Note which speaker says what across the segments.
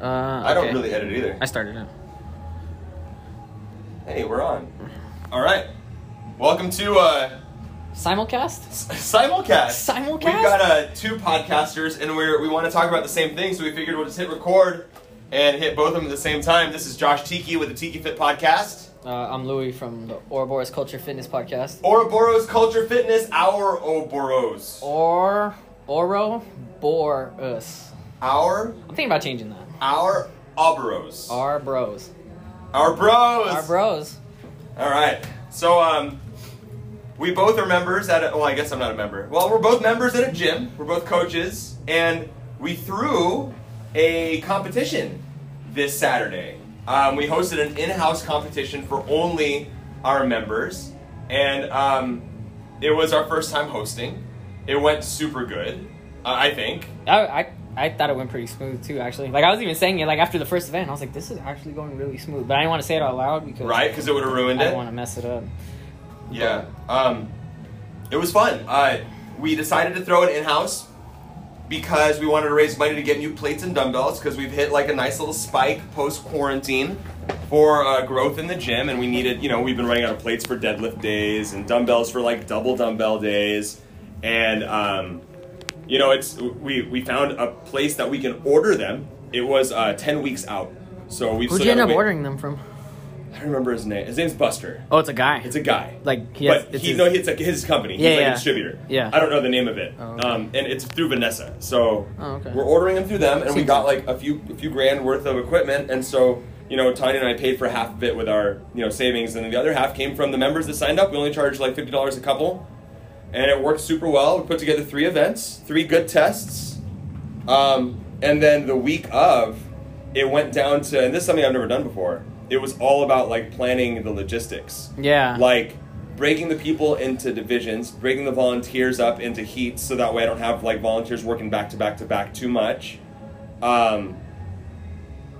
Speaker 1: Uh,
Speaker 2: I don't
Speaker 1: okay.
Speaker 2: really edit either.
Speaker 1: I started it.
Speaker 2: Hey, we're on. All right. Welcome to uh,
Speaker 1: Simulcast?
Speaker 2: S- Simulcast.
Speaker 1: Simulcast?
Speaker 2: We've got uh, two podcasters, and we're, we want to talk about the same thing, so we figured we'll just hit record and hit both of them at the same time. This is Josh Tiki with the Tiki Fit Podcast.
Speaker 1: Uh, I'm Louis from the Ouroboros Culture Fitness Podcast.
Speaker 2: Ouroboros Culture Fitness, our Ouroboros.
Speaker 1: Or Ouroboros.
Speaker 2: Our,
Speaker 1: I'm thinking about changing that.
Speaker 2: our Ouroboros.
Speaker 1: Our bros.
Speaker 2: Our bros.
Speaker 1: Our bros.
Speaker 2: All right. So, um, we both are members at a, well, I guess I'm not a member. Well, we're both members at a gym. We're both coaches, and we threw a competition this Saturday. Um, we hosted an in-house competition for only our members, and um, it was our first time hosting. It went super good, uh, I think.
Speaker 1: I, I, I thought it went pretty smooth too, actually. Like, I was even saying it, like, after the first event, I was like, this is actually going really smooth. But I didn't want to say it out loud because
Speaker 2: Right? Because it would have
Speaker 1: I
Speaker 2: ruined
Speaker 1: didn't
Speaker 2: it.
Speaker 1: want to mess it up.
Speaker 2: Yeah. Um, it was fun. Uh, we decided to throw it in house because we wanted to raise money to get new plates and dumbbells because we've hit like a nice little spike post quarantine for uh, growth in the gym and we needed you know we've been running out of plates for deadlift days and dumbbells for like double dumbbell days and um, you know it's we we found a place that we can order them it was uh, 10 weeks out so we
Speaker 1: Who'd you end up ordering them from?
Speaker 2: i don't remember his name his name's buster
Speaker 1: Oh, it's a guy.
Speaker 2: it's a guy
Speaker 1: like, he has,
Speaker 2: but
Speaker 1: it's
Speaker 2: he
Speaker 1: his-
Speaker 2: no, it's like his company.
Speaker 1: Yeah,
Speaker 2: He's like
Speaker 1: yeah.
Speaker 2: a distributor.
Speaker 1: Yeah.
Speaker 2: I don't know the name of it.
Speaker 1: Oh, okay.
Speaker 2: Um, and it's through Vanessa. So
Speaker 1: Oh, okay.
Speaker 2: we're ordering them through them, and we
Speaker 1: Seems
Speaker 2: got like a few a few grand worth of equipment. And so you know, Tanya and I paid for half of it with our you know savings, and then the other half came from the members that signed up. We only charged like fifty dollars a couple, and it worked super well. We put together three events, three good tests, um, and then the week of, it went down to, and this is something I've never done before. It was all about like planning the logistics
Speaker 1: yeah.
Speaker 2: like breaking the people into divisions, breaking the volunteers up into heats, so that way I don't have like volunteers working back to back to back too much. Um,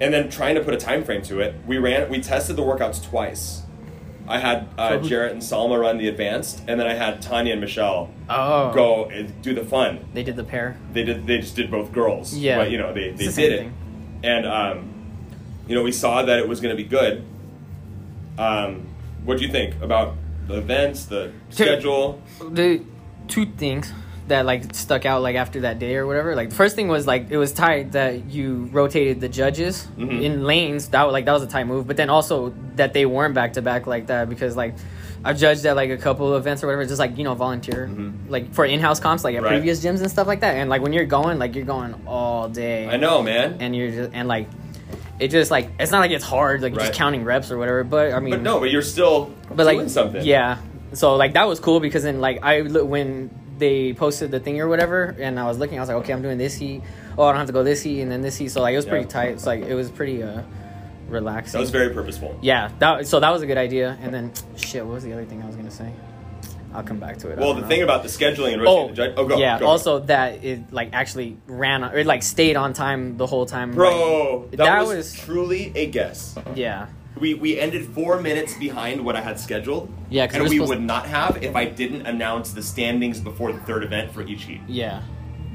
Speaker 2: and then trying to put a time frame to it. We ran, we tested the workouts twice. I had uh,
Speaker 1: So who-
Speaker 2: Jarrett and Salma run the advanced, and then I had Tanya and Michelle
Speaker 1: oh.
Speaker 2: go and do the fun.
Speaker 1: They did the pair.
Speaker 2: They did, they just did both girls.
Speaker 1: Yeah.
Speaker 2: but you know they, they
Speaker 1: It's the
Speaker 2: did
Speaker 1: same
Speaker 2: it,
Speaker 1: thing.
Speaker 2: and um, you know we saw that it was going to be good. Um, what do you think about the events, the schedule?
Speaker 1: the two things that like stuck out like after that day or whatever like the first thing was like it was tight that you rotated the judges
Speaker 2: Mhm.
Speaker 1: in lanes that was like that was a tight move but then also that they weren't back to back like that because like i've judged at like a couple of events or whatever just like you know volunteer like for in-house comps like at
Speaker 2: Mm-hmm. Right.
Speaker 1: previous gyms and stuff like that and like when you're going like you're going all day
Speaker 2: I know, man.
Speaker 1: and you're just and like it just like it's not like it's hard like you're
Speaker 2: Right.
Speaker 1: just counting reps or whatever but i mean
Speaker 2: But no, but you're still
Speaker 1: but
Speaker 2: doing
Speaker 1: like
Speaker 2: something.
Speaker 1: yeah so like that was cool because then like i lo- when they posted the thing or whatever and i was looking i was like okay i'm doing this heat oh i don't have to go this heat and then this heat so like it was pretty
Speaker 2: Yeah.
Speaker 1: tight it's like it was pretty uh relaxing
Speaker 2: that was very purposeful.
Speaker 1: yeah that so that was a good idea and then shit what was the other thing i was gonna say i'll come back to it I
Speaker 2: Well,
Speaker 1: don't
Speaker 2: the
Speaker 1: know.
Speaker 2: thing about the scheduling and rotating
Speaker 1: Oh,
Speaker 2: the judge. Oh, go.
Speaker 1: yeah.
Speaker 2: go.
Speaker 1: Also, that it like actually ran or it, like stayed on time the whole time. right?
Speaker 2: bro, that,
Speaker 1: That
Speaker 2: was,
Speaker 1: was-
Speaker 2: truly a guess.
Speaker 1: Yeah.
Speaker 2: We we ended four minutes behind what I had scheduled.
Speaker 1: Yeah, 'cause
Speaker 2: and
Speaker 1: we're
Speaker 2: we
Speaker 1: supposed-
Speaker 2: would not have if I didn't announce the standings before the third event for each heat.
Speaker 1: Yeah.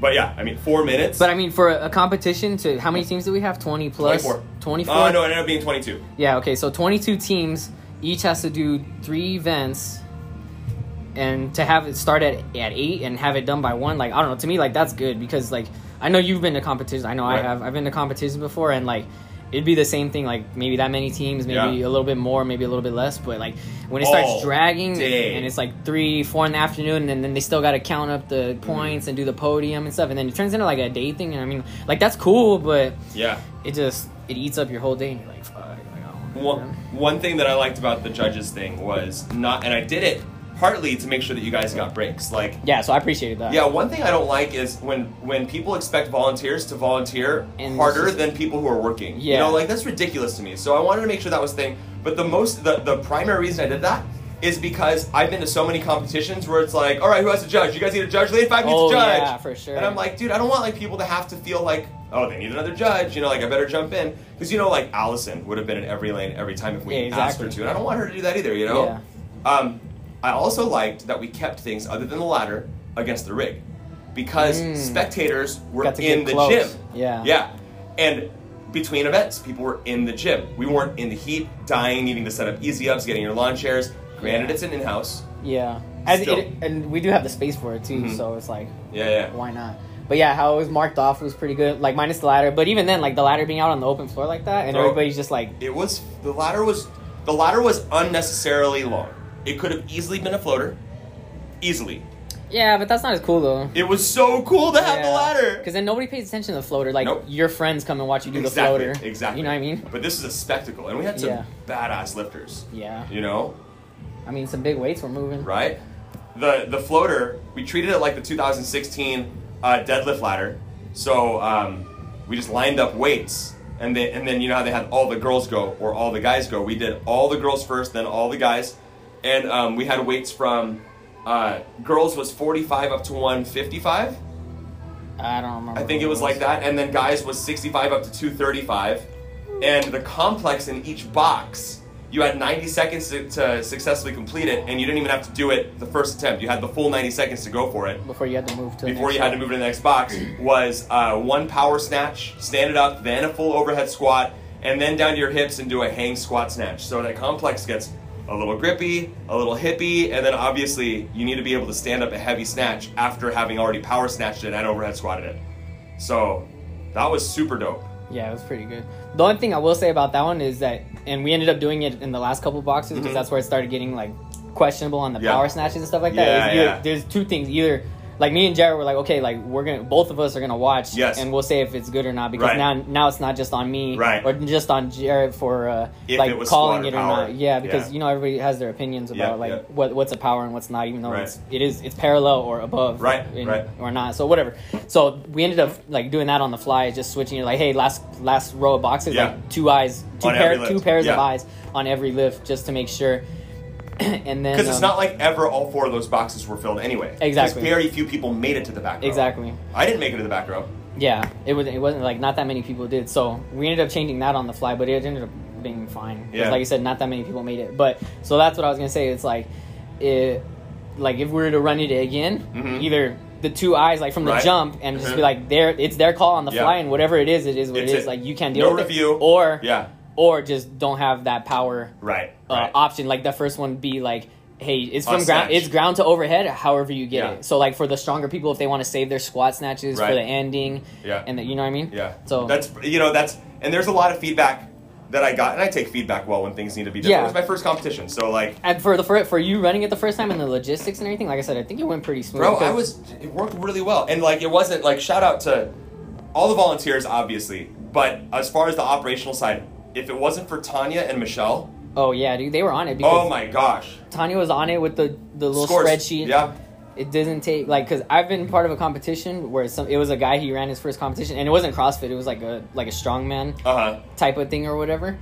Speaker 2: But yeah, I mean, four minutes.
Speaker 1: But I mean, for a, a competition to how many teams do we have? Twenty plus.
Speaker 2: 24.
Speaker 1: 24?
Speaker 2: Oh, no, it ended up being 22.
Speaker 1: Yeah, okay, so 22 teams each has to do three events and to have it start at, at 8 and have it done by 1, like I don't know, to me like that's good because like I know you've been to competitions, I know I
Speaker 2: Right.
Speaker 1: have. I've been to competitions before and like it'd be the same thing like maybe that many teams, maybe
Speaker 2: Yeah. Oh,
Speaker 1: a little bit more, maybe a little bit less, but like when it
Speaker 2: All
Speaker 1: starts dragging
Speaker 2: day.
Speaker 1: and it's like 3, 4 in the afternoon and then they still got to count up the
Speaker 2: Mm.
Speaker 1: points and do the podium and stuff and then it turns into like a day thing and I mean like that's cool, but
Speaker 2: Yeah.
Speaker 1: it just it eats up your whole day and you're like fuck, I don't wanna do
Speaker 2: One,
Speaker 1: that."
Speaker 2: one thing that I liked about the judges thing was not, and I did it partly to make sure that you guys got breaks. Like,
Speaker 1: Yeah, so I appreciated that.
Speaker 2: yeah, one thing I don't like is when when people expect volunteers to volunteer
Speaker 1: And
Speaker 2: harder
Speaker 1: this is-
Speaker 2: than people who are working. You
Speaker 1: Yeah.
Speaker 2: know, like that's ridiculous to me. So I wanted to make sure that was a thing. But the most the, the primary reason I did that is because I've been to so many competitions where it's like, all right, who has to judge? You guys need a judge. Lady Five needs
Speaker 1: Oh,
Speaker 2: a judge.
Speaker 1: yeah, for sure.
Speaker 2: And I'm like, dude, I don't want like people to have to feel like, oh, they need another judge. You know, like I better jump in because you know, like Allison would have been in every lane every time if we
Speaker 1: Yeah,
Speaker 2: asked her
Speaker 1: exactly.
Speaker 2: to, and I don't want her to do that either. You know.
Speaker 1: Yeah.
Speaker 2: Um, I also liked that we kept things other than the ladder against the rig because
Speaker 1: Mm.
Speaker 2: spectators were
Speaker 1: Got to
Speaker 2: in
Speaker 1: get
Speaker 2: the
Speaker 1: close.
Speaker 2: gym.
Speaker 1: Yeah.
Speaker 2: Yeah. And between events. People were in the gym. We weren't in the heat, dying, needing to set up easy ups, getting your lawn chairs. Granted,
Speaker 1: Yeah.
Speaker 2: it's an in house.
Speaker 1: Yeah, and,
Speaker 2: Still.
Speaker 1: it, and we do have the space for it too,
Speaker 2: Mhm.
Speaker 1: so it's like
Speaker 2: Yeah, yeah.
Speaker 1: why not? But yeah, how it was marked off was pretty good, like minus the ladder. But even then, like the ladder being out on the open floor like that, and
Speaker 2: Bro.
Speaker 1: everybody's just like,
Speaker 2: It was the ladder was the ladder was unnecessarily long. It could have easily been a floater, easily.
Speaker 1: yeah, but that's not as cool though.
Speaker 2: It was so cool to have the ladder.
Speaker 1: because then nobody pays attention to the floater. Like
Speaker 2: Nope.
Speaker 1: your friends come and watch you do
Speaker 2: exactly,
Speaker 1: the floater.
Speaker 2: exactly.
Speaker 1: You know what I mean?
Speaker 2: But this is a spectacle, and we had some
Speaker 1: Yeah.
Speaker 2: badass lifters.
Speaker 1: Yeah.
Speaker 2: You know,
Speaker 1: I mean, some big weights were moving.
Speaker 2: right? The the floater we treated it like the 2016 uh, deadlift ladder. So um, we just lined up weights, and then and then you know how they had all the girls go or all the guys go. We did all the girls first, then all the guys, and um, we had weights from uh, girls was 45 up to 155.
Speaker 1: I don't remember.
Speaker 2: I think it was like that, and then guys was 65 up to 235, and the complex in each box. You had 90 seconds to, to successfully complete it, and you didn't even have to do it the first attempt. You had the full 90 seconds to go for it
Speaker 1: Before you had to move to. the
Speaker 2: before
Speaker 1: next
Speaker 2: you had to
Speaker 1: one.
Speaker 2: move to the next box. Was uh, one power snatch, stand it up, then a full overhead squat, and then down to your hips and do a hang squat snatch. So that complex gets a little grippy, a little hippie, and then obviously you need to be able to stand up a heavy snatch after having already power snatched it and overhead squatted it. So that was super dope.
Speaker 1: Yeah, it was pretty good. The only thing I will say about that one is that, and we ended up doing it in the last couple boxes because
Speaker 2: Mhm.
Speaker 1: that's where it started getting like questionable on the
Speaker 2: Yeah.
Speaker 1: power snatches and stuff like that.
Speaker 2: Yeah,
Speaker 1: It's either-
Speaker 2: yeah.
Speaker 1: There's two things either. Like me and Jared were like, okay, like we're gonna, both of us are gonna watch,
Speaker 2: Yes.
Speaker 1: and we'll say if it's good or not because
Speaker 2: Right.
Speaker 1: now, now it's not just on me,
Speaker 2: Right.
Speaker 1: or just on Jared for uh,
Speaker 2: If
Speaker 1: like
Speaker 2: it was
Speaker 1: calling
Speaker 2: squat
Speaker 1: it
Speaker 2: or
Speaker 1: or
Speaker 2: power.
Speaker 1: not. Yeah, because
Speaker 2: Yeah.
Speaker 1: you know everybody has their opinions about
Speaker 2: Yeah,
Speaker 1: like
Speaker 2: yeah.
Speaker 1: what what's a power and what's not, even though
Speaker 2: Right.
Speaker 1: it's it is it's parallel or above,
Speaker 2: Right,
Speaker 1: and-
Speaker 2: right.
Speaker 1: or not. So whatever. So we ended up like doing that on the fly, just switching. it like, hey, last last row of boxes,
Speaker 2: Yeah.
Speaker 1: like two eyes, two
Speaker 2: On
Speaker 1: pair,
Speaker 2: every lift.
Speaker 1: two pairs of
Speaker 2: Yeah.
Speaker 1: eyes on every lift, just to make sure. and then
Speaker 2: Because it's
Speaker 1: um,
Speaker 2: not like ever all four of those boxes were filled anyway. 'Cause
Speaker 1: Exactly.
Speaker 2: Very few people made it to the back row.
Speaker 1: exactly.
Speaker 2: I didn't make it to the back row.
Speaker 1: Yeah, it was. It wasn't like not that many people did. So we ended up changing that on the fly, but it ended up being fine. 'Cause
Speaker 2: Yeah.
Speaker 1: Like I said, not that many people made it. But so that's what I was gonna say. It's like, it, like if we were to run it again,
Speaker 2: Mhm.
Speaker 1: either the two eyes like from the
Speaker 2: Right.
Speaker 1: jump and just
Speaker 2: Mhm.
Speaker 1: be like, there, it's their call on the
Speaker 2: Yeah.
Speaker 1: fly, and whatever it is, it is what
Speaker 2: It's
Speaker 1: it is.
Speaker 2: it.
Speaker 1: Like you can't deal
Speaker 2: No
Speaker 1: with
Speaker 2: review.
Speaker 1: it. Or
Speaker 2: Yeah.
Speaker 1: or just don't have that power
Speaker 2: Right.
Speaker 1: uh,
Speaker 2: right.
Speaker 1: option. Like the first one be like, hey, it's
Speaker 2: On
Speaker 1: from ground,
Speaker 2: snatch.
Speaker 1: it's ground to overhead, however you get
Speaker 2: Yeah.
Speaker 1: it. So like for the stronger people, if they want to save their squat snatches
Speaker 2: Right.
Speaker 1: for the ending,
Speaker 2: Yeah.
Speaker 1: and the, you know what I mean.
Speaker 2: Yeah.
Speaker 1: So-
Speaker 2: that's you know that's and there's a lot of feedback that I got, and I take feedback well when things need to be different.
Speaker 1: Yeah.
Speaker 2: It was my first competition, so like,
Speaker 1: And for the for, for you running it the first time and the logistics and everything, like I said, I think it went pretty smooth.
Speaker 2: bro, I
Speaker 1: because-
Speaker 2: was it worked really well, and like it wasn't like shout out to all the volunteers, obviously, but as far as the operational side, if it wasn't for Tanya and Michelle,
Speaker 1: Oh yeah, dude, they were on it because
Speaker 2: oh my gosh,
Speaker 1: Tanya was on it with the the little
Speaker 2: Scores.
Speaker 1: spreadsheet.
Speaker 2: yeah,
Speaker 1: it doesn't take like because I've been part of a competition where some it was a guy he ran his first competition and it wasn't CrossFit, it was like a like a strongman
Speaker 2: uh huh,
Speaker 1: type of thing or whatever.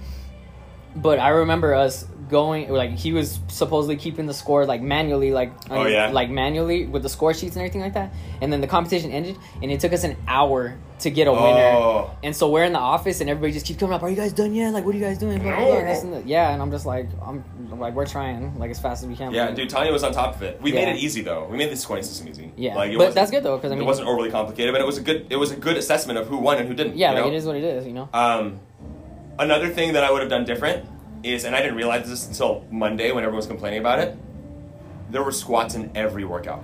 Speaker 1: But I remember us going like he was supposedly keeping the score like manually, like on
Speaker 2: Oh,
Speaker 1: his-
Speaker 2: yeah?
Speaker 1: like manually with the score sheets and everything like that. And then the competition ended, and it took us an hour to get a
Speaker 2: Oh.
Speaker 1: winner. And so we're in the office, and everybody just keeps coming up. Are you guys done yet? Like, what are you guys doing? Blah, blah, blah,
Speaker 2: No.
Speaker 1: this and that." Yeah, and I'm just like, I'm, I'm like, we're trying like as fast as we can.
Speaker 2: yeah,
Speaker 1: Like,
Speaker 2: dude, Tanya was on top of it. We
Speaker 1: Yeah.
Speaker 2: made it easy though. We made the scoring system easy.
Speaker 1: Yeah,
Speaker 2: like, it
Speaker 1: but
Speaker 2: wasn't-
Speaker 1: that's good though because I mean,
Speaker 2: it wasn't overly complicated, but it was a good it was a good assessment of who won and who didn't.
Speaker 1: yeah,
Speaker 2: you
Speaker 1: like
Speaker 2: know?
Speaker 1: it is what it is, you know.
Speaker 2: Um, another thing that I would have done different is, and I didn't realize this until Monday when everyone was complaining about it. There were squats in every workout,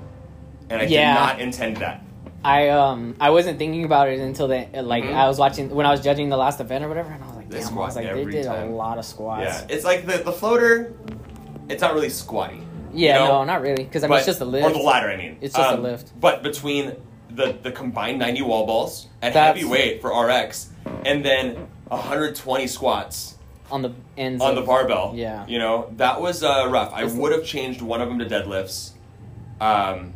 Speaker 2: and I
Speaker 1: Yeah.
Speaker 2: did not intend that.
Speaker 1: I um I wasn't thinking about it until the like
Speaker 2: Mhm.
Speaker 1: I was watching when I was judging the last event or whatever, and I was like,
Speaker 2: They
Speaker 1: damn, I
Speaker 2: squat
Speaker 1: was like, they
Speaker 2: every
Speaker 1: did
Speaker 2: time.
Speaker 1: a lot of squats.
Speaker 2: Yeah, it's like the the floater. It's not really squatty.
Speaker 1: Yeah,
Speaker 2: you know?
Speaker 1: no, not really, because I mean,
Speaker 2: But-
Speaker 1: it's just a
Speaker 2: or
Speaker 1: lift.
Speaker 2: the ladder. I mean, Um,
Speaker 1: It's just a lift.
Speaker 2: But between the the combined ninety wall balls at
Speaker 1: That's-
Speaker 2: heavy weight for RX, and then one hundred twenty squats.
Speaker 1: on the ends.
Speaker 2: on
Speaker 1: of-
Speaker 2: the barbell.
Speaker 1: Yeah.
Speaker 2: You know, that was uh, rough. I
Speaker 1: It's-
Speaker 2: would have changed one of them to deadlifts. Um,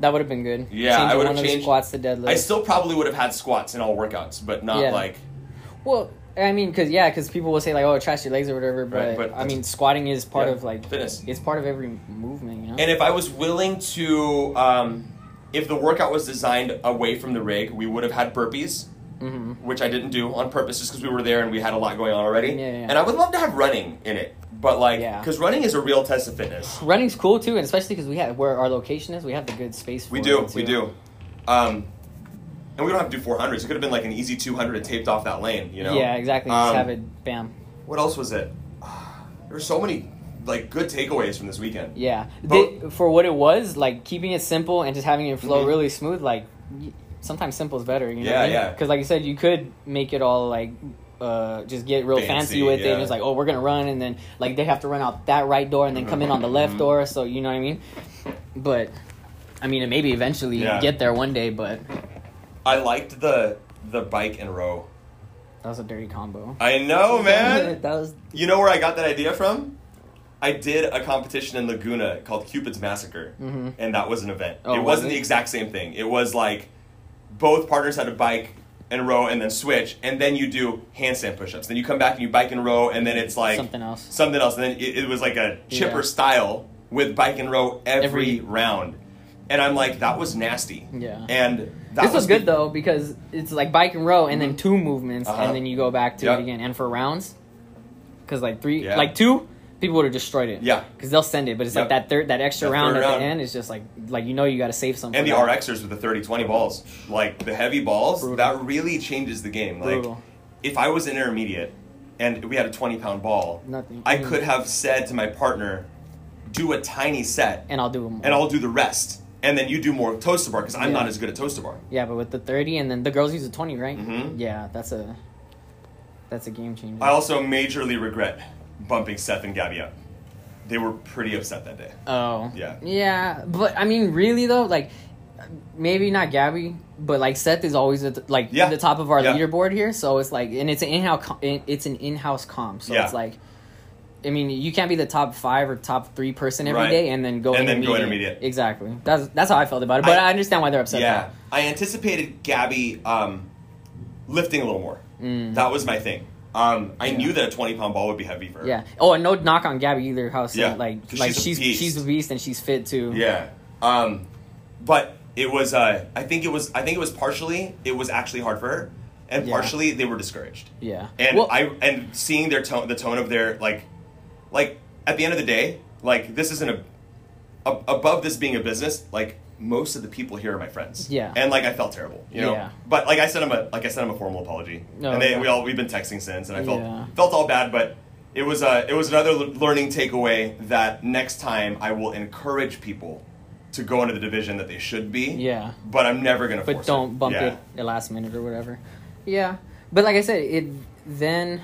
Speaker 1: That would have been good.
Speaker 2: Yeah, I
Speaker 1: Changing
Speaker 2: would've
Speaker 1: one of the
Speaker 2: changed-
Speaker 1: squats to deadlift.
Speaker 2: I still probably would have had squats in all workouts, but not
Speaker 1: Yeah.
Speaker 2: like
Speaker 1: well, I mean, because yeah, because people will say like, oh, trash your legs or whatever, but,
Speaker 2: Right, but
Speaker 1: I mean,
Speaker 2: that's-
Speaker 1: squatting is part
Speaker 2: yeah,
Speaker 1: of like
Speaker 2: fitness.
Speaker 1: It's part of every movement, you know.
Speaker 2: And if I was willing to, um, if the workout was designed away from the rig, we would have had burpees,
Speaker 1: mm-hmm.
Speaker 2: which I didn't do on purpose just because we were there and we had a lot going on already.
Speaker 1: Yeah, yeah, yeah.
Speaker 2: And I would love to have running in it, but like,
Speaker 1: Yeah.
Speaker 2: because running is a real test of fitness.
Speaker 1: Running's cool too, and especially because we have where our location is, we have the good space. For
Speaker 2: We
Speaker 1: it,
Speaker 2: do,
Speaker 1: too.
Speaker 2: we do. Um, and we don't have to do 400s. It could have been like an easy 200 and taped off that lane, you know?
Speaker 1: Yeah, exactly.
Speaker 2: Um,
Speaker 1: Just have it, bam.
Speaker 2: What else was it? There were so many like good takeaways from this weekend.
Speaker 1: Yeah,
Speaker 2: But-
Speaker 1: They- for what it was, like keeping it simple and just having it flow
Speaker 2: Mhm.
Speaker 1: really smooth. Like y- sometimes simple is better. You know
Speaker 2: Yeah, yeah.
Speaker 1: Because like you said, you could make it all like. Uh, just get real fancy,
Speaker 2: Fancy,
Speaker 1: with it.
Speaker 2: yeah.
Speaker 1: And it's like, oh, we're gonna run, and then like they have to run out that right door, and then come in on the left
Speaker 2: Mhm.
Speaker 1: door. So you know what I mean. But, I mean, and maybe eventually
Speaker 2: Yeah.
Speaker 1: get there one day. But
Speaker 2: I liked the the bike and row.
Speaker 1: that was a dirty combo.
Speaker 2: I know, Oh, man.
Speaker 1: that was
Speaker 2: You know where I got that idea from? I did a competition in Laguna called Cupid's Massacre,
Speaker 1: Mhm.
Speaker 2: and that was an event.
Speaker 1: Oh,
Speaker 2: it
Speaker 1: was
Speaker 2: wasn't
Speaker 1: it?
Speaker 2: the exact same thing. It was like both partners had a bike and row, and then switch, and then you do handstand push-ups. Then you come back and you bike and row, and then it's like
Speaker 1: something else.
Speaker 2: something else. And then it, it was like a chipper
Speaker 1: Yeah.
Speaker 2: style with bike and row every,
Speaker 1: Every-
Speaker 2: round. And I'm like, that was nasty.
Speaker 1: Yeah.
Speaker 2: And that
Speaker 1: This was good
Speaker 2: be-
Speaker 1: though because it's like bike and row, and then two movements,
Speaker 2: Uh-huh.
Speaker 1: and then you go back to
Speaker 2: Yep.
Speaker 1: it again. And for rounds, because like three,
Speaker 2: Yeah.
Speaker 1: like two, people would have destroyed it.
Speaker 2: Yeah.
Speaker 1: because they'll send it, but it's like
Speaker 2: Yep.
Speaker 1: that third, that extra
Speaker 2: That
Speaker 1: round
Speaker 2: third
Speaker 1: at
Speaker 2: round.
Speaker 1: the end is just like, like you know, you got to save something.
Speaker 2: And the
Speaker 1: for that.
Speaker 2: RXers with the 30 20 balls, like the heavy balls,
Speaker 1: Brutal.
Speaker 2: that really changes the game. Like,
Speaker 1: Brutal.
Speaker 2: if I was an intermediate and we had a 20 pound ball,
Speaker 1: Nothing.
Speaker 2: I
Speaker 1: Mm.
Speaker 2: could have said to my partner, do a tiny set
Speaker 1: and I'll do them.
Speaker 2: and I'll do the rest. And then you do more toast to bar because I'm
Speaker 1: Yeah.
Speaker 2: not as good at toast to bar.
Speaker 1: yeah, but with the thirty, and then the girls use a twenty, right?
Speaker 2: Mhm.
Speaker 1: Yeah, that's a, that's a game changer.
Speaker 2: I also majorly regret bumping Seth and Gabby up. They were pretty upset that day.
Speaker 1: Oh.
Speaker 2: Yeah.
Speaker 1: Yeah, but I mean, really though, like maybe not Gabby, but like Seth is always at the, like
Speaker 2: Yeah.
Speaker 1: the top of our
Speaker 2: Yeah.
Speaker 1: leaderboard here. So it's like, and it's an in-house, com- in- it's an in-house comp. So
Speaker 2: Yeah.
Speaker 1: it's like, I mean, you can't be the top five or top three person every day
Speaker 2: Right.
Speaker 1: and then go
Speaker 2: And then
Speaker 1: intermediate.
Speaker 2: go intermediate.
Speaker 1: Exactly. That's that's how I felt about it. But
Speaker 2: I-
Speaker 1: I, understand why they're upset.
Speaker 2: Yeah,
Speaker 1: about
Speaker 2: I anticipated Gabby um, lifting a little more.
Speaker 1: Mm.
Speaker 2: That was my thing. Um, I
Speaker 1: Yeah.
Speaker 2: knew that a 20 pound ball would be heavy for her.
Speaker 1: it. yeah. Oh, and no knock on Gabby either. How
Speaker 2: Yeah,
Speaker 1: yeah. like
Speaker 2: 'cause
Speaker 1: like
Speaker 2: she's a
Speaker 1: she's
Speaker 2: beast.
Speaker 1: she's a beast and she's fit too.
Speaker 2: Yeah. Um, but it was. Uh, I think it was. I think it was partially. It was actually hard for her, and
Speaker 1: Yeah.
Speaker 2: partially they were discouraged.
Speaker 1: Yeah.
Speaker 2: And
Speaker 1: Well-
Speaker 2: I and seeing their tone, the tone of their like, like at the end of the day, like this isn't a, a above this being a business. Like most of the people here are my friends.
Speaker 1: Yeah.
Speaker 2: And like I felt terrible, you know.
Speaker 1: Yeah.
Speaker 2: But like I sent him a like I sent him a formal apology.
Speaker 1: No,
Speaker 2: and they,
Speaker 1: yeah.
Speaker 2: we all we've been texting since, and I felt
Speaker 1: Yeah.
Speaker 2: felt all bad, but. It was, uh, it was another l- learning takeaway that next time I will encourage people to go into the division that they should be.
Speaker 1: Yeah.
Speaker 2: But I'm never going to
Speaker 1: but don't bump
Speaker 2: yeah.
Speaker 1: it at last minute or whatever. Yeah, but like I said, it then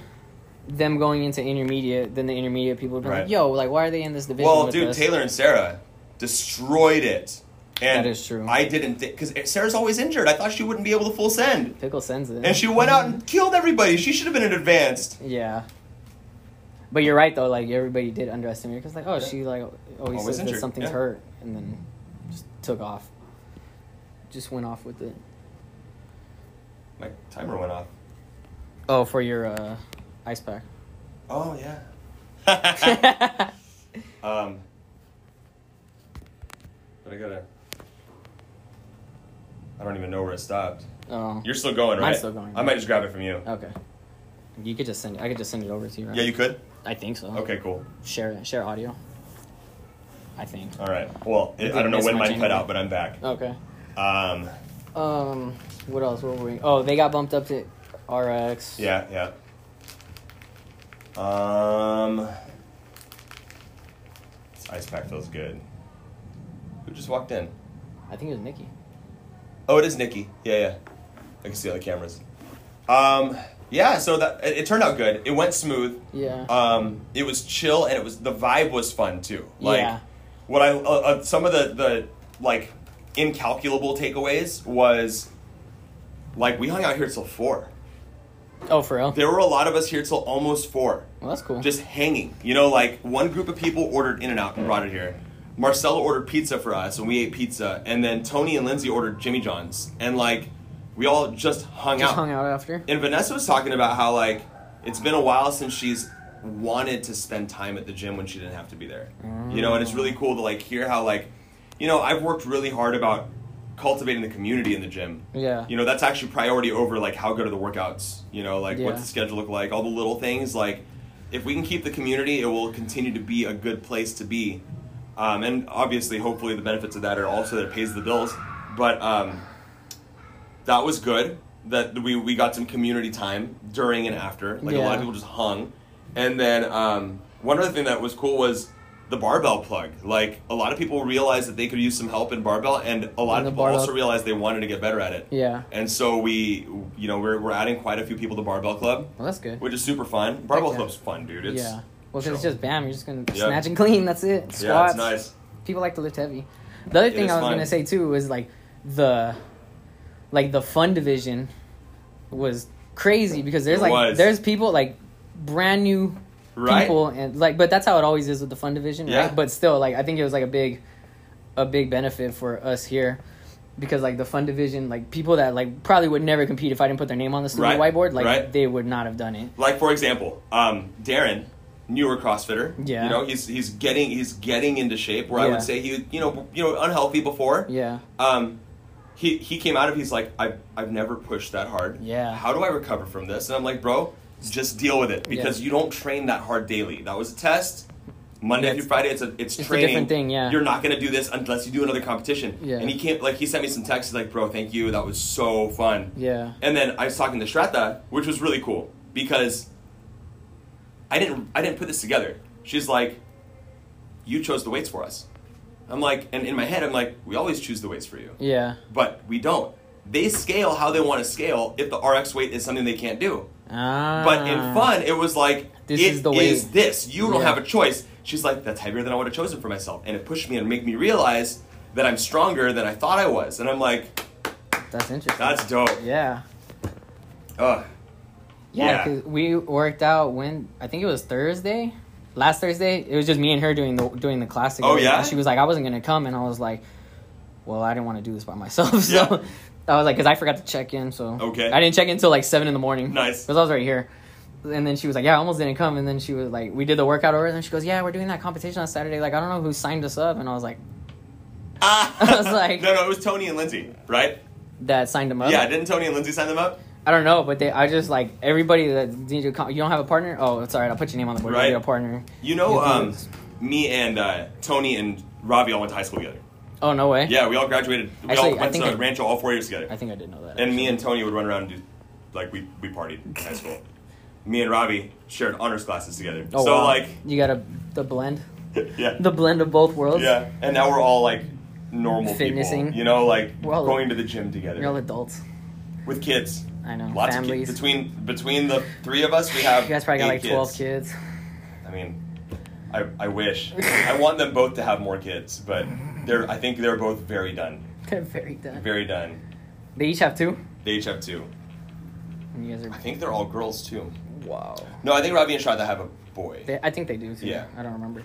Speaker 1: them going into intermediate, then the intermediate people would be
Speaker 2: Right.
Speaker 1: like, "Yo, like why are they in this division?"
Speaker 2: Well,
Speaker 1: with
Speaker 2: dude,
Speaker 1: us?"
Speaker 2: Taylor and Sarah destroyed it. And
Speaker 1: That is true.
Speaker 2: I didn't think because Sarah's always injured. I thought she wouldn't be able to full send,
Speaker 1: pickle sends it,
Speaker 2: and she went out and killed everybody. She should have been in advanced.
Speaker 1: yeah. But you're right though. Like everybody did underestimate her because like, oh, she like always,
Speaker 2: Always
Speaker 1: says
Speaker 2: injured,
Speaker 1: that something's
Speaker 2: yeah.
Speaker 1: hurt, and then just took off, just went off with it.
Speaker 2: My timer went off.
Speaker 1: Oh, for your uh, ice pack.
Speaker 2: Oh yeah. um, but I gotta. I don't even know where it stopped.
Speaker 1: oh,
Speaker 2: You're still going, right?
Speaker 1: Mine's still going. Uh,
Speaker 2: I might just grab it from you.
Speaker 1: okay. You could just send. It. I could just send it over to you. Right?
Speaker 2: Yeah, you could.
Speaker 1: I think so.
Speaker 2: Okay, cool.
Speaker 1: Share share audio. I think.
Speaker 2: All right. Well, it, I
Speaker 1: did
Speaker 2: don't know
Speaker 1: miss
Speaker 2: when
Speaker 1: my
Speaker 2: mine
Speaker 1: jingle.
Speaker 2: cut out, but I'm back.
Speaker 1: Okay.
Speaker 2: Um,
Speaker 1: Um, what else? What were we? Oh, they got bumped up to RX.
Speaker 2: yeah, yeah. Um, this ice pack feels good. Who just walked in?
Speaker 1: I think it was Nikki.
Speaker 2: Oh, it is Nikki. Yeah, yeah. I can see all the cameras. Um, yeah. So that it, it turned out good. It went smooth.
Speaker 1: Yeah.
Speaker 2: Um, it was chill, and it was the vibe was fun too. Like,
Speaker 1: Yeah.
Speaker 2: what I uh, uh, some of the the like incalculable takeaways was like we hung out here till four.
Speaker 1: oh, for real?
Speaker 2: There were a lot of us here till almost four,
Speaker 1: Well, that's cool.
Speaker 2: just hanging. You know, like one group of people ordered In and Out and brought it here. Marcella ordered pizza for us, and we ate pizza. And then Tony and Lindsay ordered Jimmy John's, and like we all just hung
Speaker 1: just
Speaker 2: out.
Speaker 1: hung out after.
Speaker 2: And Vanessa was talking about how like it's been a while since she's wanted to spend time at the gym when she didn't have to be there. You know, and it's really cool to like hear how like you know, I've worked really hard about cultivating the community in the gym.
Speaker 1: Yeah.
Speaker 2: You know, that's actually priority over like how good are the workouts, you know, like what's
Speaker 1: Yeah.
Speaker 2: the schedule look like, all the little things like if we can keep the community, it will continue to be a good place to be. Um, and obviously, hopefully, the benefits of that are also that it pays the bills. But um, that was good. That we we got some community time during and after. Like a lot
Speaker 1: Yeah.
Speaker 2: of people just hung, and then um, one other thing that was cool was the barbell plug. Like a lot of people realized that they could use some help in barbell, and a lot
Speaker 1: In the
Speaker 2: of people
Speaker 1: barbell.
Speaker 2: also realized they wanted to get better at it.
Speaker 1: Yeah.
Speaker 2: And so we, you know, we're, we're adding quite a few people to Barbell Club,
Speaker 1: Well, that's good.
Speaker 2: which is super fun. Barbell
Speaker 1: Okay.
Speaker 2: Club's fun, dude. It's,
Speaker 1: yeah. Well, because it's
Speaker 2: chill.
Speaker 1: just bam, you're just gonna
Speaker 2: Yeah.
Speaker 1: snatch and clean. That's it. Squats.
Speaker 2: yeah, it's nice.
Speaker 1: People like to lift heavy. The other
Speaker 2: It
Speaker 1: thing
Speaker 2: is
Speaker 1: I was
Speaker 2: fun.
Speaker 1: gonna say too was like the, like the fun division, was crazy because there's
Speaker 2: It
Speaker 1: like
Speaker 2: was.
Speaker 1: there's people like brand new
Speaker 2: Right?
Speaker 1: people and like but that's how it always is with the fun division
Speaker 2: Yeah.
Speaker 1: right but still like i think it was like a big a big benefit for us here because like the fun division like people that like probably would never compete if i didn't put their name on the student
Speaker 2: Right,
Speaker 1: whiteboard like
Speaker 2: right.
Speaker 1: they would not have done it
Speaker 2: Like for example, um, Darren, newer CrossFitter.
Speaker 1: Yeah.
Speaker 2: You know, he's he's getting he's getting into shape. Where I
Speaker 1: Yeah.
Speaker 2: would say he, you know, you know, unhealthy before.
Speaker 1: yeah
Speaker 2: Um, he he came out of he's like I've I've never pushed that hard.
Speaker 1: Yeah.
Speaker 2: How do I recover from this? And I'm like, bro, just deal with it because
Speaker 1: Yeah.
Speaker 2: you don't train that hard daily. That was a test. Monday
Speaker 1: Yeah,
Speaker 2: through
Speaker 1: it's-
Speaker 2: Friday, it's a
Speaker 1: it's
Speaker 2: it's,
Speaker 1: a
Speaker 2: training.
Speaker 1: different thing, yeah.
Speaker 2: You're not gonna do this unless you do another competition.
Speaker 1: Yeah.
Speaker 2: And he can't like he sent me some texts he's like, bro, thank you. That was so fun.
Speaker 1: yeah
Speaker 2: And then I was talking to Strata, which was really cool because I didn't I didn't put this together. She's like, "You chose the weights for us." I'm like, and in my head I'm like, "We always choose the weights for you."
Speaker 1: yeah
Speaker 2: But we don't. They scale how they want to scale if the RX weight is something they can't do.
Speaker 1: ah.
Speaker 2: But in fun, it was like,
Speaker 1: This
Speaker 2: it
Speaker 1: is the
Speaker 2: is
Speaker 1: way.
Speaker 2: this. You don't
Speaker 1: Yeah.
Speaker 2: have a choice. She's like, that's heavier than I would have chosen for myself. And it pushed me and made me realize that I'm stronger than I thought I was. And I'm like,
Speaker 1: that's interesting
Speaker 2: that's dope.
Speaker 1: yeah
Speaker 2: Ugh.
Speaker 1: Yeah,
Speaker 2: Yeah.
Speaker 1: 'cause we worked out when I think it was Thursday, last Thursday. It was just me and her doing the doing the class. together.
Speaker 2: Oh, yeah?
Speaker 1: And she was like, I wasn't gonna come, and I was like, Well, I didn't want to do this by myself. So
Speaker 2: Yeah.
Speaker 1: I was like, because I forgot to check in. So
Speaker 2: Okay.
Speaker 1: I didn't check in until like seven in the morning.
Speaker 2: Nice.
Speaker 1: because I was right here. And then she was like, "Yeah, I almost didn't come." And then she was like, "We did the workout over." And then she goes, "Yeah, we're doing that competition on Saturday. Like, I don't know who signed us up." And I was like,
Speaker 2: Ah.
Speaker 1: I was like-
Speaker 2: no, no, it was Tony and Lindsay, right?
Speaker 1: "That signed them up."
Speaker 2: Yeah, didn't Tony and Lindsay sign them up?
Speaker 1: I don't know, but they. I just like everybody that needs to come. You don't have a partner? Oh, it's all right. I'll put your name on the board.
Speaker 2: Right.
Speaker 1: You need a partner.
Speaker 2: You know,
Speaker 1: Yeah,
Speaker 2: um,
Speaker 1: Lindsay.
Speaker 2: me and uh, Tony and Robbie all went to high school together.
Speaker 1: Oh no way.
Speaker 2: Yeah, we all graduated. We
Speaker 1: Actually,
Speaker 2: all
Speaker 1: I
Speaker 2: went
Speaker 1: think
Speaker 2: to
Speaker 1: I-
Speaker 2: Rancho all four years together.
Speaker 1: I think I did know that.
Speaker 2: and me and Tony would run around and do, like, we, we partied in high school. Me and Robbie shared honors classes together.
Speaker 1: Oh,
Speaker 2: so,
Speaker 1: wow.
Speaker 2: like,
Speaker 1: you got a the blend,
Speaker 2: yeah.
Speaker 1: the blend of both worlds.
Speaker 2: Yeah. And now we're all, like, normal people.
Speaker 1: Fitnessing.
Speaker 2: You know, like,
Speaker 1: We're all-
Speaker 2: going to the gym together.
Speaker 1: you're all adults.
Speaker 2: with kids.
Speaker 1: I know.
Speaker 2: Lots
Speaker 1: Families.
Speaker 2: of kids. Between, between the three of us, we have.
Speaker 1: you guys probably got
Speaker 2: eight
Speaker 1: like twelve kids.
Speaker 2: I mean, I, I wish. I want them both to have more kids, but they're I think they're both very done.
Speaker 1: They're very done.
Speaker 2: Very done.
Speaker 1: They each have two.
Speaker 2: They each have two.
Speaker 1: And you guys
Speaker 2: I
Speaker 1: are
Speaker 2: think they're all girls too.
Speaker 1: wow.
Speaker 2: No, I think Robbie and Shada have a boy.
Speaker 1: They, I think they do too.
Speaker 2: Yeah.
Speaker 1: I don't remember.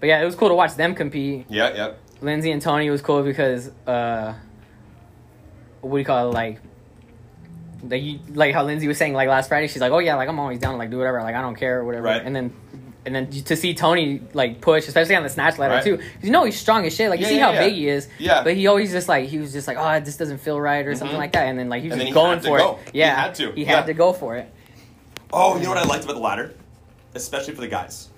Speaker 1: But yeah, it was cool to watch them compete.
Speaker 2: Yeah, yep.
Speaker 1: Lindsay and Tony was cool because uh, what do you call it? Like, like you, like how Lindsay was saying like last Friday, she's like, "Oh yeah, like I'm always down to like do whatever, like I don't care or whatever."
Speaker 2: Right.
Speaker 1: And then, and then you- to see Tony like push, especially on the snatch ladder
Speaker 2: Right.
Speaker 1: too, 'cause you know he's strong as shit. Like you
Speaker 2: Yeah,
Speaker 1: see
Speaker 2: yeah,
Speaker 1: how
Speaker 2: yeah.
Speaker 1: big he is.
Speaker 2: Yeah.
Speaker 1: But he always just like he was just like, "Oh, this doesn't feel right" or something
Speaker 2: Mhm.
Speaker 1: like that. And then like he was
Speaker 2: And
Speaker 1: just
Speaker 2: then he
Speaker 1: going
Speaker 2: had to
Speaker 1: for
Speaker 2: go.
Speaker 1: it.
Speaker 2: He
Speaker 1: Yeah.
Speaker 2: had to.
Speaker 1: He
Speaker 2: Yeah.
Speaker 1: had to go for it.
Speaker 2: Oh, you know what I liked about the ladder? Especially for the guys.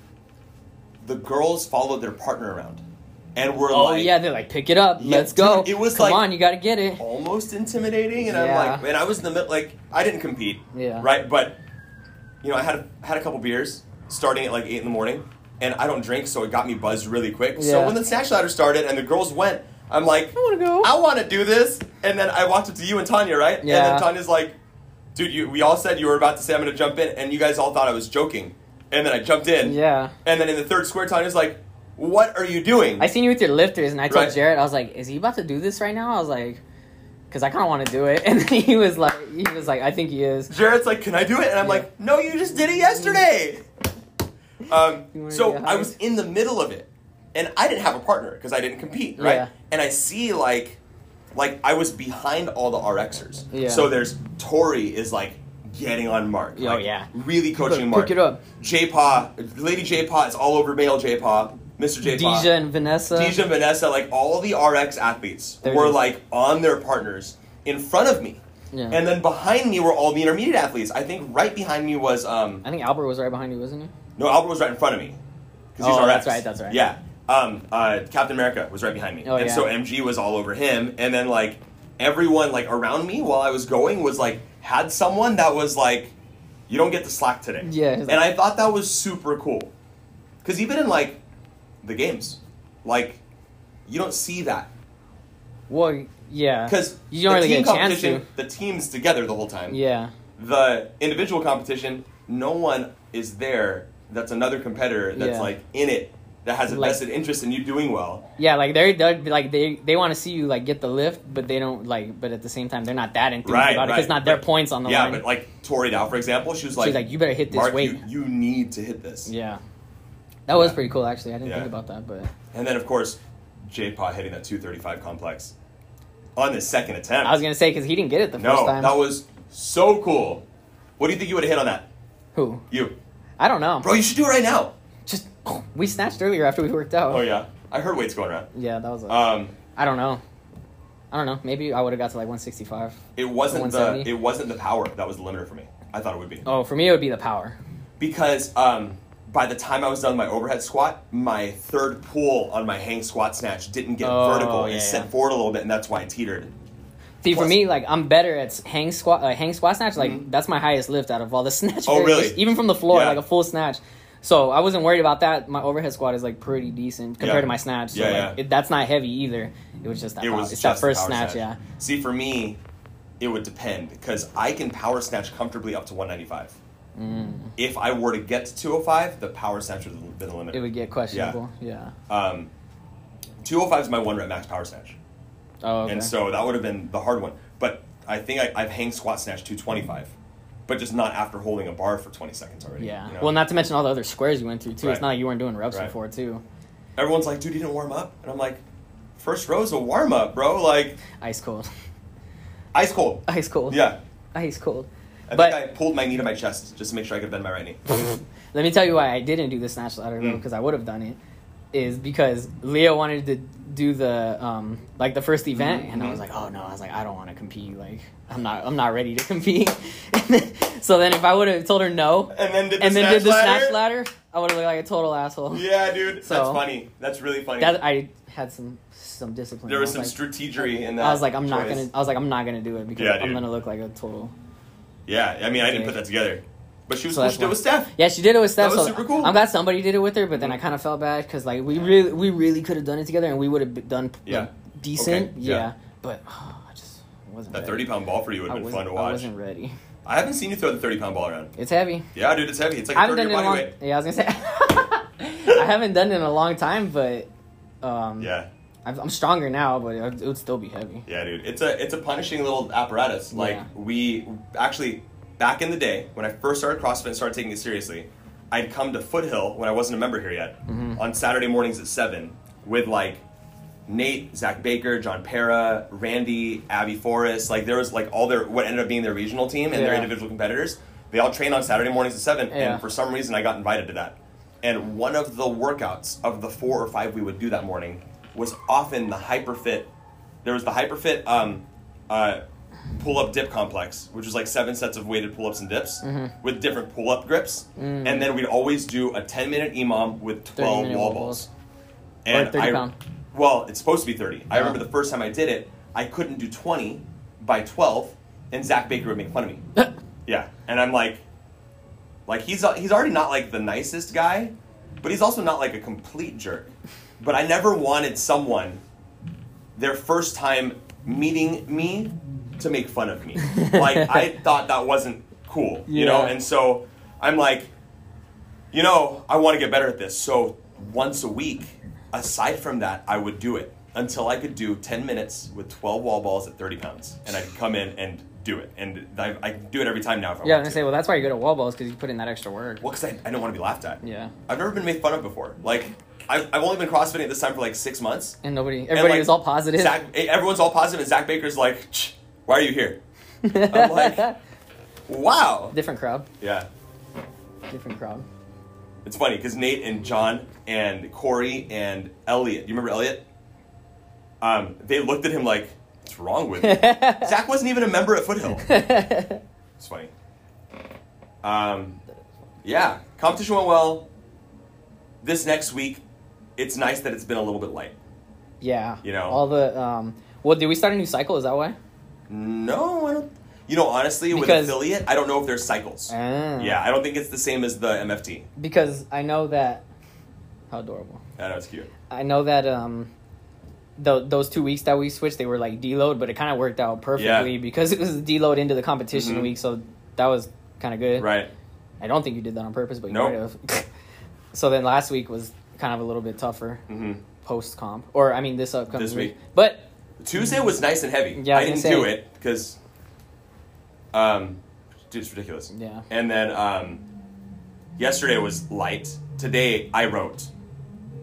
Speaker 2: The girls followed their partner around. And were
Speaker 1: Oh
Speaker 2: like
Speaker 1: yeah, they're like, "Pick it up,
Speaker 2: Yeah,
Speaker 1: let's go."
Speaker 2: dude, it was
Speaker 1: Come
Speaker 2: like-
Speaker 1: on, you got to get it.
Speaker 2: almost intimidating, and
Speaker 1: Yeah.
Speaker 2: I'm like, and I was in the middle, like, I didn't compete,
Speaker 1: Yeah.
Speaker 2: right? But you know, I had had a couple beers starting at like eight in the morning, and I don't drink, so it got me buzzed really quick.
Speaker 1: Yeah.
Speaker 2: So when the snatch ladder started and the girls went, I'm like,
Speaker 1: I wanna go.
Speaker 2: I want to do this, and then I walked up to you and Tanya, right? And
Speaker 1: Yeah.
Speaker 2: then Tanya's like, dude, you, we all said you were about to say I'm gonna jump in, and you guys all thought I was joking, and then I jumped in,
Speaker 1: Yeah.
Speaker 2: and then in the third square, Tanya's like, what are you doing?
Speaker 1: I seen you with your lifters, and I told
Speaker 2: Right.
Speaker 1: Jared, I was like, "Is he about to do this right now?" I was like, "Cause I kind of want to do it." And then he was like, "He was like, I think he is."
Speaker 2: Jared's like, "Can I do it?" And I'm
Speaker 1: Yeah.
Speaker 2: like, "No, you just did it yesterday."
Speaker 1: You
Speaker 2: Um,
Speaker 1: wanna
Speaker 2: so
Speaker 1: get
Speaker 2: I was in the middle of it, and I didn't have a partner because I didn't compete, right?
Speaker 1: Yeah.
Speaker 2: And I see like, like I was behind all the RXers.
Speaker 1: Yeah.
Speaker 2: So there's Tori is like getting on Mark.
Speaker 1: Oh,
Speaker 2: like,
Speaker 1: yeah.
Speaker 2: Really coaching
Speaker 1: Pick-
Speaker 2: Mark.
Speaker 1: pick it up.
Speaker 2: J Paw, Lady J Paw is all over male J Paw. Mr. J Paw.
Speaker 1: Deja and Vanessa.
Speaker 2: Deja, Vanessa, like all the RX athletes
Speaker 1: They're
Speaker 2: were
Speaker 1: just-
Speaker 2: like on their partners in front of me.
Speaker 1: Yeah.
Speaker 2: And then behind me were all the intermediate athletes. I think right behind me was um
Speaker 1: I think Albert was right behind you, wasn't he?
Speaker 2: no Albert was right in front of me because he's
Speaker 1: Oh,
Speaker 2: RX.
Speaker 1: that's right, that's right.
Speaker 2: Yeah. Um, uh, Captain America was right behind me,
Speaker 1: Oh,
Speaker 2: and
Speaker 1: yeah.
Speaker 2: so MG was all over him, and then like everyone like around me while I was going was like had someone that was like, you don't get to slack today.
Speaker 1: Yeah, it's
Speaker 2: And
Speaker 1: like-
Speaker 2: I thought that was super cool, because even in like the games, like you don't see that
Speaker 1: Well, yeah.
Speaker 2: because
Speaker 1: Uh, you don't really get a chance to.
Speaker 2: The team's together the whole time.
Speaker 1: Yeah.
Speaker 2: The individual competition, no one is there. That's another competitor that's
Speaker 1: Yeah.
Speaker 2: like in it that has a
Speaker 1: Like-
Speaker 2: vested interest in you doing well.
Speaker 1: Yeah, like they're, they're like they they want to see you like get the lift, but they don't like. But at the same time, they're not that enthused
Speaker 2: Right,
Speaker 1: about it
Speaker 2: right,
Speaker 1: because not their
Speaker 2: right.
Speaker 1: points on the
Speaker 2: yeah,
Speaker 1: line.
Speaker 2: but like Tori Dow, for example, she was like,
Speaker 1: She's like, you better hit this
Speaker 2: Mark,
Speaker 1: weight.
Speaker 2: you, you need to hit this.
Speaker 1: yeah, that was
Speaker 2: Yeah.
Speaker 1: pretty cool actually. I didn't
Speaker 2: Yeah.
Speaker 1: think about that, but
Speaker 2: And then, of course, Jade Paw hitting that 235 complex on the second attempt.
Speaker 1: I was gonna say because he didn't get it the first
Speaker 2: no,
Speaker 1: time.
Speaker 2: that was so cool. What do you think you would have hit on that?
Speaker 1: Who?
Speaker 2: You.
Speaker 1: I don't know.
Speaker 2: Bro, you should do it right now.
Speaker 1: Just we snatched earlier after we worked out.
Speaker 2: Oh, yeah. I heard weights going around.
Speaker 1: Yeah, that was. A,
Speaker 2: Um,
Speaker 1: I don't know. I don't know. Maybe I would have got to like 165.
Speaker 2: it wasn't the
Speaker 1: 170?
Speaker 2: it wasn't the power that was the limiter for me. I thought it would be.
Speaker 1: Oh, for me it would be the power.
Speaker 2: because um, by the time I was done with my overhead squat, my third pull on my hang squat snatch didn't get
Speaker 1: Oh,
Speaker 2: vertical.
Speaker 1: yeah,
Speaker 2: it
Speaker 1: yeah.
Speaker 2: sent forward a little bit, and that's why I teetered.
Speaker 1: See, for
Speaker 2: Plus-
Speaker 1: me, like I'm better at s- hang squat, uh, hang squat snatch. Like
Speaker 2: Mhm.
Speaker 1: that's my highest lift out of all the snatch.
Speaker 2: Oh, really?
Speaker 1: variations, Even from the floor,
Speaker 2: Yeah.
Speaker 1: like a full snatch. So I wasn't worried about that. My overhead squat is like pretty decent compared
Speaker 2: Yeah.
Speaker 1: to my snatch. So
Speaker 2: Yeah,
Speaker 1: like,
Speaker 2: yeah.
Speaker 1: It, that's not heavy either. It was just that.
Speaker 2: It
Speaker 1: pow-
Speaker 2: was
Speaker 1: it's
Speaker 2: just
Speaker 1: that
Speaker 2: the
Speaker 1: first
Speaker 2: power
Speaker 1: snatch, Yeah.
Speaker 2: See, for me, it would depend because I can power snatch comfortably up to 195.
Speaker 1: Mm.
Speaker 2: If I were to get to 205, the power snatch would have been the limit.
Speaker 1: It would get questionable. Yeah.
Speaker 2: um, 205 is my one rep max power snatch,
Speaker 1: Oh. Okay.
Speaker 2: and so that would have been the hard one. But I think I, I've hang squat snatched 225, but just not after holding a bar for 20 seconds already.
Speaker 1: yeah.
Speaker 2: you know?
Speaker 1: Well, not to mention all the other squares you went through too. It's
Speaker 2: Right.
Speaker 1: not like you weren't doing reps
Speaker 2: Right.
Speaker 1: before too.
Speaker 2: everyone's like, dude, you didn't warm up. And I'm like, first row's a warm up, bro. Like,
Speaker 1: Ice cold.
Speaker 2: ice cold.
Speaker 1: Ice cold.
Speaker 2: Yeah.
Speaker 1: Ice cold.
Speaker 2: I
Speaker 1: But-
Speaker 2: think I pulled my knee to my chest just to make sure I could bend my right knee.
Speaker 1: Let me tell you why I didn't do the snatch ladder though,
Speaker 2: Mm.
Speaker 1: because I would have done it, is because Leo wanted to do the um like the first event, and I was
Speaker 2: mhm.
Speaker 1: like, oh no, I was like, I don't want to compete, like I'm not, I'm not ready to compete. And then- so then if I would have told her no,
Speaker 2: And then did the,
Speaker 1: and then
Speaker 2: snatch,
Speaker 1: did the
Speaker 2: ladder?
Speaker 1: snatch ladder, I would have looked like a total asshole.
Speaker 2: Yeah, dude. That's
Speaker 1: So-
Speaker 2: funny. That's really funny.
Speaker 1: That I had some some discipline.
Speaker 2: there
Speaker 1: I
Speaker 2: was some
Speaker 1: like,
Speaker 2: strategery in that.
Speaker 1: I was like, I'm not
Speaker 2: choice.
Speaker 1: gonna. I was like, I'm not gonna do it because
Speaker 2: Yeah,
Speaker 1: I'm
Speaker 2: dude.
Speaker 1: gonna look like a total.
Speaker 2: Yeah, I mean, I didn't put
Speaker 1: Okay.
Speaker 2: that together. But she was
Speaker 1: So
Speaker 2: supposed
Speaker 1: that's
Speaker 2: to do it
Speaker 1: why-
Speaker 2: with Steph.
Speaker 1: Yeah, she did it with Steph.
Speaker 2: That was
Speaker 1: so
Speaker 2: super cool.
Speaker 1: I'm glad somebody did it with her, but then I kind of felt bad because like we really, we really could have done it together, and we would have done like,
Speaker 2: Yeah.
Speaker 1: decent.
Speaker 2: Okay,
Speaker 1: Yeah.
Speaker 2: yeah.
Speaker 1: but oh, I just wasn't.
Speaker 2: That
Speaker 1: ready.
Speaker 2: 30 pound ball for you would
Speaker 1: I
Speaker 2: have been
Speaker 1: wasn't,
Speaker 2: fun to
Speaker 1: I
Speaker 2: watch.
Speaker 1: wasn't ready.
Speaker 2: I haven't seen you throw the 30 pound ball around.
Speaker 1: It's heavy.
Speaker 2: Yeah, dude, it's heavy. It's like
Speaker 1: I
Speaker 2: a
Speaker 1: haven't
Speaker 2: third
Speaker 1: done
Speaker 2: of
Speaker 1: it
Speaker 2: your
Speaker 1: in a long.
Speaker 2: body weight.
Speaker 1: Yeah, I was gonna say I haven't done it in a long time, but um,
Speaker 2: Yeah.
Speaker 1: I've, I'm stronger now, but it, it would still be heavy.
Speaker 2: Yeah, dude, it's a it's a punishing little apparatus. Like
Speaker 1: Yeah.
Speaker 2: we actually back in the day when I first started CrossFit and started taking it seriously, I'd come to Foothill when I wasn't a member here yet
Speaker 1: Mm-hmm.
Speaker 2: on Saturday mornings at seven with like Nate, Zach Baker, John Para, Randy, Abby Forrest. Like there was like all their what ended up being their regional team and their
Speaker 1: Yeah.
Speaker 2: individual competitors. They all trained on Saturday mornings at seven,
Speaker 1: Yeah.
Speaker 2: and for some reason I got invited to that. And one of the workouts of the four or five we would do that morning was often the hyperfit. There was the hyperfit um, uh, pull-up dip complex, which was like seven sets of weighted pull-ups and dips
Speaker 1: Mm-hmm.
Speaker 2: with different pull-up grips, and then we'd always do a ten-minute imam with twelve
Speaker 1: Mm. minute
Speaker 2: wall
Speaker 1: wall
Speaker 2: balls.
Speaker 1: balls. Or 30
Speaker 2: I,
Speaker 1: pound. Uh-huh.
Speaker 2: Well, it's supposed to be 30. I
Speaker 1: Yeah.
Speaker 2: remember the first time I did it, I couldn't do 20 by 12, and Zach Baker would make fun of me. yeah, and I'm like, like he's uh, he's already not like the nicest guy, but he's also not like a complete jerk. But I never wanted someone their first time meeting me to make fun of me. like I thought that wasn't cool, you know?
Speaker 1: Yeah.
Speaker 2: And so I'm like, you know, I want to get better at this. So once a week, aside from that, I would do it until I could do 10 minutes with 12 wall balls at 30 pounds. And I'd come in and do it. And I, I do it every time now if I
Speaker 1: Yeah, I'm
Speaker 2: want
Speaker 1: gonna
Speaker 2: to.
Speaker 1: say. Well, that's why you're good at wall balls because you put in that extra work.
Speaker 2: Well, because I, I don't want to be laughed at.
Speaker 1: Yeah.
Speaker 2: I've never been made fun of before. Like, I've, I've only been CrossFitting at this time for like six months.
Speaker 1: And nobody,
Speaker 2: And,
Speaker 1: everybody
Speaker 2: like,
Speaker 1: was all positive.
Speaker 2: Zach, eh, everyone's all positive, and Zach Baker's like, "Tch, "Why are you here?" I'm like- Wow.
Speaker 1: different crowd,
Speaker 2: Yeah,
Speaker 1: different crowd.
Speaker 2: it's funny because Nate and John and Corey and Elliot. You remember Elliot? Um, they looked at him like, "What's wrong with you?" Zach wasn't even a member at Foothill. It's funny. Um, yeah, competition went well. This next week, it's nice that it's been a little bit light.
Speaker 1: Yeah.
Speaker 2: You know?
Speaker 1: all the um. Well, did we start a new cycle? Is that why?
Speaker 2: No, I don't. You know, honestly,
Speaker 1: Because-
Speaker 2: with affiliate, I don't know if there's cycles.
Speaker 1: Ah.
Speaker 2: Yeah, I don't think it's the same as the MFT.
Speaker 1: Because I know that. How adorable.
Speaker 2: That was cute.
Speaker 1: I know that um, tho- those two weeks that we switched, they were like deload, but it kind of worked out perfectly because it was a deload into the competition
Speaker 2: Mhm.
Speaker 1: week, so that was kind of good.
Speaker 2: Right.
Speaker 1: I don't think you did that on purpose, but you
Speaker 2: Nope.
Speaker 1: might have. so then last week was kind of a little bit tougher
Speaker 2: hmm
Speaker 1: post comp, or I mean this upcoming
Speaker 2: This week.
Speaker 1: But
Speaker 2: Tuesday was nice and heavy.
Speaker 1: Yeah, I
Speaker 2: I
Speaker 1: was
Speaker 2: didn't
Speaker 1: gonna
Speaker 2: do
Speaker 1: say.
Speaker 2: it because, um, dude, it's ridiculous.
Speaker 1: yeah,
Speaker 2: And then um, yesterday was light. Today I wrote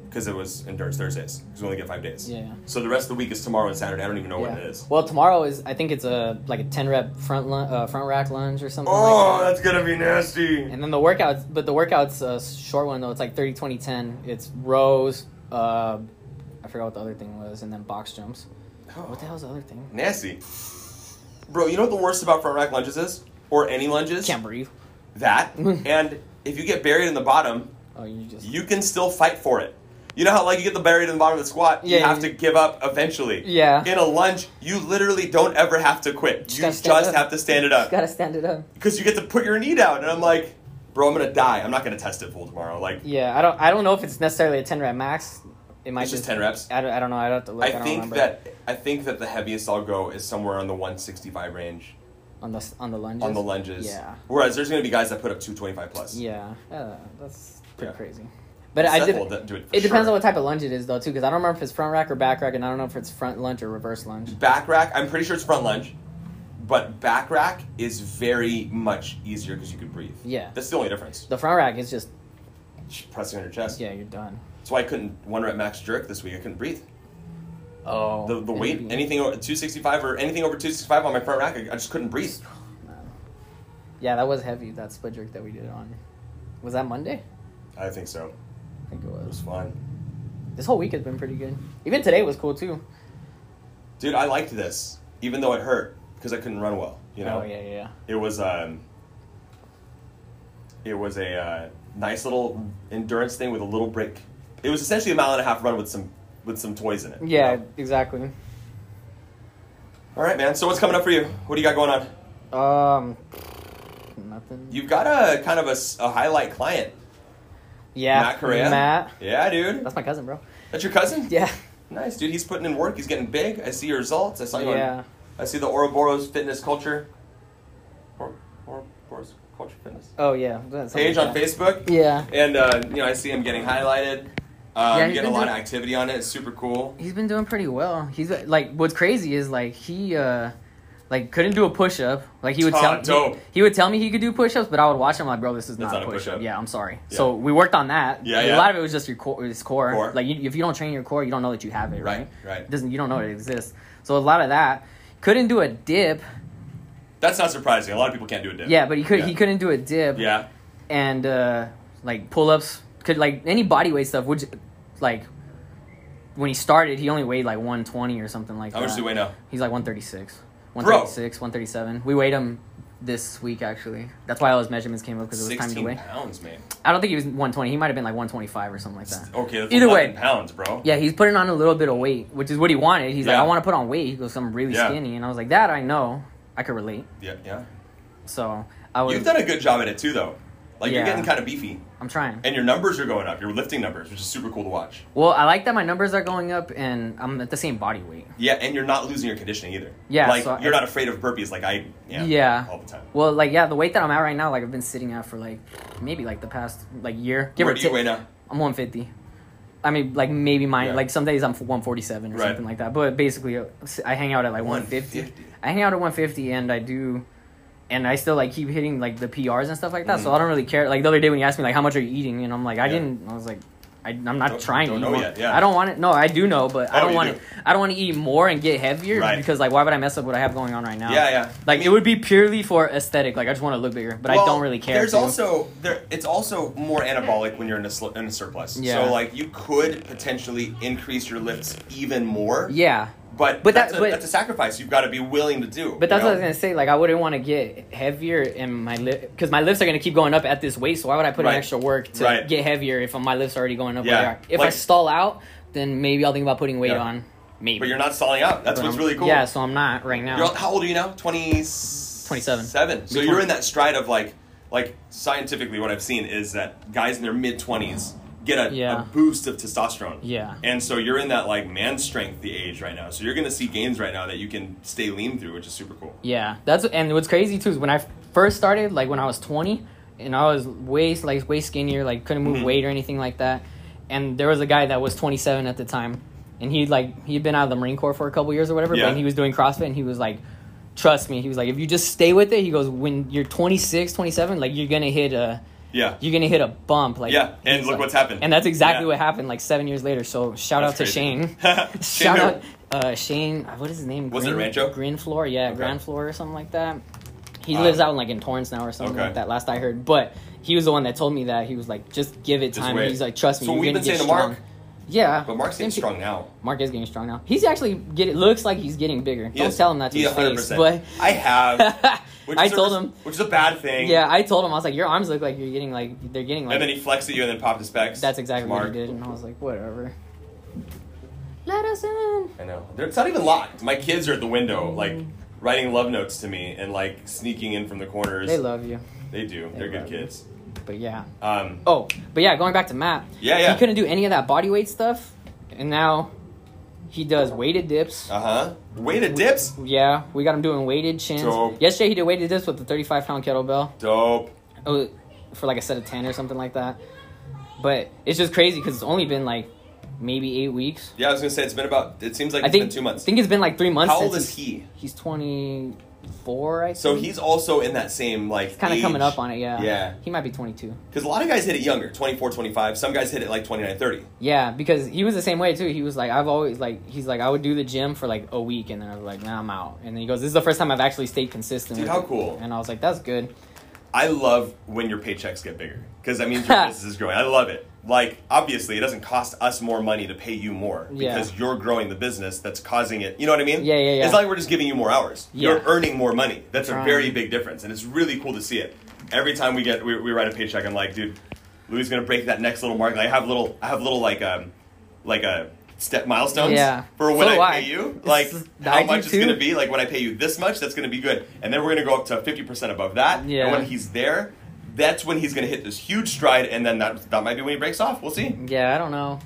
Speaker 2: because it was endurance Thursdays because we only get five days.
Speaker 1: yeah.
Speaker 2: So the rest of the week is tomorrow and Saturday. I don't even know
Speaker 1: yeah.
Speaker 2: when Oh, it is.
Speaker 1: Well, tomorrow is I think it's a like a ten rep front lun- uh, front rack lunge or something.
Speaker 2: Oh,
Speaker 1: like that.
Speaker 2: that's gonna be nasty.
Speaker 1: And then the workouts, but the workouts a short one though. It's like 30, 20, 10. It's rows. Uh, I forgot what the other thing was, and then box jumps.
Speaker 2: Oh,
Speaker 1: What the hell's the other thing?
Speaker 2: Nasty. Bro, you know what the worst about front rack lunges is? Or any lunges?
Speaker 1: Can't breathe.
Speaker 2: That. and if you get buried in the bottom,
Speaker 1: Oh, you just
Speaker 2: you can still fight for it. You know how like you get the buried in the bottom of the squat, you
Speaker 1: Yeah.
Speaker 2: have to give up eventually.
Speaker 1: Yeah.
Speaker 2: In a lunge, you literally don't ever have to quit.
Speaker 1: Just
Speaker 2: You
Speaker 1: gotta
Speaker 2: just
Speaker 1: stand up.
Speaker 2: have to stand it
Speaker 1: just
Speaker 2: up
Speaker 1: gotta stand it up.
Speaker 2: because you get to put your knee down. And I'm like, bro, I'm gonna die. I'm not gonna test it full tomorrow. Like,
Speaker 1: Yeah, I don't. I don't know if it's necessarily a ten rep max. It might
Speaker 2: it's just ten reps.
Speaker 1: I don't, I don't know. I don't have to look. I,
Speaker 2: I
Speaker 1: don't
Speaker 2: think
Speaker 1: remember.
Speaker 2: that I think that the heaviest I'll go is somewhere on the 165 range
Speaker 1: on the on the lunges.
Speaker 2: on the lunges.
Speaker 1: Yeah.
Speaker 2: Whereas there's gonna be guys that put up 225 plus.
Speaker 1: Yeah, uh, that's pretty
Speaker 2: Yeah.
Speaker 1: crazy. But I
Speaker 2: Seth
Speaker 1: did.
Speaker 2: will d- do it. For
Speaker 1: It depends
Speaker 2: sure.
Speaker 1: on what type of lunge it is though too, because I don't remember if it's front rack or back rack, and I don't know if it's front lunge or reverse lunge.
Speaker 2: back rack. I'm pretty sure it's front lunge, but back rack is very much easier because you can breathe.
Speaker 1: Yeah.
Speaker 2: That's the only difference.
Speaker 1: The front rack is just
Speaker 2: Just Pressing on your chest.
Speaker 1: yeah, you're done.
Speaker 2: That's why I couldn't one rep max jerk this week. I couldn't breathe.
Speaker 1: Oh,
Speaker 2: The, the
Speaker 1: and
Speaker 2: weight,
Speaker 1: it'd be-
Speaker 2: anything over 265 or anything over 265 on my front rack, I, I just couldn't breathe.
Speaker 1: Yeah, that was heavy. That split jerk that we did on, was that Monday?
Speaker 2: I think so.
Speaker 1: I think it
Speaker 2: It was
Speaker 1: was.
Speaker 2: fun.
Speaker 1: This whole week has been pretty good. Even today was cool too.
Speaker 2: Dude, I liked this, even though it hurt because I couldn't run well. You know?
Speaker 1: Oh yeah, yeah, yeah.
Speaker 2: It was um, it was a uh, nice little endurance thing with a little break. It was essentially a mile and a half run with some with some toys in it. you
Speaker 1: Yeah,
Speaker 2: know?
Speaker 1: exactly.
Speaker 2: All right, man. So what's coming up for you? What do you got going on?
Speaker 1: Um, nothing.
Speaker 2: You've got a kind of a, s- a highlight client,
Speaker 1: yeah,
Speaker 2: Matt Correa.
Speaker 1: Matt.
Speaker 2: Yeah, dude.
Speaker 1: That's my cousin, bro.
Speaker 2: That's your cousin.
Speaker 1: Yeah.
Speaker 2: Nice, dude. He's putting in work. He's getting big. I see your results. I saw you.
Speaker 1: Yeah.
Speaker 2: On, I see the Ouroboros fitness culture. Or, Ouroboros culture fitness
Speaker 1: Oh yeah. that's something
Speaker 2: page
Speaker 1: like
Speaker 2: on
Speaker 1: that.
Speaker 2: Facebook.
Speaker 1: Yeah.
Speaker 2: and uh, you know I see him getting highlighted.
Speaker 1: Yeah,
Speaker 2: Um, you
Speaker 1: he's
Speaker 2: get a
Speaker 1: been
Speaker 2: lot of
Speaker 1: doing-
Speaker 2: activity on it. It's super cool.
Speaker 1: He's been doing pretty well. He's uh, like, what's crazy is like he, uh like, couldn't do a push up. Like he would
Speaker 2: Ah,
Speaker 1: tell
Speaker 2: dope.
Speaker 1: He, he would tell me he could do push ups, but I would watch him like, bro, this is
Speaker 2: That's
Speaker 1: not a
Speaker 2: not a
Speaker 1: push up.
Speaker 2: push-up.
Speaker 1: Yeah, I'm sorry. So we worked on that.
Speaker 2: Yeah,
Speaker 1: a
Speaker 2: yeah.
Speaker 1: lot of it was just your core, his core.
Speaker 2: Core.
Speaker 1: Like you, if you don't train your core, you don't know that you have it. Right.
Speaker 2: Right, right.
Speaker 1: It doesn't you don't know it exists. So a lot of that. Couldn't do a dip.
Speaker 2: That's not surprising. A lot of people can't do it.
Speaker 1: Yeah, but he could. He couldn't do a dip.
Speaker 2: Yeah,
Speaker 1: and uh, like pull ups could like any body weight stuff which like when he started he only weighed like 120 or something like
Speaker 2: how
Speaker 1: that
Speaker 2: much do we know?
Speaker 1: he's like 136 136 137 we weighed him this week actually that's why all his measurements came up because it was time to
Speaker 2: Sixteen
Speaker 1: weigh
Speaker 2: pounds, man.
Speaker 1: i don't think he was 120 he might have been like 125 or something like that
Speaker 2: Okay, that's
Speaker 1: Either
Speaker 2: 11
Speaker 1: way.
Speaker 2: pounds, bro.
Speaker 1: yeah he's putting on a little bit of weight which is what he wanted he's like
Speaker 2: Yeah.
Speaker 1: i want to put on weight he goes i'm really
Speaker 2: Yeah.
Speaker 1: skinny and i was like that i know i could relate
Speaker 2: yeah, yeah.
Speaker 1: so i was
Speaker 2: You've done a good job at it too, though. Like you're
Speaker 1: Yeah.
Speaker 2: getting kind of beefy,
Speaker 1: i'm trying
Speaker 2: and your numbers are going up. Your lifting numbers, which is super cool to watch.
Speaker 1: well i like that my numbers are going up and i'm at the same body weight
Speaker 2: Yeah, and you're not losing your conditioning either.
Speaker 1: Yeah,
Speaker 2: like
Speaker 1: so I-
Speaker 2: you're not afraid of burpees, like I am.
Speaker 1: Yeah.
Speaker 2: all the time.
Speaker 1: Well, like yeah, the weight that I'm at right now, like I've been sitting at for like maybe like the past like year. Give
Speaker 2: Where
Speaker 1: or
Speaker 2: do you
Speaker 1: take.
Speaker 2: weigh now?
Speaker 1: I'm 150. I mean, like maybe my
Speaker 2: Yeah.
Speaker 1: like some days I'm 147 or
Speaker 2: Right.
Speaker 1: something like that. But basically, uh, I hang out at like 150.
Speaker 2: 150.
Speaker 1: I hang out at 150, and I do, and I still like keep hitting like the PRs and stuff like that. So I don't really care. Like the other day when you asked me like how much are you eating, and I'm like I
Speaker 2: Mm. Yeah.
Speaker 1: didn't. I was like. I, I'm not
Speaker 2: Don't-
Speaker 1: trying to
Speaker 2: don't
Speaker 1: eat
Speaker 2: know
Speaker 1: more.
Speaker 2: yet, yeah.
Speaker 1: I don't want it. No, I do know, but I
Speaker 2: Oh,
Speaker 1: don't
Speaker 2: you
Speaker 1: want
Speaker 2: do.
Speaker 1: to. I don't want to eat more and get heavier
Speaker 2: Right.
Speaker 1: because, like, why would I mess up what I have going on right now?
Speaker 2: Yeah, yeah.
Speaker 1: Like
Speaker 2: I
Speaker 1: it
Speaker 2: mean-
Speaker 1: would be purely for aesthetic. Like I just want to look bigger, but I
Speaker 2: Well,
Speaker 1: don't really care.
Speaker 2: There's
Speaker 1: to.
Speaker 2: also there. It's also more anabolic when you're in a, sl- in a surplus.
Speaker 1: Yeah.
Speaker 2: So like you could potentially increase your lifts even more.
Speaker 1: yeah,
Speaker 2: But
Speaker 1: But
Speaker 2: that's,
Speaker 1: that-
Speaker 2: a,
Speaker 1: but-
Speaker 2: that's a sacrifice you've got to be willing to do.
Speaker 1: but that's
Speaker 2: you
Speaker 1: what I
Speaker 2: know?
Speaker 1: was gonna say. Like I wouldn't want to get heavier, and my lift because my lifts are gonna keep going up at this weight. So why would I put
Speaker 2: Right.
Speaker 1: in extra work to
Speaker 2: Right.
Speaker 1: get heavier if my lifts are already going up? where
Speaker 2: Yeah.
Speaker 1: they are? If I
Speaker 2: Like-
Speaker 1: stall out, then maybe I'll think about putting weight
Speaker 2: Yeah.
Speaker 1: on. maybe.
Speaker 2: But you're not stalling out. That's
Speaker 1: But
Speaker 2: what's
Speaker 1: I'm-
Speaker 2: really cool.
Speaker 1: Yeah, so I'm not right now.
Speaker 2: You're, how old are you now? 27.
Speaker 1: 27.
Speaker 2: So you're in that stride of like, like scientifically, what I've seen is that guys in their mid 20s get a,
Speaker 1: Yeah.
Speaker 2: a boost of testosterone.
Speaker 1: Yeah.
Speaker 2: And so you're in that like man strength the age right now. So you're gonna see gains right now that you can stay lean through, which is super cool.
Speaker 1: Yeah, that's and what's crazy too is when I first started, like when I was twenty, and I was way like way skinnier, like couldn't move
Speaker 2: Mhm.
Speaker 1: weight or anything like that. And there was a guy that was twenty seven at the time, and he like he'd been out of the Marine Corps for a couple years or whatever,
Speaker 2: Yeah.
Speaker 1: but he was doing CrossFit, and he was like, "Trust me," he was like, "If you just stay with it," he goes, "When you're 26, 27, like you're gonna hit a."
Speaker 2: Yeah.
Speaker 1: You're gonna hit a bump, like
Speaker 2: Yeah, and
Speaker 1: he's
Speaker 2: look
Speaker 1: like-
Speaker 2: what's happened.
Speaker 1: and that's exactly
Speaker 2: Yeah.
Speaker 1: what happened, like seven years later. So shout
Speaker 2: That's
Speaker 1: out
Speaker 2: crazy.
Speaker 1: to Shane,
Speaker 2: Shane
Speaker 1: shout
Speaker 2: who?
Speaker 1: out uh, Shane. uh, What is his name?
Speaker 2: Was it Rancho?
Speaker 1: Green Floor, yeah,
Speaker 2: Okay.
Speaker 1: Grand Floor or something like that. He
Speaker 2: Ah.
Speaker 1: lives out in like in Torrance now or something
Speaker 2: Okay.
Speaker 1: like that. Last I heard, but he was the one that told me that he was like, just give it
Speaker 2: Just
Speaker 1: time.
Speaker 2: wait.
Speaker 1: He's like, trust me.
Speaker 2: So
Speaker 1: you're
Speaker 2: we've
Speaker 1: gonna
Speaker 2: been
Speaker 1: get
Speaker 2: saying to Mark,
Speaker 1: strong." Yeah,
Speaker 2: but Mark's getting
Speaker 1: Same shit.
Speaker 2: strong now.
Speaker 1: Mark is getting strong now. He's actually get. It looks like he's getting bigger.
Speaker 2: He
Speaker 1: Don't
Speaker 2: is-
Speaker 1: tell him that to
Speaker 2: he
Speaker 1: his
Speaker 2: 100%.
Speaker 1: face, but
Speaker 2: I have. Which
Speaker 1: I
Speaker 2: is a-
Speaker 1: told him.
Speaker 2: which is a bad thing.
Speaker 1: Yeah, I told him. I was like, your arms look like you're getting like they're getting like
Speaker 2: and then he flexed at you and then popped his specs.
Speaker 1: That's exactly
Speaker 2: Mark.
Speaker 1: what he did, and I was like, whatever. Let us in.
Speaker 2: I know. They're- It's not even locked. My kids are at the window, like
Speaker 1: Mm.
Speaker 2: writing love notes to me and like sneaking in from the corners.
Speaker 1: They love you,
Speaker 2: They do.
Speaker 1: They
Speaker 2: They're good
Speaker 1: love you.
Speaker 2: kids.
Speaker 1: but yeah.
Speaker 2: Um,
Speaker 1: Oh, but yeah, going back to Matt.
Speaker 2: Yeah, yeah.
Speaker 1: He couldn't do any of that body weight stuff, and now he does weighted dips.
Speaker 2: uh huh. Weighted dips.
Speaker 1: yeah, we got him doing weighted chins.
Speaker 2: Dope.
Speaker 1: Yesterday he did weighted dips with the 35 pound kettlebell.
Speaker 2: Dope.
Speaker 1: Oh, for like a set of 10 or something like that. But it's just crazy because it's only been like maybe eight weeks.
Speaker 2: Yeah, I was gonna say it's been about. It seems like
Speaker 1: I
Speaker 2: it's
Speaker 1: think
Speaker 2: been two months.
Speaker 1: think it's been like three months.
Speaker 2: How
Speaker 1: since
Speaker 2: old is
Speaker 1: he's-
Speaker 2: he?
Speaker 1: He's 24, I think.
Speaker 2: So he's also in that same like.
Speaker 1: kind of coming up on it. Yeah.
Speaker 2: Yeah.
Speaker 1: He might be 22.
Speaker 2: Because a lot of guys hit it younger, 24, 25. Some guys hit it like 29, 30.
Speaker 1: Yeah, because he was the same way too. He was like, I've always like, he's like, I would do the gym for like a week, and then I was like, nah, I'm out. And then he goes, This is the first time I've actually stayed consistent.
Speaker 2: Dude,
Speaker 1: with
Speaker 2: how
Speaker 1: it."
Speaker 2: cool.
Speaker 1: And I was like, That's good.
Speaker 2: I love when your paychecks get bigger because that means your business is growing. I love it. Like obviously, it doesn't cost us more money to pay you more
Speaker 1: Yeah.
Speaker 2: because you're growing the business that's causing it. You know what I mean?
Speaker 1: Yeah, yeah, yeah.
Speaker 2: It's not like we're just giving you more hours. You're
Speaker 1: Yeah.
Speaker 2: earning more money. That's a
Speaker 1: Right.
Speaker 2: very big difference, and it's really cool to see it. Every time we get we, we write a paycheck, I'm like, dude, Louis is gonna break that next little mark. Like, I have little, I have little like um, like a step milestones
Speaker 1: Yeah.
Speaker 2: for when
Speaker 1: So do
Speaker 2: I
Speaker 1: I.
Speaker 2: pay you.
Speaker 1: It's-
Speaker 2: Like how
Speaker 1: I do
Speaker 2: much it's
Speaker 1: too.
Speaker 2: gonna be. Like when I pay you this much, that's gonna be good, and then we're gonna go up to fifty percent above that.
Speaker 1: Yeah.
Speaker 2: And when he's there, that's when he's going to hit this huge stride, and then that that might be when he breaks off. We'll see.
Speaker 1: Yeah, I don't know.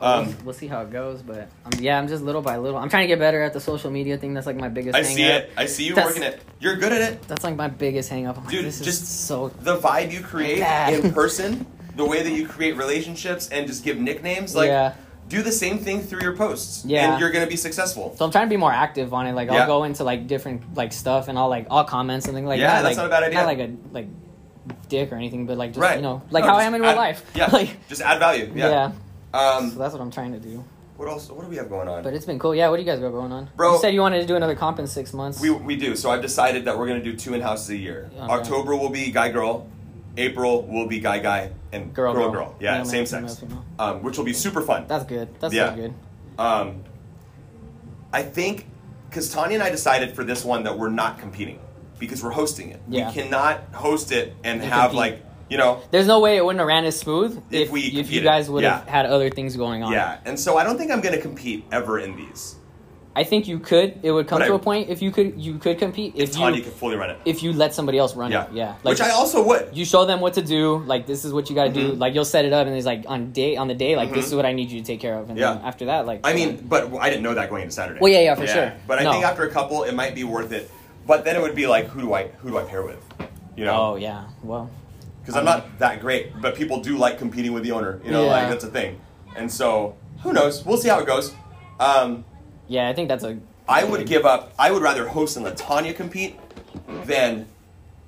Speaker 2: Um,
Speaker 1: we'll, we'll see how it goes, but um, yeah, I'm just little by little. I'm trying to get better at the social media thing. That's like my biggest.
Speaker 2: I
Speaker 1: hang
Speaker 2: see
Speaker 1: up.
Speaker 2: it. I see you
Speaker 1: That's-
Speaker 2: working it. You're good at it.
Speaker 1: That's like my biggest hang up. I'm like,
Speaker 2: Dude,
Speaker 1: this
Speaker 2: just-
Speaker 1: is so.
Speaker 2: The vibe you create
Speaker 1: Bad.
Speaker 2: in person, the way that you create relationships, and just give nicknames. Like,
Speaker 1: yeah.
Speaker 2: do the same thing through your posts,
Speaker 1: Yeah.
Speaker 2: and you're going to be successful.
Speaker 1: So I'm trying to be more active on it. Like
Speaker 2: Yeah.
Speaker 1: I'll go into like different like stuff and I'll like I'll comment something like that.
Speaker 2: Yeah, that's
Speaker 1: like,
Speaker 2: not a bad idea.
Speaker 1: Not like a like dick or anything, but like just
Speaker 2: right.
Speaker 1: you know like
Speaker 2: No,
Speaker 1: how I
Speaker 2: just
Speaker 1: am in real
Speaker 2: add-
Speaker 1: life.
Speaker 2: Yeah.
Speaker 1: like
Speaker 2: just add value.
Speaker 1: yeah.
Speaker 2: Yeah.
Speaker 1: so
Speaker 2: Um,
Speaker 1: that's what I'm trying to do.
Speaker 2: what else? What do we have going on?
Speaker 1: But it's been cool. Yeah, what do you guys got going on?
Speaker 2: Bro-
Speaker 1: you said you wanted to do another comp in six months.
Speaker 2: We, we do. So I've decided that we're going to do two in houses a year.
Speaker 1: Okay.
Speaker 2: October will be guy girl, April will be guy guy, and
Speaker 1: girl,
Speaker 2: girl. Yeah,
Speaker 1: Male,
Speaker 2: same
Speaker 1: male,
Speaker 2: sex.
Speaker 1: female, female.
Speaker 2: Um, which will be super fun.
Speaker 1: That's good. That's
Speaker 2: Yeah.
Speaker 1: so good.
Speaker 2: Um, I think because Tanya and I decided for this one that we're not competing because we're hosting it.
Speaker 1: Yeah.
Speaker 2: We cannot host it and,
Speaker 1: And
Speaker 2: have
Speaker 1: compete.
Speaker 2: like you know
Speaker 1: There's no way it wouldn't have ran as smooth
Speaker 2: If
Speaker 1: if,
Speaker 2: we
Speaker 1: if you
Speaker 2: competed.
Speaker 1: guys would have
Speaker 2: Yeah.
Speaker 1: had other things going on.
Speaker 2: yeah. And so I don't think I'm gonna compete ever in these.
Speaker 1: I think you could. It would come
Speaker 2: But I-
Speaker 1: to a point if you could you could compete if,
Speaker 2: Tanya
Speaker 1: you
Speaker 2: can fully run it.
Speaker 1: if you let somebody else run
Speaker 2: yeah.
Speaker 1: it. Yeah.
Speaker 2: Which I also Mm-hmm. would.
Speaker 1: you show them what to do like this is what you got to do like you'll set it up and it's like on day on the day like this
Speaker 2: Mhm.
Speaker 1: is what i need you to take care of and
Speaker 2: Yeah.
Speaker 1: then after that like
Speaker 2: I mean, but I didn't know that going into Saturday.
Speaker 1: Well, yeah, yeah, for sure.
Speaker 2: But I
Speaker 1: No.
Speaker 2: think after a couple, it might be worth it. But then it would be like, who do I who do I pair with? You
Speaker 1: oh
Speaker 2: know,
Speaker 1: yeah well
Speaker 2: because I'm not that great, but people do like competing with the owner. You know,
Speaker 1: Yeah.
Speaker 2: like that's a thing. And so who knows? We'll see how it goes. Um,
Speaker 1: yeah i think that's a
Speaker 2: I would give up. I would rather host and let Tanya compete than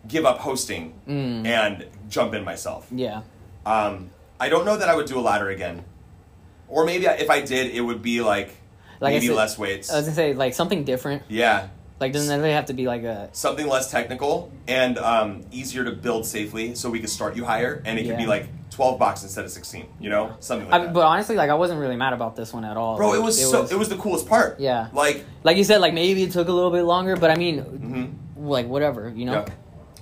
Speaker 2: give up hosting
Speaker 1: Mm.
Speaker 2: and jump in myself.
Speaker 1: yeah
Speaker 2: Um, I don't know that I would do a ladder again, or maybe I- if I did, it would be like,
Speaker 1: Like I
Speaker 2: maybe
Speaker 1: said-
Speaker 2: less weights.
Speaker 1: i was gonna say like something different
Speaker 2: yeah,
Speaker 1: like doesn't necessarily have to be like a
Speaker 2: something less technical and um, easier to build safely, so we could start you higher, and it could be
Speaker 1: Yeah.
Speaker 2: like twelve bucks instead of sixteen. You know, something like
Speaker 1: I,
Speaker 2: that.
Speaker 1: but honestly like i wasn't really mad about this one at all
Speaker 2: Bro,
Speaker 1: Like,
Speaker 2: it was so. it was the coolest part.
Speaker 1: Yeah.
Speaker 2: Like,
Speaker 1: like you said like maybe it took a little bit longer but i mean
Speaker 2: mhm,
Speaker 1: like whatever you know
Speaker 2: yeah.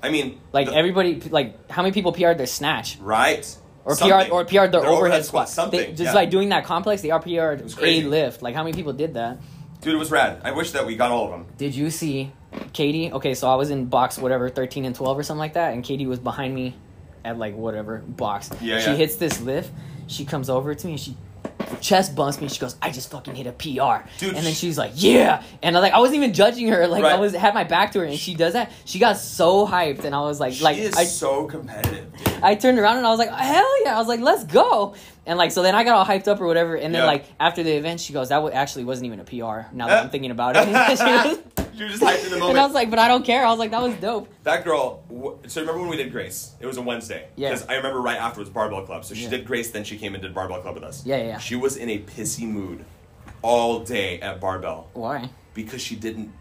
Speaker 2: I mean,
Speaker 1: like
Speaker 2: the-
Speaker 1: everybody like how many people pr'd their snatch
Speaker 2: right.
Speaker 1: or
Speaker 2: Something.
Speaker 1: PR or PR their
Speaker 2: Their overhead
Speaker 1: overhead
Speaker 2: squat,
Speaker 1: squats. They,
Speaker 2: something,
Speaker 1: just
Speaker 2: yeah.
Speaker 1: like doing that complex, they RPR'd
Speaker 2: was
Speaker 1: a
Speaker 2: crazy.
Speaker 1: lift. Like how many people did that?
Speaker 2: Dude, it was rad. I wish that we got all of them.
Speaker 1: Did you see Katie? Okay, so I was in box whatever, 13 and 12 or something like that, and Katie was behind me at like whatever box.
Speaker 2: Yeah,
Speaker 1: she
Speaker 2: yeah.
Speaker 1: hits this lift, she comes over to me and she chest bumps me. She goes, "I just fucking hit a PR."
Speaker 2: Dude,
Speaker 1: and then
Speaker 2: she-
Speaker 1: she's like, "Yeah." And I like I wasn't even judging her. Like I
Speaker 2: Right.
Speaker 1: was had my back to her and she does that. She got so hyped and I was like
Speaker 2: She
Speaker 1: like
Speaker 2: is
Speaker 1: I
Speaker 2: so competitive. dude.
Speaker 1: I turned around and I was like, hell yeah. I was like, let's go. And like, so then I got all hyped up or whatever. And then
Speaker 2: Yeah.
Speaker 1: like after the event, she goes, that wa- actually wasn't even a PR. Now that I'm thinking about it. She was-
Speaker 2: you were just hyped in the moment.
Speaker 1: and I was like, but I don't care. I was like, that was dope.
Speaker 2: That girl. w- So remember when we did Grace? It was a Wednesday.
Speaker 1: Yeah.
Speaker 2: Because I remember right afterwards Barbell Club. So she
Speaker 1: Yeah.
Speaker 2: did Grace, then she came and did Barbell Club with us.
Speaker 1: Yeah, yeah, yeah.
Speaker 2: She was in a pissy mood all day at Barbell
Speaker 1: Why?
Speaker 2: because she didn't.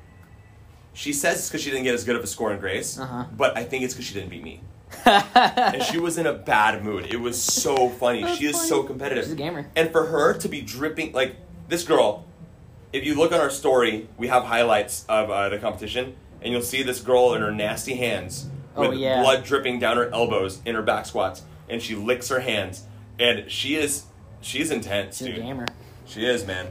Speaker 2: She says it's because she didn't get as good of a score in Grace,
Speaker 1: Uh-huh.
Speaker 2: but I think it's because she didn't beat me. and she was in a bad mood. It was so funny.
Speaker 1: That's
Speaker 2: she is
Speaker 1: funny.
Speaker 2: so competitive.
Speaker 1: She's a gamer.
Speaker 2: And for her to be dripping like this girl, if you look on our story, we have highlights of uh, the competition, and you'll see this girl in her nasty hands with
Speaker 1: Oh, yeah.
Speaker 2: blood dripping down her elbows in her back squats, and she licks her hands, and she is she's intense,
Speaker 1: She's a
Speaker 2: dude.
Speaker 1: gamer.
Speaker 2: She is, man.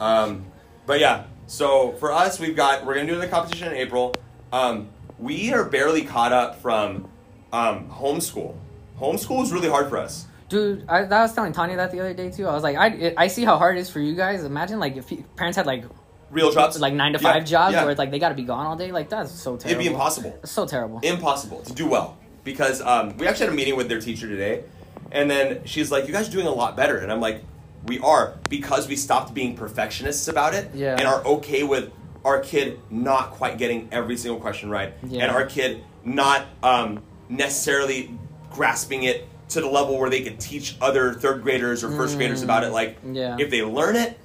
Speaker 2: Um, but yeah, so for us, we've got we're gonna do the competition in April. Um, we are barely caught up from um, homeschool. Homeschool is really hard for us.
Speaker 1: Dude, I, I was telling Tanya that the other day too. I was like, I, it, I see how hard it is for you guys. Imagine like if you, parents had like
Speaker 2: Real jobs,
Speaker 1: like nine to
Speaker 2: Yeah,
Speaker 1: five jobs
Speaker 2: yeah.
Speaker 1: where it's like they got to be gone all day. Like that's so terrible.
Speaker 2: it'd be impossible.
Speaker 1: It's so terrible.
Speaker 2: impossible to do well because um, we actually had a meeting with their teacher today and then she's like you guys are doing a lot better and i'm like we are because we stopped being perfectionists about it
Speaker 1: Yeah.
Speaker 2: and are okay with our kid not quite getting every single question right
Speaker 1: Yeah.
Speaker 2: and our kid not um, necessarily grasping it to the level where they could teach other third graders or first graders about it like
Speaker 1: Mm. yeah.
Speaker 2: if they learn it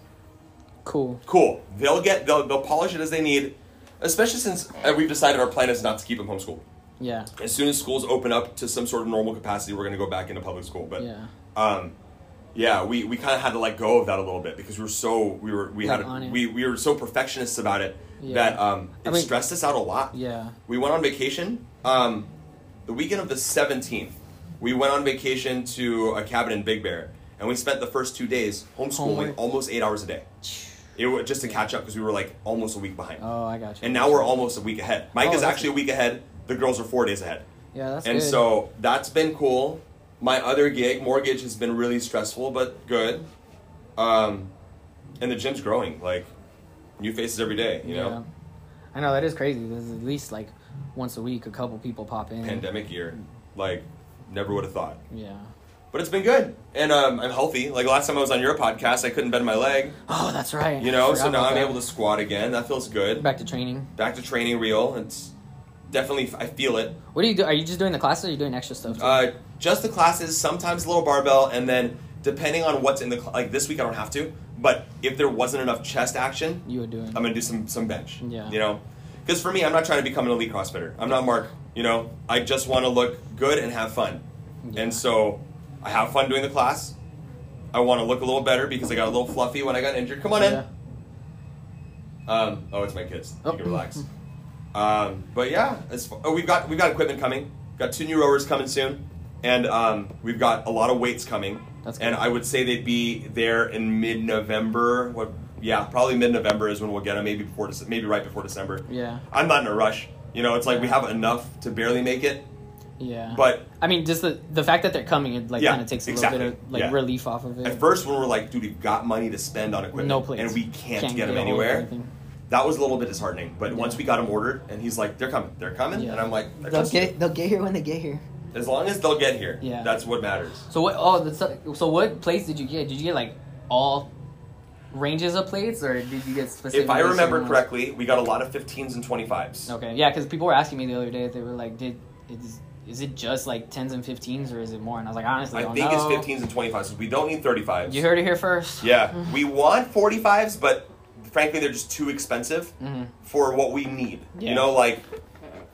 Speaker 1: cool.
Speaker 2: cool. They'll get they'll, they'll polish it as they need, especially since uh, we've decided our plan is not to keep them homeschooled.
Speaker 1: Yeah.
Speaker 2: As soon as schools open up to some sort of normal capacity, we're going to go back into public school. But
Speaker 1: Yeah.
Speaker 2: um, yeah, we, we kind of had to let go of that a little bit because we were so we were we
Speaker 1: Like, on
Speaker 2: had
Speaker 1: it.
Speaker 2: we, we were so perfectionists about it
Speaker 1: Yeah.
Speaker 2: that um, it
Speaker 1: I mean-
Speaker 2: stressed us out a lot.
Speaker 1: Yeah.
Speaker 2: We went on vacation um, the weekend of the 17th. We went on vacation to a cabin in Big Bear, and we spent the first two days homeschooling
Speaker 1: Homework.
Speaker 2: almost eight hours a day. It was just to catch up because we were like almost a week behind,
Speaker 1: Oh, I got you.
Speaker 2: and now we're almost a week ahead. Mike
Speaker 1: Oh,
Speaker 2: is
Speaker 1: that's-
Speaker 2: actually a week ahead. The girls are four days ahead,
Speaker 1: yeah, that's
Speaker 2: and
Speaker 1: good.
Speaker 2: so that's been cool. My other gig, mortgage, has been really stressful but good. Um, and the gym's growing, like new faces every day. You know,
Speaker 1: I know that is crazy. There's at least like once a week, a couple people pop in.
Speaker 2: Mm-hmm. pandemic year, like never would have thought.
Speaker 1: Yeah.
Speaker 2: But it's been good, and um, I'm healthy. Like last time I was on your podcast, I couldn't bend my leg,
Speaker 1: Oh, that's right.
Speaker 2: you know. So now I'm able to squat again. That feels good.
Speaker 1: back to training.
Speaker 2: Back to training real. It's definitely I feel it.
Speaker 1: What do you do? Are you just doing the classes? or Are you doing extra stuff? Too?
Speaker 2: Uh, just the classes, sometimes a little barbell, and then depending on what's in the cl- like this week I don't have to, but if there wasn't enough chest action,
Speaker 1: you would do it.
Speaker 2: I'm gonna do some some bench.
Speaker 1: Yeah.
Speaker 2: You know, because for me, I'm not trying to become an elite CrossFitter. I'm not Mark. You know, I just want to look good and have fun,
Speaker 1: Yeah.
Speaker 2: and so I have fun doing the class. I want to look a little better because I got a little fluffy when I got injured. Come on in.
Speaker 1: Yeah.
Speaker 2: Um, oh, it's my kids.
Speaker 1: Oh.
Speaker 2: You can relax. Um, but yeah, as far, oh, we've got we've got equipment coming. Got two new rowers coming soon, and um, we've got a lot of weights coming.
Speaker 1: That's
Speaker 2: and
Speaker 1: good.
Speaker 2: I would say they'd be there in mid-November. What? Yeah, probably mid-November is when we'll get them. Maybe before, Dece- maybe right before December.
Speaker 1: Yeah.
Speaker 2: I'm not in a rush. You know, it's like we have enough to barely make it,
Speaker 1: Yeah.
Speaker 2: but
Speaker 1: I mean, just the the fact that they're coming, it like
Speaker 2: Yeah,
Speaker 1: kind of takes a little
Speaker 2: exactly.
Speaker 1: bit of like
Speaker 2: Yeah.
Speaker 1: relief off of it.
Speaker 2: At first, when we're like, dude, we've got money to spend on equipment,
Speaker 1: No plates.
Speaker 2: and we can't,
Speaker 1: Can't
Speaker 2: get them
Speaker 1: get a hold of
Speaker 2: anywhere,
Speaker 1: anything.
Speaker 2: that was a little bit disheartening. But
Speaker 1: Yeah.
Speaker 2: once we got them ordered, and he's like, they're coming, they're coming,
Speaker 1: Yeah.
Speaker 2: and I'm like, I
Speaker 1: they'll
Speaker 2: trust
Speaker 1: get
Speaker 2: you.
Speaker 1: they'll get here when they get here.
Speaker 2: as long as they'll get here,
Speaker 1: Yeah.
Speaker 2: that's what matters.
Speaker 1: So what? Oh, that's, so what plates did you get? Did you get like all ranges of plates, or did you get specific?
Speaker 2: If I remember
Speaker 1: ones?
Speaker 2: correctly, we got a lot of 15s and 25s.
Speaker 1: Okay, yeah, because people were asking me the other day. They were like, "Did is, is it just like tens and 15s, or is it more?" And I was like, "Honestly, I
Speaker 2: I
Speaker 1: don't
Speaker 2: think
Speaker 1: know."
Speaker 2: it's 15s and 25s. so We don't need 35s.
Speaker 1: You heard Mm-hmm. it here first.
Speaker 2: Yeah, we want 45s, but frankly, they're just too expensive
Speaker 1: Mm-hmm.
Speaker 2: for what we need.
Speaker 1: Yeah.
Speaker 2: You know, like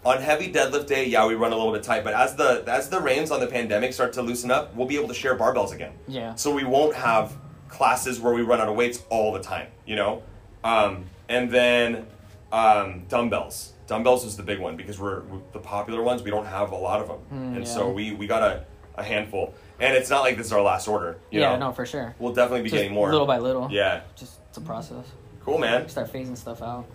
Speaker 2: on heavy deadlift day, yeah, we run a little bit tight, but as the as the reins on the pandemic start to loosen up, we'll be able to share barbells again.
Speaker 1: Yeah.
Speaker 2: So we won't have classes where we run out of weights all the time. You know, um, and then um, dumbbells. Dumbbells is the big one because we're, we're the popular ones. We don't have a lot of them,
Speaker 1: Mm,
Speaker 2: and
Speaker 1: yeah.
Speaker 2: so we we gotta a handful. And it's not like this is our last order. You
Speaker 1: yeah,
Speaker 2: know?
Speaker 1: no, for sure.
Speaker 2: We'll definitely be
Speaker 1: Just
Speaker 2: getting more.
Speaker 1: Little by little.
Speaker 2: Yeah.
Speaker 1: Just it's a process.
Speaker 2: Cool, man.
Speaker 1: Start phasing stuff out.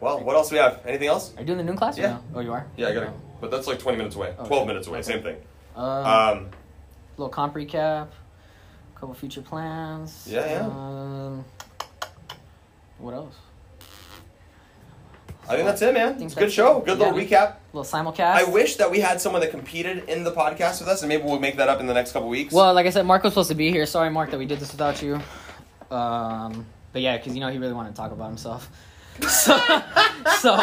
Speaker 2: Well, what else do we have? Anything else?
Speaker 1: Are you doing the noon class? or
Speaker 2: Yeah.
Speaker 1: no? Oh, you are.
Speaker 2: Yeah, I got to. But that's like 20 minutes away.
Speaker 1: Okay.
Speaker 2: 12 minutes away.
Speaker 1: Okay.
Speaker 2: Same thing.
Speaker 1: Oh. Um,
Speaker 2: Um,
Speaker 1: little comp recap, couple future plans.
Speaker 2: Yeah, yeah.
Speaker 1: Um, what else?
Speaker 2: I think that's it, man.
Speaker 1: think
Speaker 2: It's a good
Speaker 1: that's
Speaker 2: show.
Speaker 1: it.
Speaker 2: Good
Speaker 1: Yeah,
Speaker 2: little
Speaker 1: dude.
Speaker 2: recap.
Speaker 1: little simulcast.
Speaker 2: I wish that we had someone that competed in the podcast with us, and maybe we'll make that up in the next couple weeks.
Speaker 1: Well, like I said, Mark was supposed to be here. Sorry, Mark, that we did this without you. Um, but yeah, because you know he really wanted to talk about himself. So, so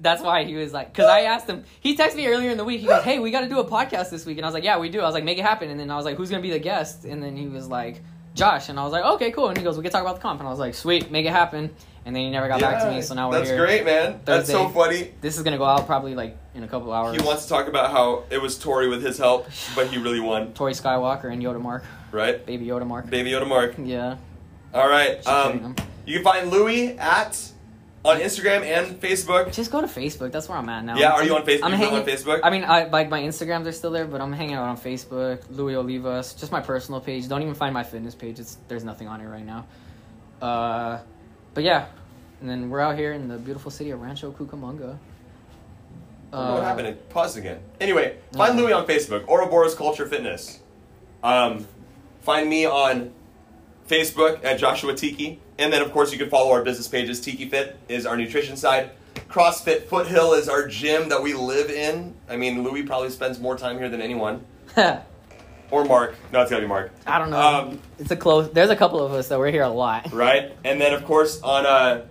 Speaker 1: that's why he was like, because I asked him. He texted me earlier in the week. He goes, "Hey, we got to do a podcast this week," and I was like, "Yeah, we do." I was like, "Make it happen." And then I was like, "Who's gonna be the guest?" And then he was like, "Josh," and I was like, "Okay, cool." And he goes, "We can talk about the comp," and I was like, "Sweet, make it happen." And then he never got back to me, so now we're
Speaker 2: that's
Speaker 1: here.
Speaker 2: great, man. That's so
Speaker 1: Thursday.
Speaker 2: funny.
Speaker 1: This is gonna go out probably like in a couple hours.
Speaker 2: He wants to talk about how it was Tori with his help, but he really won,
Speaker 1: Tori Skywalker and Yoda Mark,
Speaker 2: right?
Speaker 1: baby Yoda Mark.
Speaker 2: Baby Yoda Mark.
Speaker 1: Yeah.
Speaker 2: All right.
Speaker 1: she's dating
Speaker 2: Um,
Speaker 1: him.
Speaker 2: you can find Louie at on Instagram and Facebook.
Speaker 1: Just go to Facebook. That's where I'm at now.
Speaker 2: Yeah, are you on Facebook?
Speaker 1: I'm
Speaker 2: You're
Speaker 1: hanging,
Speaker 2: on Facebook?
Speaker 1: I mean, I, like my Instagrams are still there, but I'm hanging out on Facebook. Louis Olivas, just my personal page. Don't even find my fitness page. It's there's nothing on it right now. Uh, but yeah, and then we're out here in the beautiful city of Rancho Cucamonga.
Speaker 2: I don't know
Speaker 1: Uh,
Speaker 2: what happened? It paused again. Anyway, find
Speaker 1: No.
Speaker 2: Louie on Facebook. Ouroboros Culture Fitness. Um, find me on Facebook at Joshua Tiki, and then of course you can follow our business pages. Tiki Fit is our nutrition side. CrossFit Foothill is our gym that we live in. I mean, Louie probably spends more time here than anyone. Or Mark. No, it's gotta be Mark.
Speaker 1: Uh, I don't know.
Speaker 2: Um,
Speaker 1: it's a close. There's a couple of us that we're here a lot.
Speaker 2: right? And then, of course, on uh,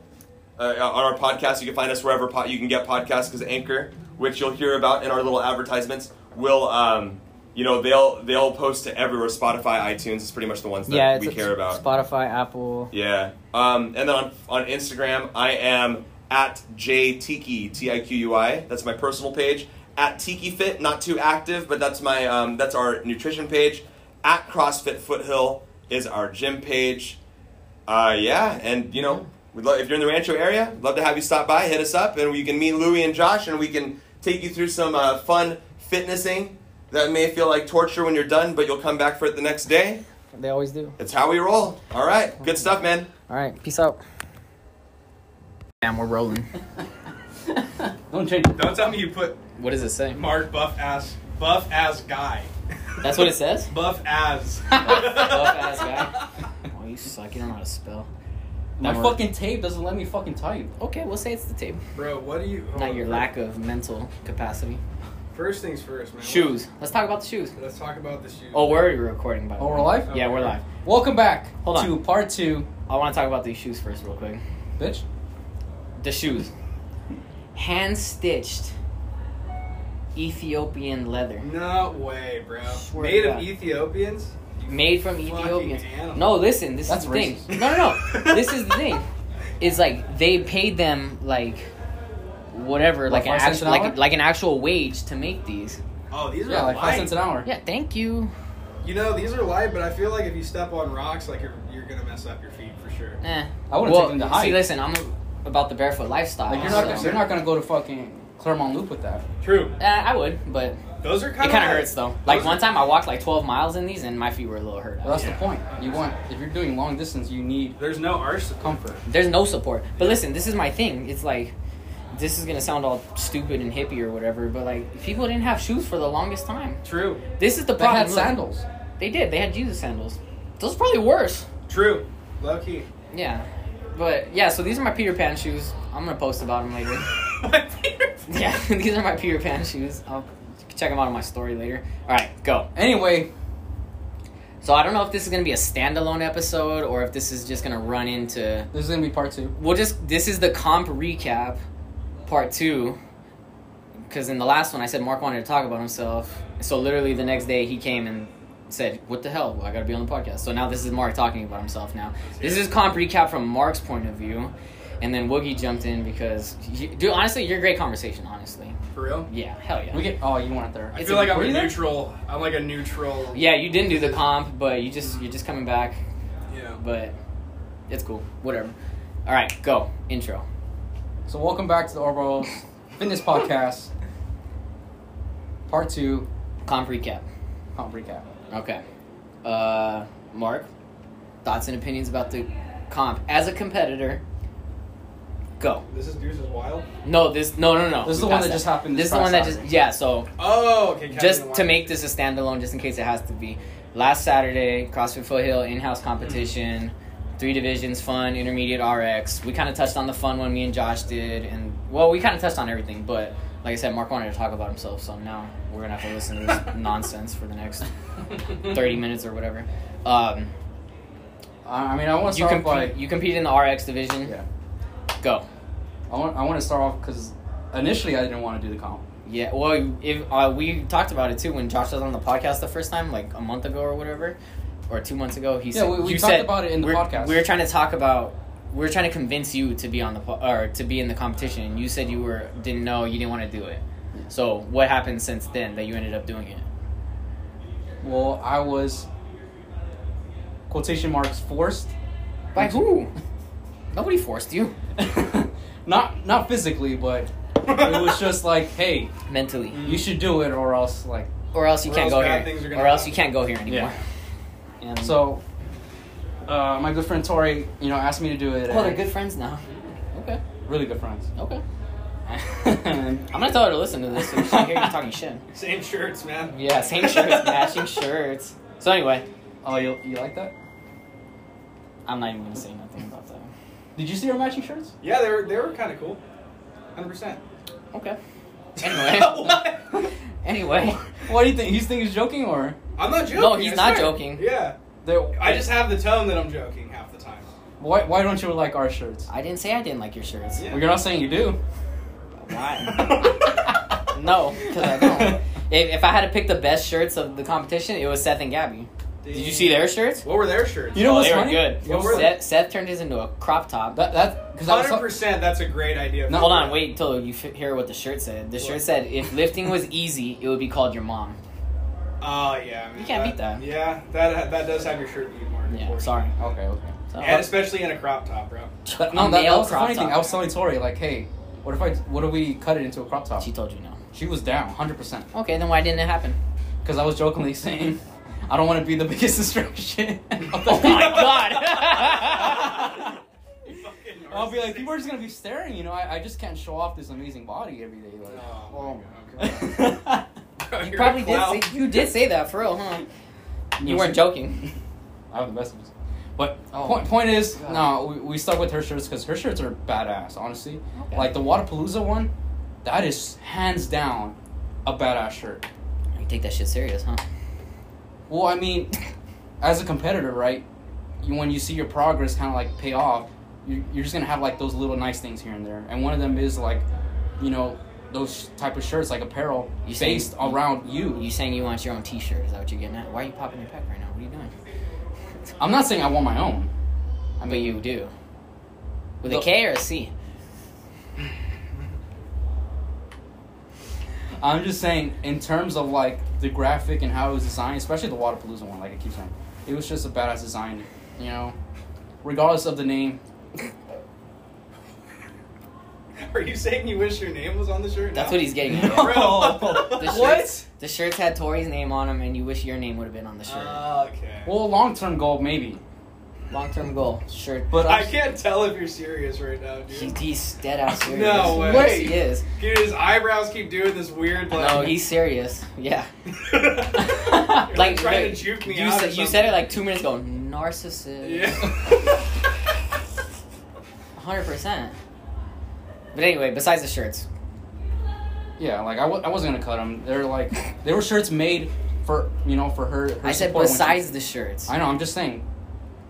Speaker 2: uh, on our podcast, you can find us wherever po- you can get podcasts because Anchor, which you'll hear about in our little advertisements, will um, you know they'll they'll post to everywhere. Spotify, iTunes is pretty much the ones that
Speaker 1: yeah, it's
Speaker 2: we
Speaker 1: a-
Speaker 2: care about.
Speaker 1: Spotify, Apple.
Speaker 2: yeah, um, and then on on Instagram, I am at jtiki t i q u i. That's my personal page. At Tiki Fit, not too active, but that's my um, that's our nutrition page. At CrossFit Foothill is our gym page. Uh, yeah, and you know, we'd love, if you're in the Rancho area, we'd love to have you stop by, hit us up, and we can meet Louie and Josh, and we can take you through some uh, fun fitnessing that may feel like torture when you're done, but you'll come back for it the next day.
Speaker 1: They always do.
Speaker 2: It's how we roll. All right, good stuff, man.
Speaker 1: All right, peace out. Damn, we're rolling.
Speaker 3: Don't change. it.
Speaker 4: Don't tell me you put
Speaker 1: What does it say?
Speaker 4: Mark buff ass buff ass guy.
Speaker 1: That's what it says.
Speaker 4: Buff ass.
Speaker 1: Buff ass guy. Oh, you suck. You don't know how to spell. My
Speaker 3: Mark.
Speaker 1: fucking tape doesn't let me fucking type. Okay, we'll say it's the tape.
Speaker 4: Bro, what do you? hold
Speaker 1: Not
Speaker 4: on.
Speaker 1: your lack of mental capacity.
Speaker 4: First things first, man.
Speaker 1: Shoes. Let's talk about the shoes.
Speaker 4: Let's talk about the shoes.
Speaker 1: Oh, we're already recording, by the
Speaker 3: Oh,
Speaker 1: way.
Speaker 3: we're live?
Speaker 1: Yeah, we're live.
Speaker 3: Welcome back
Speaker 1: Hold on.
Speaker 3: to part two,
Speaker 1: I want to talk about these shoes first, real quick.
Speaker 3: bitch.
Speaker 1: The shoes. Hand stitched Ethiopian leather.
Speaker 4: No way, bro.
Speaker 1: Swear
Speaker 4: Made
Speaker 1: to
Speaker 4: of
Speaker 1: God.
Speaker 4: Ethiopians. You
Speaker 1: Made from
Speaker 4: fucking
Speaker 1: Ethiopians.
Speaker 4: animal.
Speaker 1: No, listen, this
Speaker 3: That's
Speaker 1: is the thing. No, no, no. this is the thing. It's like they paid them like whatever,
Speaker 3: What,
Speaker 1: like an
Speaker 3: five cents
Speaker 1: actual,
Speaker 3: an
Speaker 1: like
Speaker 3: hour?
Speaker 1: like an actual wage to make these.
Speaker 4: Oh, these are
Speaker 3: Yeah, like five
Speaker 4: light.
Speaker 3: cents an hour.
Speaker 1: Yeah, thank you.
Speaker 4: You know, these are light, but I feel like if you step on rocks, like you're you're gonna mess up your feet for sure.
Speaker 1: Eh.
Speaker 3: I wouldn't
Speaker 1: well,
Speaker 3: take them to
Speaker 1: See,
Speaker 3: hike.
Speaker 1: listen, I'm about the barefoot lifestyle.
Speaker 3: Like you're not,
Speaker 1: so-
Speaker 3: you're not gonna go to fucking Clermont Loop with that.
Speaker 4: True.
Speaker 1: Eh, I would, but
Speaker 4: Those are
Speaker 1: it
Speaker 4: kind
Speaker 1: kind of hurts though. Like
Speaker 4: Those
Speaker 1: one
Speaker 4: are-
Speaker 1: time I walked like 12 miles in these and my feet were a little hurt.
Speaker 3: But that's
Speaker 4: Yeah.
Speaker 3: the point. You want if you're doing long distance, you need
Speaker 4: There's no arse.
Speaker 3: comfort.
Speaker 1: There's no support. But listen, this is my thing. It's like this is gonna sound all stupid and hippie or whatever, but like people didn't have shoes for the longest time.
Speaker 4: True.
Speaker 1: This is the
Speaker 3: They
Speaker 1: problem.
Speaker 3: had
Speaker 1: look.
Speaker 3: sandals.
Speaker 1: They did. They had Jesus sandals. Those are probably worse.
Speaker 4: True. Low key.
Speaker 1: Yeah. But yeah, so these are my Peter Pan shoes. I'm gonna post about them later.
Speaker 4: My Peter
Speaker 1: yeah, these are my Peter Pan shoes. I'll check them out on my story later. All right, go.
Speaker 3: Anyway,
Speaker 1: So I don't know if this is gonna be a standalone episode or if this is just gonna run into.
Speaker 3: this is gonna be part two.
Speaker 1: We'll just. This is the comp recap, part two. Because in the last one, I said Mark wanted to talk about himself. So literally the next day, he came and said, "What the hell? I gotta be on the podcast." So now this is Mark talking about himself. Now this is comp recap from Mark's point of view, and then Woogie jumped in because, you, dude, honestly, you're a great conversation. Honestly,
Speaker 4: For real?
Speaker 1: yeah, hell yeah.
Speaker 3: We get. Oh, you weren't there.
Speaker 4: I
Speaker 1: It's
Speaker 4: feel
Speaker 1: a-
Speaker 4: like I'm
Speaker 1: were
Speaker 4: a
Speaker 1: you there?
Speaker 4: neutral. I'm like a neutral.
Speaker 1: yeah, you didn't do the comp, but you just you're just coming back.
Speaker 4: Yeah.
Speaker 1: But it's cool. Whatever. All right, go intro.
Speaker 3: So welcome back to the Orboros Fitness Podcast, part two.
Speaker 1: Comp recap.
Speaker 3: Comp recap.
Speaker 1: Okay. Uh, Mark, thoughts and opinions about the comp as a competitor. Go.
Speaker 4: This is Deuces Wild.
Speaker 1: No, this no no no.
Speaker 3: This is
Speaker 1: We
Speaker 3: the one
Speaker 1: passed
Speaker 3: that just happened
Speaker 1: This is
Speaker 3: this
Speaker 1: the one that
Speaker 3: past
Speaker 1: just
Speaker 3: Saturday.
Speaker 1: yeah. So
Speaker 4: Oh, okay. Captain
Speaker 1: just to
Speaker 4: Alliance.
Speaker 1: make this a standalone, just in case it has to be. Last Saturday, CrossFit Foothill in-house competition, three divisions, fun, intermediate, RX. We kind of touched on the fun one. Me and Josh did, and well, we kind of touched on everything. But like I said, Mark wanted to talk about himself, so now we're gonna have to listen to this nonsense for the next thirty minutes or whatever. Um,
Speaker 3: I I mean, I want to
Speaker 1: you
Speaker 3: start
Speaker 1: compete.
Speaker 3: off by
Speaker 1: you compete in the RX division.
Speaker 3: yeah.
Speaker 1: Go.
Speaker 3: I want I want to start off because initially I didn't want to do the comp.
Speaker 1: Yeah, well, if uh, we talked about it too when Josh was on the podcast the first time, like a month ago or whatever, or two months ago. He
Speaker 3: Yeah,
Speaker 1: said,
Speaker 3: we- we
Speaker 1: you
Speaker 3: talked
Speaker 1: said-
Speaker 3: about it in the
Speaker 1: we're-
Speaker 3: podcast.
Speaker 1: We were trying to talk about, we were trying to convince you to be on the po- or to be in the competition, and you said you were didn't know, you didn't want to do it. So what happened since then that you ended up doing it?
Speaker 3: Well, I was quotation marks forced.
Speaker 1: By who? Nobody forced you.
Speaker 3: not not physically, but it was just like, hey,
Speaker 1: Mentally,
Speaker 3: you should do it, or else like
Speaker 1: or else you
Speaker 4: Or
Speaker 1: can't
Speaker 4: else
Speaker 1: go
Speaker 4: bad
Speaker 1: here,
Speaker 4: things are
Speaker 1: or
Speaker 4: gonna
Speaker 1: else
Speaker 4: happen.
Speaker 1: you can't go here anymore. And
Speaker 3: So, uh, my good friend Tori, you know, asked me to do it.
Speaker 1: well, they're
Speaker 3: and-
Speaker 1: good friends now. Okay,
Speaker 3: really good friends.
Speaker 1: okay.
Speaker 3: and
Speaker 1: I'm gonna tell her to listen to this. So she can hear you talking shit.
Speaker 4: same shirts, man.
Speaker 1: Yeah, same shirts, matching shirts. So anyway,
Speaker 3: oh, you, you like that?
Speaker 1: I'm not even gonna say nothing about that.
Speaker 3: Did you see our matching shirts?
Speaker 4: Yeah, they were they were kind of cool. Hundred percent.
Speaker 1: Okay. Anyway. anyway.
Speaker 3: What do you think? He's think he's joking, or
Speaker 4: I'm not joking.
Speaker 1: No, he's
Speaker 4: I
Speaker 1: not
Speaker 4: swear.
Speaker 1: joking.
Speaker 4: Yeah,
Speaker 3: they're-
Speaker 4: I just have the tone that I'm joking half the time.
Speaker 3: why why don't you like our shirts?
Speaker 1: I didn't say I didn't like your shirts.
Speaker 4: Yeah.
Speaker 3: Well, you're not saying you do.
Speaker 1: Why? No, because I don't. If, if I had to pick the best shirts of the competition, it was Seth and Gabby. Did you see their shirts?
Speaker 4: What were their shirts?
Speaker 3: You know
Speaker 1: Oh,
Speaker 3: what's
Speaker 1: they were
Speaker 3: funny?
Speaker 1: good.
Speaker 4: What were
Speaker 1: Seth, Seth turned his into a crop top.
Speaker 3: That that because I was
Speaker 4: Hundred
Speaker 3: talk-
Speaker 4: percent. That's a great idea.
Speaker 3: No,
Speaker 1: Hold on, wait till you f- hear what the shirt said. The shirt
Speaker 4: What?
Speaker 1: said, "If lifting was easy, it would be called your mom."
Speaker 4: Oh yeah, I mean,
Speaker 1: You can't beat that.
Speaker 4: Yeah, that that does have your shirt beat more.
Speaker 1: Yeah, sorry.
Speaker 3: okay okay.
Speaker 1: So,
Speaker 4: And especially in a crop top, bro.
Speaker 3: But no, that, that
Speaker 1: Male
Speaker 3: was the
Speaker 1: crop
Speaker 3: funny thing.
Speaker 1: top.
Speaker 3: I was telling Tori like, hey, what if I what if we cut it into a crop top?
Speaker 1: she told you no.
Speaker 3: She was down 100 percent
Speaker 1: Okay, then why didn't it happen?
Speaker 3: because I was jokingly saying. I don't want to be the biggest distraction.
Speaker 1: Oh my god!
Speaker 3: I'll be like, people are just gonna be staring, you know. I, I just can't show off this amazing body every day. Like,
Speaker 4: Oh, my God.
Speaker 3: oh.
Speaker 4: Bro,
Speaker 1: You
Speaker 4: you're
Speaker 1: probably
Speaker 4: a
Speaker 1: did.
Speaker 4: clown.
Speaker 1: Say, you did say that for real, huh? You weren't joking.
Speaker 3: I have the messages. But
Speaker 1: Oh
Speaker 3: point,
Speaker 1: my
Speaker 3: point is,
Speaker 1: God.
Speaker 3: no, we, we stuck with her shirts because her shirts are badass, honestly.
Speaker 1: Okay.
Speaker 3: Like the Wadapalooza one, that is hands down a badass shirt.
Speaker 1: You take that shit serious, huh?
Speaker 3: Well, I mean, as a competitor, right? You, when you see your progress kind of like pay off, you, you're just gonna have like those little nice things here and there. And one of them is like, you know, those type of shirts, like apparel,
Speaker 1: You saying-
Speaker 3: based around you.
Speaker 1: You saying you want your own T-shirt? Is that what you're getting at? Why are you popping your pack right now? What are you doing?
Speaker 3: I'm not saying I want my own.
Speaker 1: I mean, you do. With a
Speaker 3: Look-
Speaker 1: K or a C?
Speaker 3: I'm just saying in terms of like the graphic and how it was designed, especially the Wadapalooza one. Like I keep saying, it was just a badass design. You know, regardless of the name,
Speaker 4: Are you saying you wish your name was on the shirt?
Speaker 1: That's
Speaker 4: now?
Speaker 1: what he's getting at.
Speaker 3: No.
Speaker 1: The shirts,
Speaker 4: what?
Speaker 1: The shirts had Tori's name on them, and you wish your name would have been on the shirt.
Speaker 4: Ah, okay.
Speaker 3: well, long term goal maybe.
Speaker 1: Long-term goal, shirt.
Speaker 3: But
Speaker 4: I
Speaker 3: I'm,
Speaker 4: can't tell if you're serious right now,
Speaker 1: He,
Speaker 4: dude.
Speaker 1: he's dead ass serious.
Speaker 4: No way.
Speaker 1: Yes, he is.
Speaker 4: Dude, his eyebrows keep doing this weird like.
Speaker 1: No, he's serious. Yeah.
Speaker 4: You're, like trying
Speaker 1: the-
Speaker 4: to juke me
Speaker 1: you
Speaker 4: out. or
Speaker 1: Said, you said it like two minutes ago. Narcissist.
Speaker 4: something. Yeah.
Speaker 1: Hundred percent. But anyway, besides the shirts,
Speaker 3: Yeah, like I w- I wasn't gonna cut them. They're like they were shirts made for you know for her. her
Speaker 1: I said
Speaker 3: support when she-
Speaker 1: besides the shirts.
Speaker 3: I know. I'm just saying.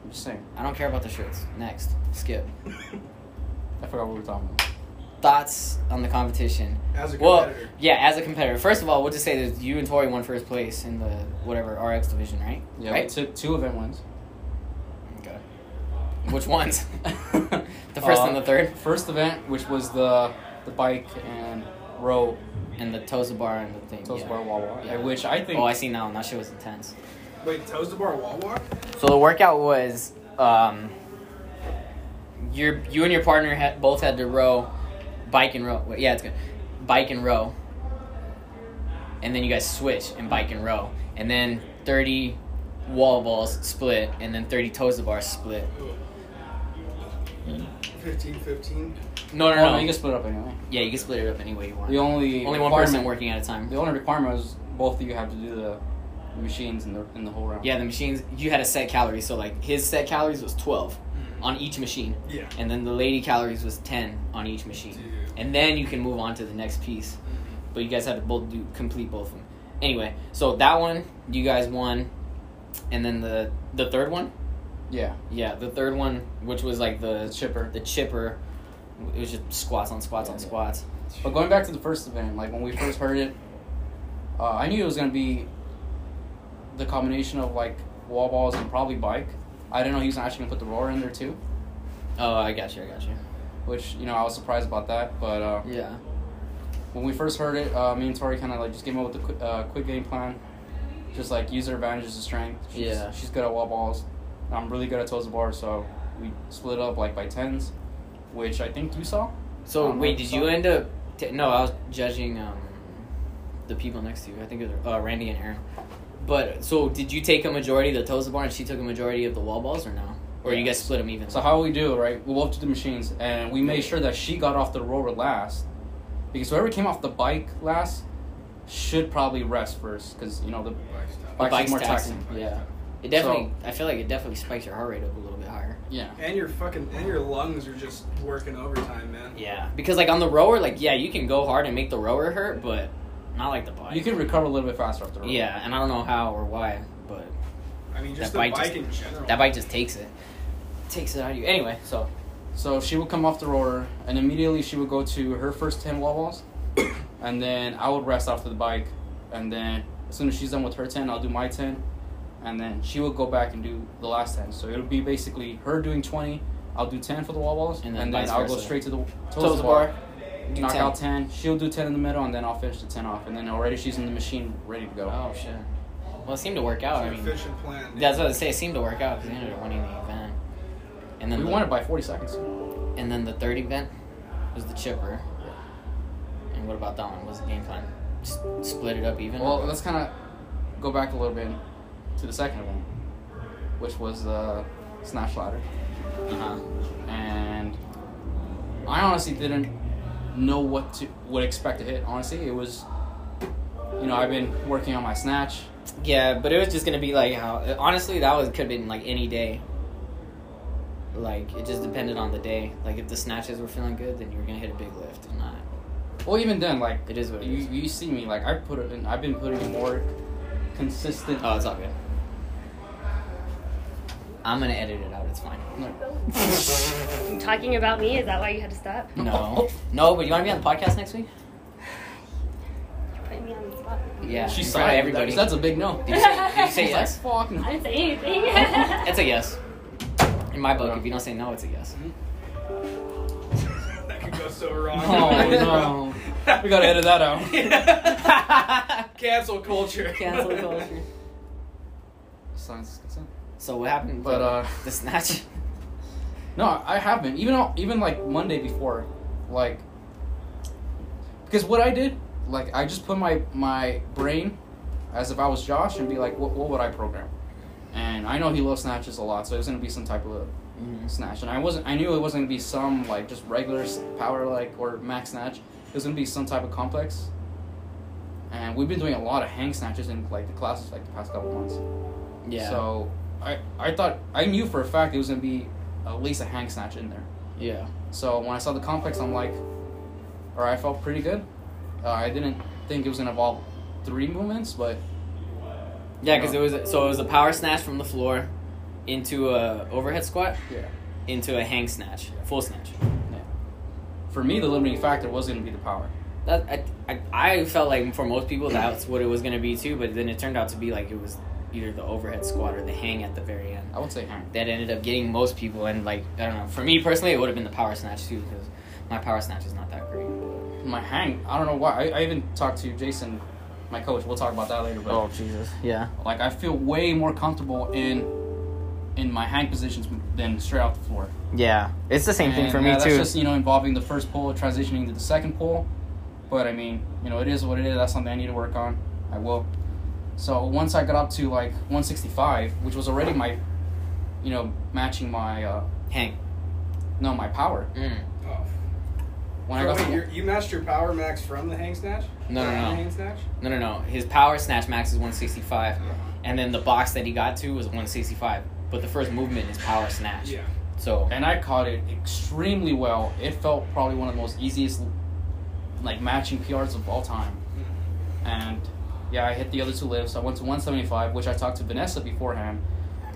Speaker 3: I'm just saying.
Speaker 1: I don't care about the shirts. Next, skip.
Speaker 3: I forgot what we were talking about.
Speaker 1: Thoughts on the competition?
Speaker 4: As a
Speaker 1: Well,
Speaker 4: competitor.
Speaker 1: yeah, as a competitor. First of all, we'll just say that you and Tori won first place in the whatever RX division, right?
Speaker 3: Yeah, we
Speaker 1: Right.
Speaker 3: took two event wins.
Speaker 1: Okay. Which ones? the first
Speaker 3: Uh,
Speaker 1: and the third,
Speaker 3: First event, which was the the bike and row
Speaker 1: and the Toza bar and the thing.
Speaker 3: toast
Speaker 1: yeah.
Speaker 3: bar wawa,
Speaker 1: Yeah.
Speaker 3: which I think
Speaker 1: Oh, I see now. and That shit was intense.
Speaker 4: Wait, toes the bar wall walk?
Speaker 1: So the workout was um, your you and your partner had, both had to row, bike and row. Wait, Yeah, it's good. Bike and row, and then you guys switch and bike and row, and then thirty wall balls split, and then thirty toes to bar split.
Speaker 4: 15, 15.
Speaker 1: No, no,
Speaker 3: Well,
Speaker 1: no.
Speaker 3: you can split up anyway.
Speaker 1: yeah, you can split it up any way you want.
Speaker 3: The only
Speaker 1: Only one person
Speaker 3: requirement-
Speaker 1: working at a time.
Speaker 3: The only requirement was both of you have to do the machines in the in the whole round.
Speaker 1: Yeah, the machines. You had a set calorie, so like his set calories was twelve on each machine,
Speaker 4: Yeah.
Speaker 1: and then the lady calories was ten on each machine,
Speaker 4: Dude.
Speaker 1: and then you can move on to the next piece. But you guys had to both do complete both of them. Anyway, so that one you guys won, and then the the third one,
Speaker 3: Yeah.
Speaker 1: yeah, the third one which was like
Speaker 3: The
Speaker 1: the
Speaker 3: chipper.
Speaker 1: the chipper, it was just squats on squats on
Speaker 3: Yeah.
Speaker 1: squats.
Speaker 3: But going back to the first event, like when we first heard it, uh, I knew it was gonna be the combination of like wall balls and probably bike. I didn't know he was actually gonna put the roller in there too,
Speaker 1: Oh, I got you, I got you.
Speaker 3: which you know I was surprised about that. But uh,
Speaker 1: Yeah,
Speaker 3: when we first heard it, uh, me and Tori kind of like just came up with a quick, uh, quick game plan, just like use her advantages of strength. She's,
Speaker 1: Yeah.
Speaker 3: she's good at wall balls. and I'm really good at toes to bar, so we split up like by tens, which I think you saw.
Speaker 1: So
Speaker 3: Um,
Speaker 1: wait, did you
Speaker 3: so-
Speaker 1: end up? T- no, I was judging um, the people next to you. I think it was uh, Randy and Aaron. But so did you take a majority of the toes of the bar, and she took a majority of the wall balls, or no? Or you guys split them even?
Speaker 3: So how we do, right? We walked to the machines and we made sure that she got off the roller last, because whoever came off the bike last should probably rest first, because you know the
Speaker 1: The
Speaker 3: bike's,
Speaker 1: bike's
Speaker 3: more
Speaker 1: taxing,
Speaker 3: taxing.
Speaker 1: Yeah, it definitely. I feel like it definitely spikes your heart rate up a little bit higher.
Speaker 3: Yeah.
Speaker 4: And your fucking and your lungs are just working overtime, man.
Speaker 1: Yeah, because like on the rower, like yeah, you can go hard and make the rower hurt, but not like the bike.
Speaker 3: You can recover a little bit faster after. the roller.
Speaker 1: Yeah, and I don't know how or why, but
Speaker 4: I mean, just
Speaker 1: That
Speaker 4: the
Speaker 1: bike
Speaker 4: bike,
Speaker 1: just-
Speaker 4: in general.
Speaker 1: that bike just takes it, takes it out of you. Anyway, so
Speaker 3: So she would come off the roller, and immediately she would go to her first 10 wall balls, and then I would rest off the bike, and then as soon as she's done with her 10, I'll do my 10, and then she would go back and do the last 10. So it would be basically her doing 20, I'll do 10 for the wall balls,
Speaker 1: And
Speaker 3: and
Speaker 1: then
Speaker 3: then,
Speaker 1: vice
Speaker 3: I'll go
Speaker 1: versa.
Speaker 3: straight to the toes,
Speaker 1: toes
Speaker 3: of
Speaker 1: the
Speaker 3: the
Speaker 1: bar, do
Speaker 3: knock
Speaker 1: 10.
Speaker 3: out 10, she'll do 10 in the middle, and then I'll finish the 10 off, and then already she's in the machine ready to go.
Speaker 1: Oh shit. Well, it seemed to work out. I
Speaker 4: It's an
Speaker 1: mean,
Speaker 4: efficient plan.
Speaker 1: that's what I say. It seemed to work out because we ended up winning the event. And then
Speaker 3: We
Speaker 1: the,
Speaker 3: won it by 40 seconds.
Speaker 1: And then the third event was the chipper. And what about that one? What was the game plan? Just split it up even. or
Speaker 3: Well, uh,
Speaker 1: what?
Speaker 3: let's kind of go back a little bit to the second one, which was the snatch ladder,
Speaker 1: uh-huh.
Speaker 3: and I honestly didn't know what to what expect to hit. Honestly, it was, you know, I've been working on my snatch.
Speaker 1: Yeah, but it was just gonna be like how. Honestly, that was could have been like any day. Like it just depended on the day. Like if the snatches were feeling good, then you were gonna hit a big lift. If not,
Speaker 3: Well, even then, like
Speaker 1: it is what it
Speaker 3: you,
Speaker 1: is.
Speaker 3: you see me, like I put it in. I've been putting in more consistent.
Speaker 1: Oh, it's all good. I'm gonna edit it out. It's fine.
Speaker 5: Talking about me, is that why you had to stop?
Speaker 1: No. No, but you want to be on the podcast next week?
Speaker 5: You put me on the spot.
Speaker 1: Yeah.
Speaker 3: she
Speaker 1: in
Speaker 3: saw
Speaker 1: front of
Speaker 3: everybody.
Speaker 1: everybody.
Speaker 3: That's a big no.
Speaker 1: Did you say, did you say
Speaker 3: She's
Speaker 1: yes?
Speaker 3: Like, Fuck no.
Speaker 5: I didn't say anything.
Speaker 1: It's a yes. In my book, if you don't say no, it's a yes.
Speaker 4: that could go so wrong.
Speaker 3: Oh no. we gotta edit that out.
Speaker 4: Cancel culture.
Speaker 1: Cancel culture.
Speaker 3: Science is consent.
Speaker 1: So what happened?
Speaker 3: But, uh,
Speaker 1: the snatch.
Speaker 3: No, I haven't. Even though- even like Monday before, like because what I did, like I just put my my brain as if I was Josh and be like, what what would I program? And I know he loves snatches a lot, so it was gonna be some type of snatch. And I wasn't. I knew it wasn't gonna be some like just regular s- power like or max snatch. It was gonna be some type of complex. And we've been doing a lot of hang snatches in like the classes like the past couple months.
Speaker 1: Yeah.
Speaker 3: So I I thought I knew for a fact it was gonna be at least a hang snatch in there.
Speaker 1: yeah.
Speaker 3: So when I saw the complex, I'm like, or I felt pretty good. Uh, I didn't think it was gonna involve three movements, but
Speaker 1: Yeah, because it was so it was a power snatch from the floor into a overhead squat
Speaker 3: yeah.
Speaker 1: into a hang snatch, full snatch.
Speaker 3: For me, the limiting factor was gonna be the power.
Speaker 1: That I, I, I felt like for most people that's what it was gonna be too, but then it turned out to be like it was either the overhead squat or the hang at the very end.
Speaker 3: I would say hang.
Speaker 1: that ended up getting most people and like I don't know for me personally it would have been the power snatch too because my power snatch is not that great.
Speaker 3: My hang. I don't know why. I, I even talked to Jason, my coach. We'll talk about that later. But
Speaker 1: Oh, Jesus, yeah,
Speaker 3: like, I feel way more comfortable in in my hang positions than straight off the floor.
Speaker 1: yeah, it's the same
Speaker 3: And, uh, That's just you know involving the first pull, transitioning to the second pull. But I mean, you know, it is what it is. That's something I need to work on. I will. So once I got up to like 165, which was already my, you know, matching my uh,
Speaker 1: Hang.
Speaker 3: no my power.
Speaker 1: Mm.
Speaker 4: Oh.
Speaker 3: When I
Speaker 4: So
Speaker 3: got
Speaker 4: wait,
Speaker 3: to,
Speaker 4: you're- you matched your power max from the hang snatch?
Speaker 1: No, no,
Speaker 4: From
Speaker 1: no.
Speaker 4: The hang snatch?
Speaker 1: No, no, no. His power snatch max is 165, and then the box that he got to was 165. But the first movement is power snatch.
Speaker 4: Yeah.
Speaker 1: So
Speaker 3: and I caught it extremely well. It felt probably one of the most easiest, like matching PRs of all time.
Speaker 4: Mm-hmm.
Speaker 3: And yeah, I hit the other two lifts. I went to 175, which I talked to Vanessa beforehand.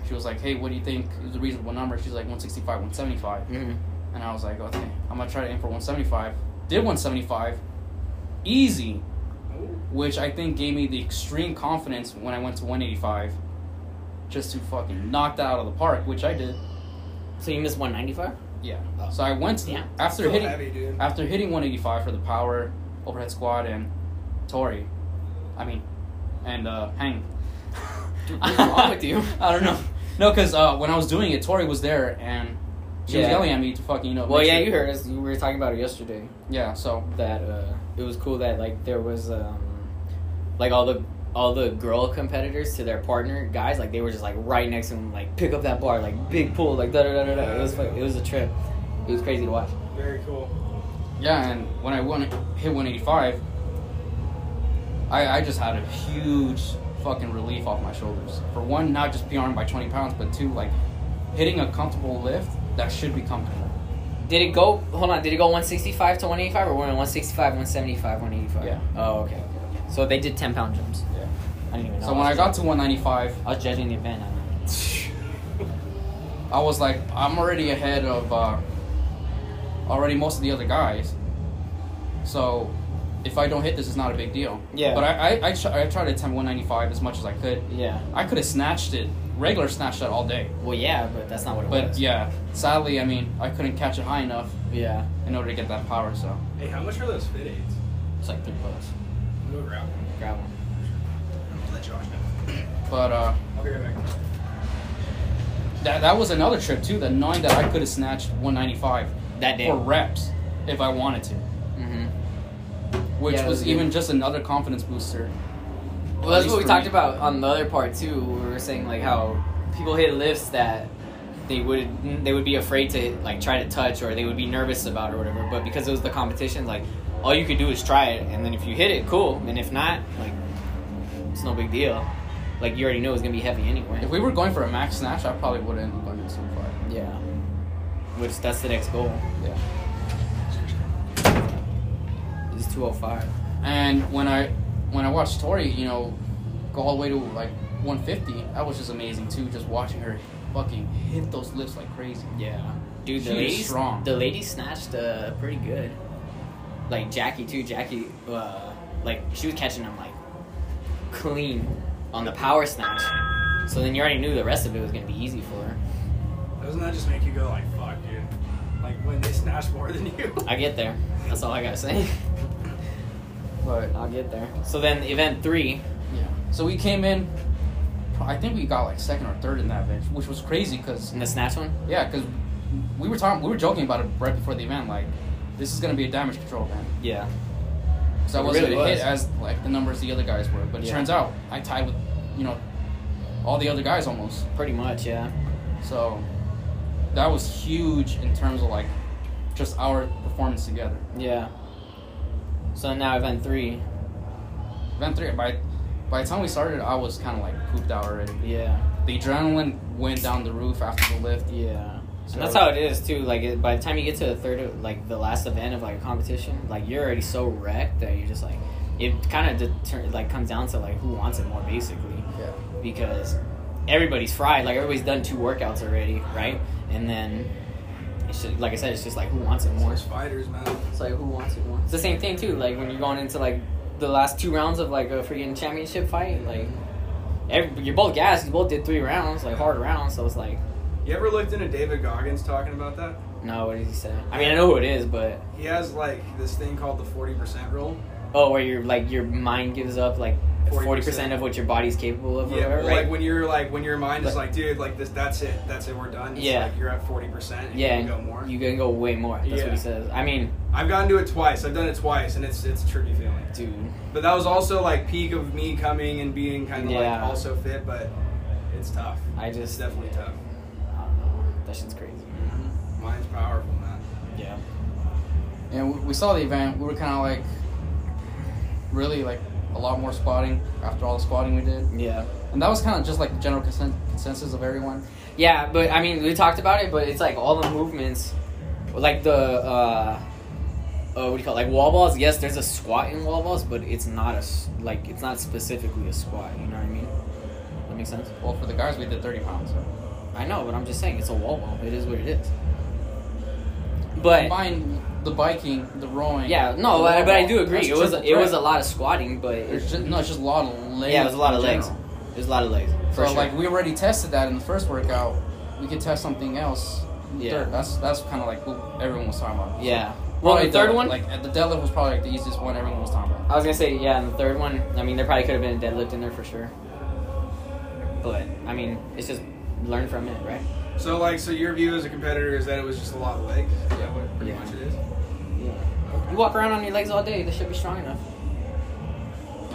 Speaker 3: She was like, "Hey, what do you think is a reasonable number?" She's like, "165, 175."
Speaker 1: mhm.
Speaker 3: And I was like, "Okay, I'm gonna try to aim for 175." Did 175, easy, which I think gave me the extreme confidence when I went to 185, just to fucking knock that out of the park, which I did.
Speaker 1: so you missed 195.
Speaker 3: Yeah. So I went to
Speaker 1: Yeah.
Speaker 3: after
Speaker 4: Oh. Still
Speaker 3: hitting
Speaker 4: heavy,
Speaker 1: Uh,
Speaker 4: dude.
Speaker 3: after hitting 185 for the power overhead squat and Tori, I mean, and uh, hang.
Speaker 1: Dude, what's wrong with you?
Speaker 3: I don't know. No, because uh, when I was doing it, Tori was there and she was
Speaker 1: Yeah.
Speaker 3: yelling at me to fucking you know.
Speaker 1: Well,
Speaker 3: make
Speaker 1: yeah,
Speaker 3: sure-
Speaker 1: you heard us. We were talking about it yesterday.
Speaker 3: Yeah. So
Speaker 1: That uh, it was cool that like there was um, like all the all the girl competitors to their partner guys like they were just like right next to him like pick up that bar like big pull like da da da da da. It was fu- it was a trip. It was crazy to watch.
Speaker 4: Very cool.
Speaker 3: yeah, and when I won, hit 185, I I just had a huge fucking relief off my shoulders. For one, not just PRing by 20 pounds, but two, like hitting a comfortable lift that should be comfortable.
Speaker 1: Did it go? Hold on. Did it go 165 to 185 or were it 165, 175, 185?
Speaker 3: Yeah.
Speaker 1: Oh, okay. So they did 10 pound jumps.
Speaker 3: Yeah.
Speaker 1: I didn't even know.
Speaker 3: So when I
Speaker 1: was
Speaker 3: got to 195,
Speaker 1: judging- I was judging the event. I don't know.
Speaker 3: I was like, I'm already ahead of uh, already most of the other guys. So if I don't hit this, it's not a big deal.
Speaker 1: Yeah.
Speaker 3: But I I, I, tr- I tried to attempt 195 as much as I could.
Speaker 1: Yeah.
Speaker 3: I could have snatched it, regular snatched that all day.
Speaker 1: Well, yeah, but that's not what it
Speaker 3: But
Speaker 1: was.
Speaker 3: yeah, sadly, I mean, I couldn't catch it high enough
Speaker 1: Yeah.
Speaker 3: in order to get that power. So
Speaker 4: Hey, how much are those fit aids?
Speaker 1: It's like three bucks.
Speaker 4: Go grab one.
Speaker 1: Grab one.
Speaker 4: I'll let Josh know.
Speaker 3: but uh,
Speaker 4: I'll be right back.
Speaker 3: that that was another trip too. That knowing that I could have snatched 195
Speaker 1: That day.
Speaker 3: for reps if I wanted to,
Speaker 1: Mm-hmm.
Speaker 3: which
Speaker 1: Yeah, it
Speaker 3: was
Speaker 1: was
Speaker 3: even
Speaker 1: good.
Speaker 3: just another confidence booster.
Speaker 1: Well,
Speaker 3: At
Speaker 1: that's
Speaker 3: least
Speaker 1: what we
Speaker 3: for
Speaker 1: talked
Speaker 3: me.
Speaker 1: about on the other part too. We were saying like how people hit lifts that they would they would be afraid to like try to touch or they would be nervous about or whatever. But because it was the competition, like all you could do is try it, and then if you hit it, cool. And if not, like it's no big deal. Like you already know it's gonna be heavy anyway.
Speaker 3: If we were going for a max snatch, I probably would end up going to some fight.
Speaker 1: yeah. Which that's the next goal
Speaker 3: Yeah.
Speaker 1: is two hundred five.
Speaker 3: And when I when I watched Tori, you know, go all the way to like 150, that was just amazing too. Just watching her fucking hit those lifts like crazy.
Speaker 1: Yeah, dude,
Speaker 3: She
Speaker 1: the
Speaker 3: is
Speaker 1: lady
Speaker 3: strong.
Speaker 1: The lady snatched uh, pretty good. Like Jackie too. Jackie, uh, like she was catching them like clean on the power snatch. So then you already knew the rest of it was gonna be easy for her.
Speaker 4: Doesn't that just make you go like, fuck, dude? Like when they snatch more than you.
Speaker 1: I get there. That's all I gotta say.
Speaker 3: But
Speaker 1: I'll get there. So then event three.
Speaker 3: yeah. So we came in. I think we got like second or third in that bitch, which was crazy because
Speaker 1: In the snatch one,
Speaker 3: yeah, because we were talking, we were joking about it right before the event. Like, this is gonna be a damage control event.
Speaker 1: yeah,
Speaker 3: So I
Speaker 1: It
Speaker 3: wasn't
Speaker 1: really
Speaker 3: gonna
Speaker 1: was.
Speaker 3: hit as like the numbers the other guys were, but it
Speaker 1: Yeah.
Speaker 3: turns out I tied with, you know, all the other guys almost.
Speaker 1: pretty much, yeah.
Speaker 3: So that was huge in terms of like just our performance together.
Speaker 1: Yeah. So now event three.
Speaker 3: Event three, by by the time we started, I was kind of like pooped out already.
Speaker 1: Yeah.
Speaker 3: The adrenaline went down the roof after the lift.
Speaker 1: Yeah.
Speaker 3: So-
Speaker 1: and that's how it is too. Like it, by the time you get to the third, of, like the last event of like a competition, like you're already so wrecked that you're just like, it kind of deter- like comes down to like who wants it more basically,
Speaker 3: Yeah.
Speaker 1: because everybody's fried. Like everybody's done two workouts already, right? And then it's just, like I said, it's just like who wants it more.
Speaker 4: Those fighters, man.
Speaker 1: It's like who wants it more. It's the same thing too. Like when you're going into like the last two rounds of like a freaking championship fight, like. Every, you're both gassed. You both did three rounds, like hard rounds. So it's like,
Speaker 4: You ever looked into David Goggins talking about that?
Speaker 1: no, what did he say? I mean, I know who it is, but
Speaker 4: He has like this thing called the forty percent rule.
Speaker 1: Oh, where you're like your mind gives up like forty percent of what your body's capable of, or
Speaker 4: Yeah,
Speaker 1: whatever,
Speaker 4: well,
Speaker 1: right?
Speaker 4: like when you're like when your mind is
Speaker 1: Like-
Speaker 4: like, dude, like this, that's it, that's it, we're done. It's
Speaker 1: Yeah.
Speaker 4: like you're at forty percent. and
Speaker 1: yeah,
Speaker 4: you can go more.
Speaker 1: you can go way more. That's what
Speaker 4: Yeah.
Speaker 1: he says. I mean,
Speaker 4: I've gotten to it twice. I've done it twice, and it's it's a trippy feeling.
Speaker 1: dude,
Speaker 4: But that was also like peak of me coming and being kind of like
Speaker 1: Yeah.
Speaker 4: also fit, but it's tough.
Speaker 1: I
Speaker 4: It's
Speaker 1: just
Speaker 4: definitely tough.
Speaker 1: I don't know. That shit's crazy.
Speaker 4: Mine's powerful, man.
Speaker 1: Yeah.
Speaker 3: And we, we saw the event. We were kind of like, really like a lot more spotting after all the spotting we did.
Speaker 1: Yeah.
Speaker 3: And that was kind of just like the general consen- consensus of everyone.
Speaker 1: Yeah, but I mean, we talked about it, but it's like all the movements, like the uh, uh what do you call it? like wall balls? Yes, there's a squat in wall balls, but it's not a s- like it's not specifically a squat. You know what I mean? That makes sense.
Speaker 3: Well, for the guys, we did 30 pounds. So.
Speaker 1: I know, but I'm just saying it's a wall ball. It is what it is. But
Speaker 3: Combine the biking, the rowing.
Speaker 1: yeah, no,
Speaker 3: the
Speaker 1: but, but I do
Speaker 3: wall-
Speaker 1: agree.
Speaker 3: that's
Speaker 1: It was
Speaker 3: triple
Speaker 1: it was a
Speaker 3: threat.
Speaker 1: lot of squatting, but it,
Speaker 3: It's just, no, it's just a lot of legs.
Speaker 1: yeah, it was a lot
Speaker 3: in
Speaker 1: of legs.
Speaker 3: general.
Speaker 1: It was a lot of legs. For
Speaker 3: So
Speaker 1: sure.
Speaker 3: like we already tested that in the first workout. We could test something else. in the
Speaker 1: Yeah.
Speaker 3: third. That's that's kind of like what everyone was talking about.
Speaker 1: yeah. Well,
Speaker 3: Probably
Speaker 1: the third one,
Speaker 3: like the deadlift was probably like the easiest one everyone was talking about.
Speaker 1: I was gonna say, yeah, and the third one, I mean, there probably could have been a deadlift in there for sure. But I mean, it's just learn from it, right?
Speaker 4: So like, so your view as a competitor is that it was just a lot of legs. Is that what pretty
Speaker 1: Yeah.
Speaker 4: much it is?
Speaker 1: Yeah. You walk around on your legs all day. This should be strong enough,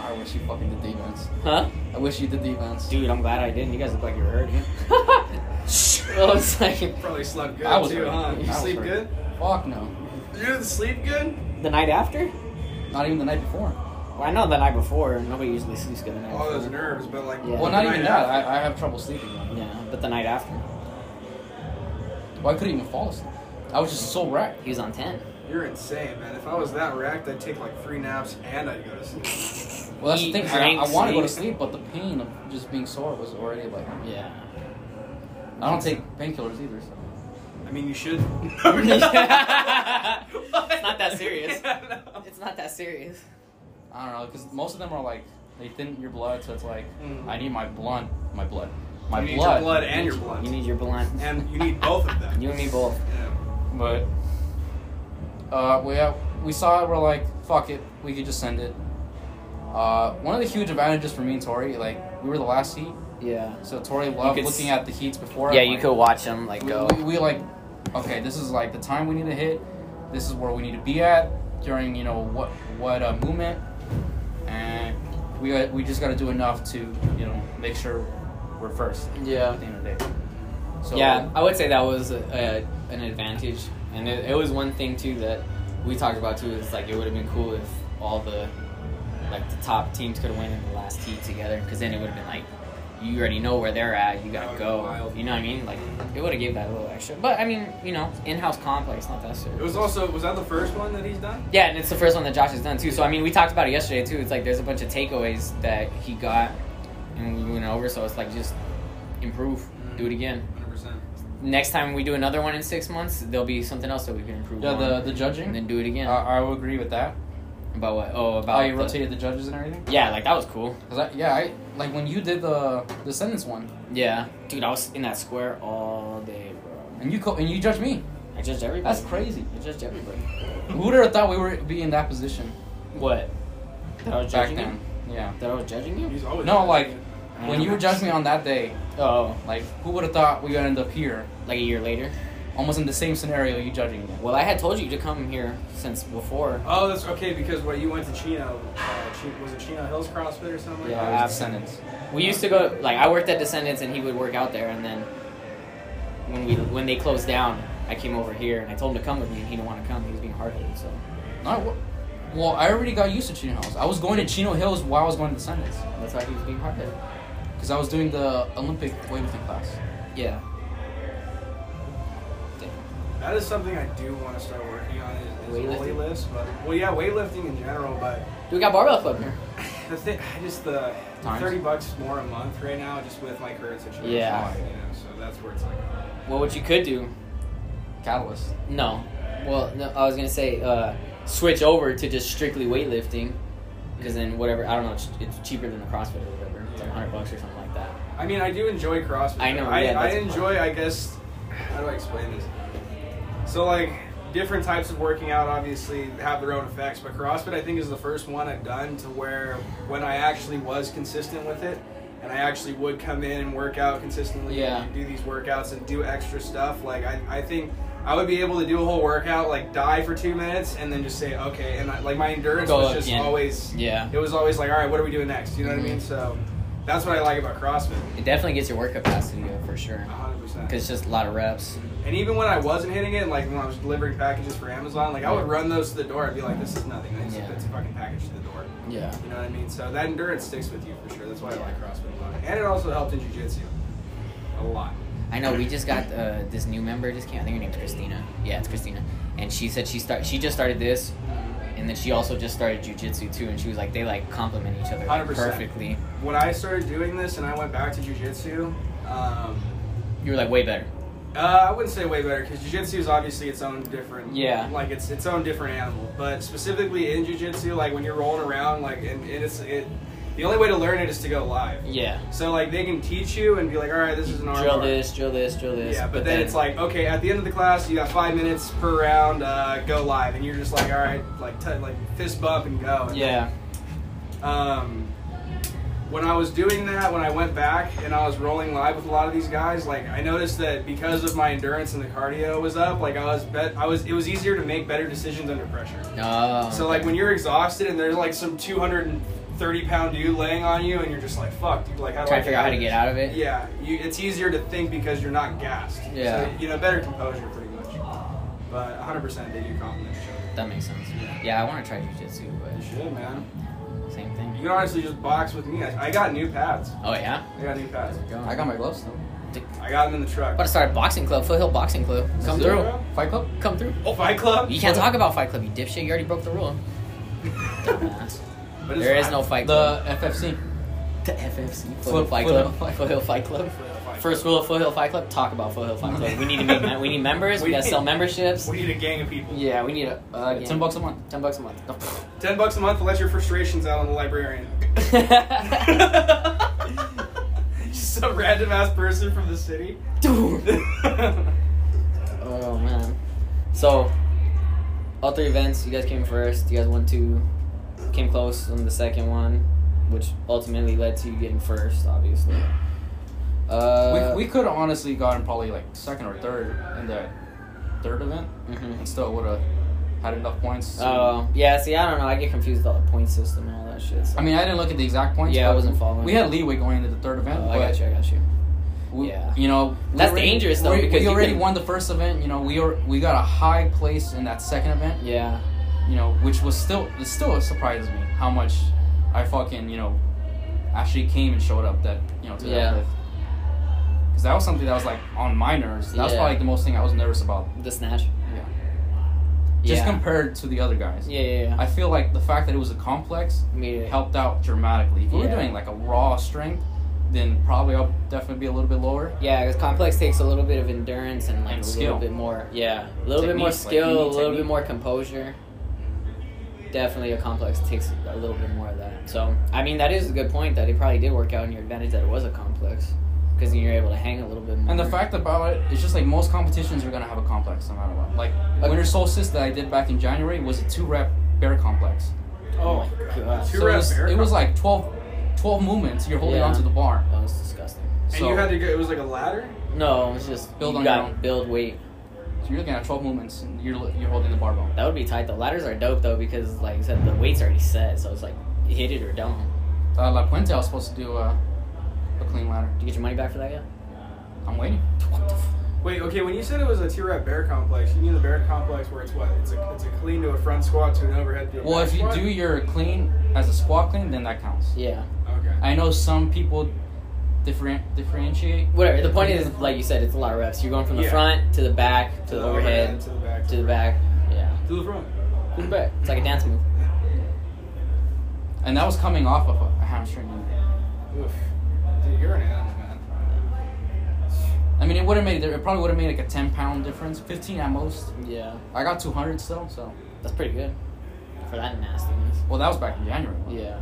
Speaker 3: I wish you fucking did defense.
Speaker 1: huh?
Speaker 3: I wish you did defense.
Speaker 1: Dude, I'm glad I didn't. You guys look like you were hurting. well, it's like
Speaker 4: Probably slept good
Speaker 3: I was
Speaker 4: too,
Speaker 3: hurting.
Speaker 4: huh? You
Speaker 3: I was
Speaker 4: sleep
Speaker 3: hurting.
Speaker 4: good?
Speaker 3: Fuck no.
Speaker 4: You didn't sleep good?
Speaker 1: the night after.
Speaker 3: Not even the night before.
Speaker 1: Well, I know the night before. Nobody usually sleeps good the night.
Speaker 4: All Oh, those
Speaker 1: before.
Speaker 4: nerves, but like,
Speaker 1: Yeah.
Speaker 3: Well, not
Speaker 4: the
Speaker 3: even
Speaker 4: night
Speaker 3: that.
Speaker 4: after-
Speaker 3: I, I have trouble sleeping.
Speaker 1: Yeah, but the night after,
Speaker 3: Well, I couldn't even fall asleep. I was just so wrecked.
Speaker 1: he was on ten.
Speaker 4: You're insane, man. If I was that wrecked, I'd take like three naps and I'd go to sleep.
Speaker 3: Well, that's
Speaker 1: Eat,
Speaker 3: the thing.
Speaker 1: drink,
Speaker 3: I, I want to go to
Speaker 1: sleep.
Speaker 3: sleep, but the pain of just being sore was already like.
Speaker 1: Yeah.
Speaker 3: I don't take painkillers either. So.
Speaker 4: I mean, you should.
Speaker 1: it's not that serious.
Speaker 4: Yeah, no.
Speaker 1: It's not that serious.
Speaker 3: I don't know, because most of them are like they thin your blood, so it's like
Speaker 4: Mm.
Speaker 3: I need my blunt, my blood, my
Speaker 4: you need
Speaker 3: blood,
Speaker 4: your blood and your blood.
Speaker 1: You need your blunt.
Speaker 4: and you need both of them.
Speaker 1: You and me both.
Speaker 4: Yeah.
Speaker 3: But uh, we uh, we saw it. We're like, fuck it, we could just send it. Uh, one of the huge advantages for me and Tori, like we were the last heat,
Speaker 1: Yeah.
Speaker 3: so Tori loved
Speaker 1: could
Speaker 3: looking
Speaker 1: s-
Speaker 3: at the heats before.
Speaker 1: Yeah,
Speaker 3: I'm
Speaker 1: you
Speaker 3: like,
Speaker 1: could watch them like
Speaker 3: we,
Speaker 1: go.
Speaker 3: We, we like, okay, this is like the time we need to hit. This is where we need to be at during you know what what uh, movement, and we got, we just got to do enough to you know make sure we're first.
Speaker 1: Yeah.
Speaker 3: At the end of the day. So
Speaker 1: yeah, I would say that was a, a, an advantage, and it, it was one thing too that we talked about too. Is like it would have been cool if all the like the top teams could have went in the last heat together, because then it would have been like you already know where they're at. You gotta
Speaker 4: That
Speaker 1: go.
Speaker 4: would've been wild.
Speaker 1: You know what I mean? Like it would have gave that a little extra. But I mean, you know, in-house complex, not that serious.
Speaker 4: It was also was that the first one that he's done?
Speaker 1: Yeah, and it's the first one that Josh has done too. So I mean, we talked about it yesterday too. It's like there's a bunch of takeaways that he got, and we went over. So it's like just improve, do
Speaker 4: Mm-hmm.
Speaker 1: it again.
Speaker 4: 100%.
Speaker 1: Next time we do another one in six months, there'll be something else that we can improve.
Speaker 3: yeah,
Speaker 1: on,
Speaker 3: the the
Speaker 1: and
Speaker 3: judging.
Speaker 1: then do it again.
Speaker 3: I, I will agree with that.
Speaker 1: about what? Oh, about
Speaker 3: How you
Speaker 1: the-
Speaker 3: rotated the judges and everything.
Speaker 1: Yeah, like that was cool.
Speaker 3: Cause I, yeah, I like when you did the the sentence one,
Speaker 1: Yeah, dude, I was in that square all day, bro.
Speaker 3: and you co- and you judged me.
Speaker 1: I judged everybody.
Speaker 3: That's crazy.
Speaker 1: I judged everybody.
Speaker 3: Who would have thought we would be in that position
Speaker 1: What? That I was
Speaker 3: back
Speaker 1: judging
Speaker 3: then?
Speaker 1: you.
Speaker 3: Yeah.
Speaker 1: That I was judging you.
Speaker 4: He's always
Speaker 3: No, like when you judged me on that day,
Speaker 1: Oh,
Speaker 3: Like, who would have thought we would end up here,
Speaker 1: like a year later.
Speaker 3: almost in the same scenario you judging me?
Speaker 1: Well, I had told you to come here since before.
Speaker 4: Oh, that's okay because what you went to Chino, uh, Chi- was it Chino Hills CrossFit or something?
Speaker 1: Uh,
Speaker 3: Yeah,
Speaker 4: Like
Speaker 3: it was descendants.
Speaker 1: We used to go like I worked at Descendants and he would work out there and then when we when they closed down, I came over here and I told him to come with me and he didn't want to come. He was being hard-headed, so
Speaker 3: Not wh- well, I already got used to Chino Hills. I was going to Chino Hills while I was going to descendants
Speaker 1: that's why he was being hard-headed.
Speaker 3: because I was doing the Olympic weightlifting class.
Speaker 1: Yeah.
Speaker 4: that? That is something I do want to start working on is, is
Speaker 1: Weightlifting?
Speaker 4: weightlifts, but well, yeah, weightlifting in general, but
Speaker 1: Do we got barbell club here?
Speaker 4: the thing, just the
Speaker 3: Times?
Speaker 4: thirty bucks more a month right now, just with my current situation.
Speaker 1: Yeah.
Speaker 4: you know, so that's where it's like. uh,
Speaker 1: Well, what you could do?
Speaker 3: Catalyst.
Speaker 1: No. Well, no, I was gonna say uh, switch over to just strictly weightlifting because then whatever I don't know, it's, it's cheaper than the CrossFit or whatever. It's like
Speaker 4: Yeah.
Speaker 1: hundred bucks or something like that.
Speaker 4: I mean, I do enjoy CrossFit.
Speaker 1: I know,
Speaker 4: I,
Speaker 1: yeah,
Speaker 4: I
Speaker 1: that's the
Speaker 4: enjoy. I guess. How do I explain this? So like, different types of working out obviously have their own effects, but CrossFit I think is the first one I've done to where when I actually was consistent with it, and I actually would come in and work out consistently,
Speaker 3: Yeah.
Speaker 4: and do these workouts and do extra stuff. Like I, I think I would be able to do a whole workout, like die for two minutes, and then just say okay, and I, like my endurance
Speaker 1: Go
Speaker 4: was
Speaker 1: up
Speaker 4: just
Speaker 1: again.
Speaker 4: always,
Speaker 1: Yeah.
Speaker 4: it was always like all right, what are we doing next? You know what I mean?
Speaker 1: Mm-hmm.
Speaker 4: So that's what I like about CrossFit,
Speaker 1: It definitely gets your work capacity up for sure.
Speaker 4: hundred percent.
Speaker 1: Cause it's just a lot of reps.
Speaker 4: And even when I wasn't hitting it, like when I was delivering packages for Amazon, like I would run those to the door. I'd be like, "This is nothing. It's,
Speaker 1: Yeah.
Speaker 4: it's a fucking package to the door."
Speaker 1: Yeah.
Speaker 4: You know what I mean? So that endurance sticks with you for sure. That's why I like CrossFit a lot, and it also helped in jujitsu a lot.
Speaker 1: I know we just got uh, this new member just came. I think her name's Christina. Yeah, it's Christina. And she said she start she just started this, and then she also just started jujitsu too. And she was like they like complement each other like,
Speaker 4: 100%.
Speaker 1: perfectly.
Speaker 4: When I started doing this, and I went back to jujitsu, um,
Speaker 1: You were like way better.
Speaker 4: uh, I wouldn't say way better because jujitsu is obviously its own different.
Speaker 1: Yeah.
Speaker 4: Like it's its own different animal, but specifically in jujitsu, like when you're rolling around, like and, and it's it. The only way to learn it is to go live.
Speaker 1: Yeah.
Speaker 4: So like they can teach you and be like, all right, this is an arm
Speaker 1: drill
Speaker 4: bar.
Speaker 1: this, drill this, drill this.
Speaker 4: Yeah, but, then, it's like, okay, at the end of the class, you got five minutes per round. Uh, go live, and you're just like, all right, like t- like fist bump and go. And,
Speaker 1: yeah,
Speaker 4: Um, when I was doing that, when I went back and I was rolling live with a lot of these guys, like I noticed that because of my endurance and the cardio was up, like I was bet I was it was easier to make better decisions under pressure.
Speaker 1: oh,
Speaker 4: So like when you're exhausted and there's like some 230 pound dude laying on you and you're just like fuck, dude, like how do
Speaker 1: trying
Speaker 4: I
Speaker 1: to figure out how to
Speaker 4: this?
Speaker 1: get out of it.
Speaker 4: Yeah, you, it's easier to think because you're not gassed.
Speaker 1: Yeah.
Speaker 4: So, you know, better composure, pretty much. But 100% they do compliment each other.
Speaker 1: that makes sense. Yeah, I want to try jujitsu,
Speaker 4: You should, man.
Speaker 1: but same thing.
Speaker 4: You can honestly just box with me. I, I got new pads.
Speaker 1: Oh yeah,
Speaker 4: I got new pads.
Speaker 3: I got my gloves though.
Speaker 4: I got them in the
Speaker 1: about
Speaker 4: truck.
Speaker 1: to start a boxing club, Foothill Boxing Club. Come through,
Speaker 4: Zero?
Speaker 3: Fight Club?
Speaker 1: come through.
Speaker 4: Oh, Fight Club?
Speaker 1: You can't talk about Fight Club, you dipshit. You already broke the rule. Dumbass.
Speaker 4: But it's
Speaker 1: there is
Speaker 4: fine.
Speaker 1: no Fight Club.
Speaker 3: The FFC.
Speaker 1: The FFC Foothill
Speaker 3: Foot-
Speaker 1: Fight
Speaker 3: Foothill
Speaker 1: Club.
Speaker 3: Fight-
Speaker 1: Foothill Fight Club.
Speaker 4: Fight
Speaker 1: First rule of Foothill Fight Club: talk about Foothill Fight Club. We need to make mem- we need members. We,
Speaker 4: We
Speaker 1: gotta
Speaker 4: need-
Speaker 1: sell memberships.
Speaker 4: We need a gang of people.
Speaker 1: yeah, we need a uh,
Speaker 3: Ten bucks a month.
Speaker 1: Ten bucks a month.
Speaker 4: 10 bucks a month to let your frustrations out on the librarian. just some random ass person from the city.
Speaker 1: Oh man. So, all three events, you guys came first. You guys won two, came close on the second one, which ultimately led to you getting first, obviously. Uh,
Speaker 3: we we could have honestly gotten probably like second or third in the third event
Speaker 1: mhm.
Speaker 3: and still would have had enough points. to-
Speaker 1: Oh yeah. See, I don't know. I get confused with all the point system and all that shit. So.
Speaker 3: I mean, I didn't look at the exact points.
Speaker 1: Yeah, I
Speaker 3: but
Speaker 1: wasn't following.
Speaker 3: We had leeway going into the third event.
Speaker 1: Oh,
Speaker 3: but
Speaker 1: I got you. I got you.
Speaker 3: We,
Speaker 1: Yeah.
Speaker 3: You know, we
Speaker 1: That's dangerous, though,
Speaker 3: we-
Speaker 1: because
Speaker 3: we
Speaker 1: you
Speaker 3: already
Speaker 1: can-
Speaker 3: won the first event. You know, we are, we got a high place in that second event.
Speaker 1: Yeah.
Speaker 3: You know, which was still it still surprises me how much I fucking you know actually came and showed up that you know to
Speaker 1: Yeah.
Speaker 3: that lift. Because that was something that was like on my nerves. That was
Speaker 1: Yeah.
Speaker 3: probably the most thing I was nervous about.
Speaker 1: The snatch.
Speaker 3: Yeah. Just
Speaker 1: yeah.
Speaker 3: compared to the other guys.
Speaker 1: Yeah, yeah, yeah.
Speaker 3: I feel like the fact that it was a complex
Speaker 1: I mean,
Speaker 3: it helped out dramatically. If we were
Speaker 1: Yeah.
Speaker 3: doing like a raw strength, then probably I'll definitely be a little bit lower.
Speaker 1: Yeah, because complex takes a little bit of endurance and like
Speaker 3: And
Speaker 1: a
Speaker 3: skill.
Speaker 1: little bit more. Yeah, a little bit
Speaker 3: Technique,
Speaker 1: more
Speaker 3: like,
Speaker 1: skill,
Speaker 3: you need
Speaker 1: a little
Speaker 3: technique.
Speaker 1: bit more composure. Definitely, a complex takes a little bit more of that. So, I mean, that is a good point that it probably did work out in your advantage that it was a complex because you're able to hang a little bit more.
Speaker 3: And the fact about it, it's just like most competitions are gonna have a complex no matter what. Like Winter Solstice that I did back in January was a two rep bear complex.
Speaker 1: oh my god,
Speaker 4: Two
Speaker 3: So it
Speaker 4: rep
Speaker 3: was,
Speaker 4: bear
Speaker 3: it was
Speaker 4: complex.
Speaker 3: like 12, 12 movements. You're holding
Speaker 1: Yeah.
Speaker 3: onto the bar.
Speaker 1: that was disgusting.
Speaker 4: And
Speaker 3: So,
Speaker 4: you had to go, it was like a ladder?
Speaker 1: No, it's just
Speaker 3: Build
Speaker 1: build
Speaker 3: on
Speaker 1: you
Speaker 3: your
Speaker 1: got
Speaker 3: own.
Speaker 1: build weight.
Speaker 3: so you're looking at twelve movements and you're li- you're holding the barbell.
Speaker 1: That would be tight. The ladders are dope though because, like I said, the weight's already set, so it's like hit it or don't.
Speaker 3: Uh, La Puente, I was supposed to do uh, a clean ladder.
Speaker 1: Did you get your money back for that yet?
Speaker 3: I'm waiting.
Speaker 4: Wait, okay, when you said it was a two rep bear complex, you mean the bear complex where it's what? It's a, it's a clean to a front squat to an overhead to a
Speaker 3: Well,
Speaker 4: back
Speaker 3: if you
Speaker 4: squat?
Speaker 3: do your clean as a squat clean, then that counts.
Speaker 1: Yeah.
Speaker 4: Okay.
Speaker 3: I know some people different differentiate.
Speaker 1: Whatever. The point is, like you said, it's a lot of reps. You're going from the
Speaker 4: Yeah.
Speaker 1: front to the back to the overhead
Speaker 4: To the back.
Speaker 1: to the back. Yeah.
Speaker 4: To the front.
Speaker 1: To the back. It's like a dance move.
Speaker 3: And that was coming off of a hamstring. injury.
Speaker 4: Oof. Dude, you're an animal, man.
Speaker 3: I mean, it would have made it probably would have made like a ten pound difference, fifteen at most.
Speaker 1: Yeah.
Speaker 3: I got two hundred still, so
Speaker 1: That's pretty good for that nastiness.
Speaker 3: well that was back in January.
Speaker 1: Yeah.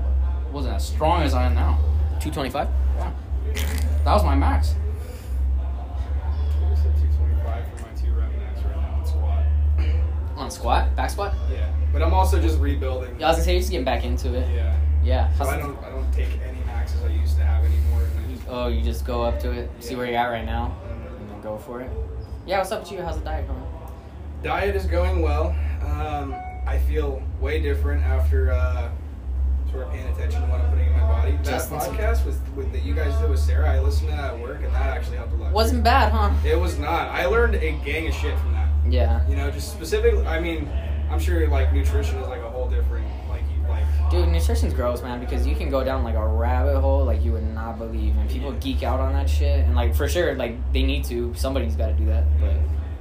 Speaker 3: It wasn't as strong as I am now.
Speaker 1: Two twenty-five.
Speaker 3: Yeah, that was my max.
Speaker 4: I just said 225 for my two rep max right now on squat.
Speaker 1: on squat, back squat.
Speaker 4: Yeah, but I'm also just rebuilding.
Speaker 1: Yeah, I was gonna say you're just getting back into it.
Speaker 4: Yeah.
Speaker 1: Yeah.
Speaker 4: So I
Speaker 1: how's-
Speaker 4: don't I don't take any maxes I used to have anymore. And I just,
Speaker 1: Oh, you just go up to it, see
Speaker 4: Yeah.
Speaker 1: where you're at right now, and then go for it. Yeah, what's up with you? How's the diet going?
Speaker 4: diet is going well. Um, I feel way different after uh, sort of paying attention to what I'm putting in my body. That
Speaker 1: Justin, so-
Speaker 4: podcast with, with that you guys did with Sarah, I listened to that at work, and that actually helped a lot.
Speaker 1: Wasn't bad, huh?
Speaker 4: It was not. I learned a gang of shit from that.
Speaker 1: Yeah.
Speaker 4: You know, just specifically. I mean, I'm sure like nutrition is like a whole different like you like.
Speaker 1: Dude, nutrition's gross, man, because you can go down like a rabbit hole like you would not believe, and people geek out on that shit, and like for sure, like they need to. Somebody's got to do that, but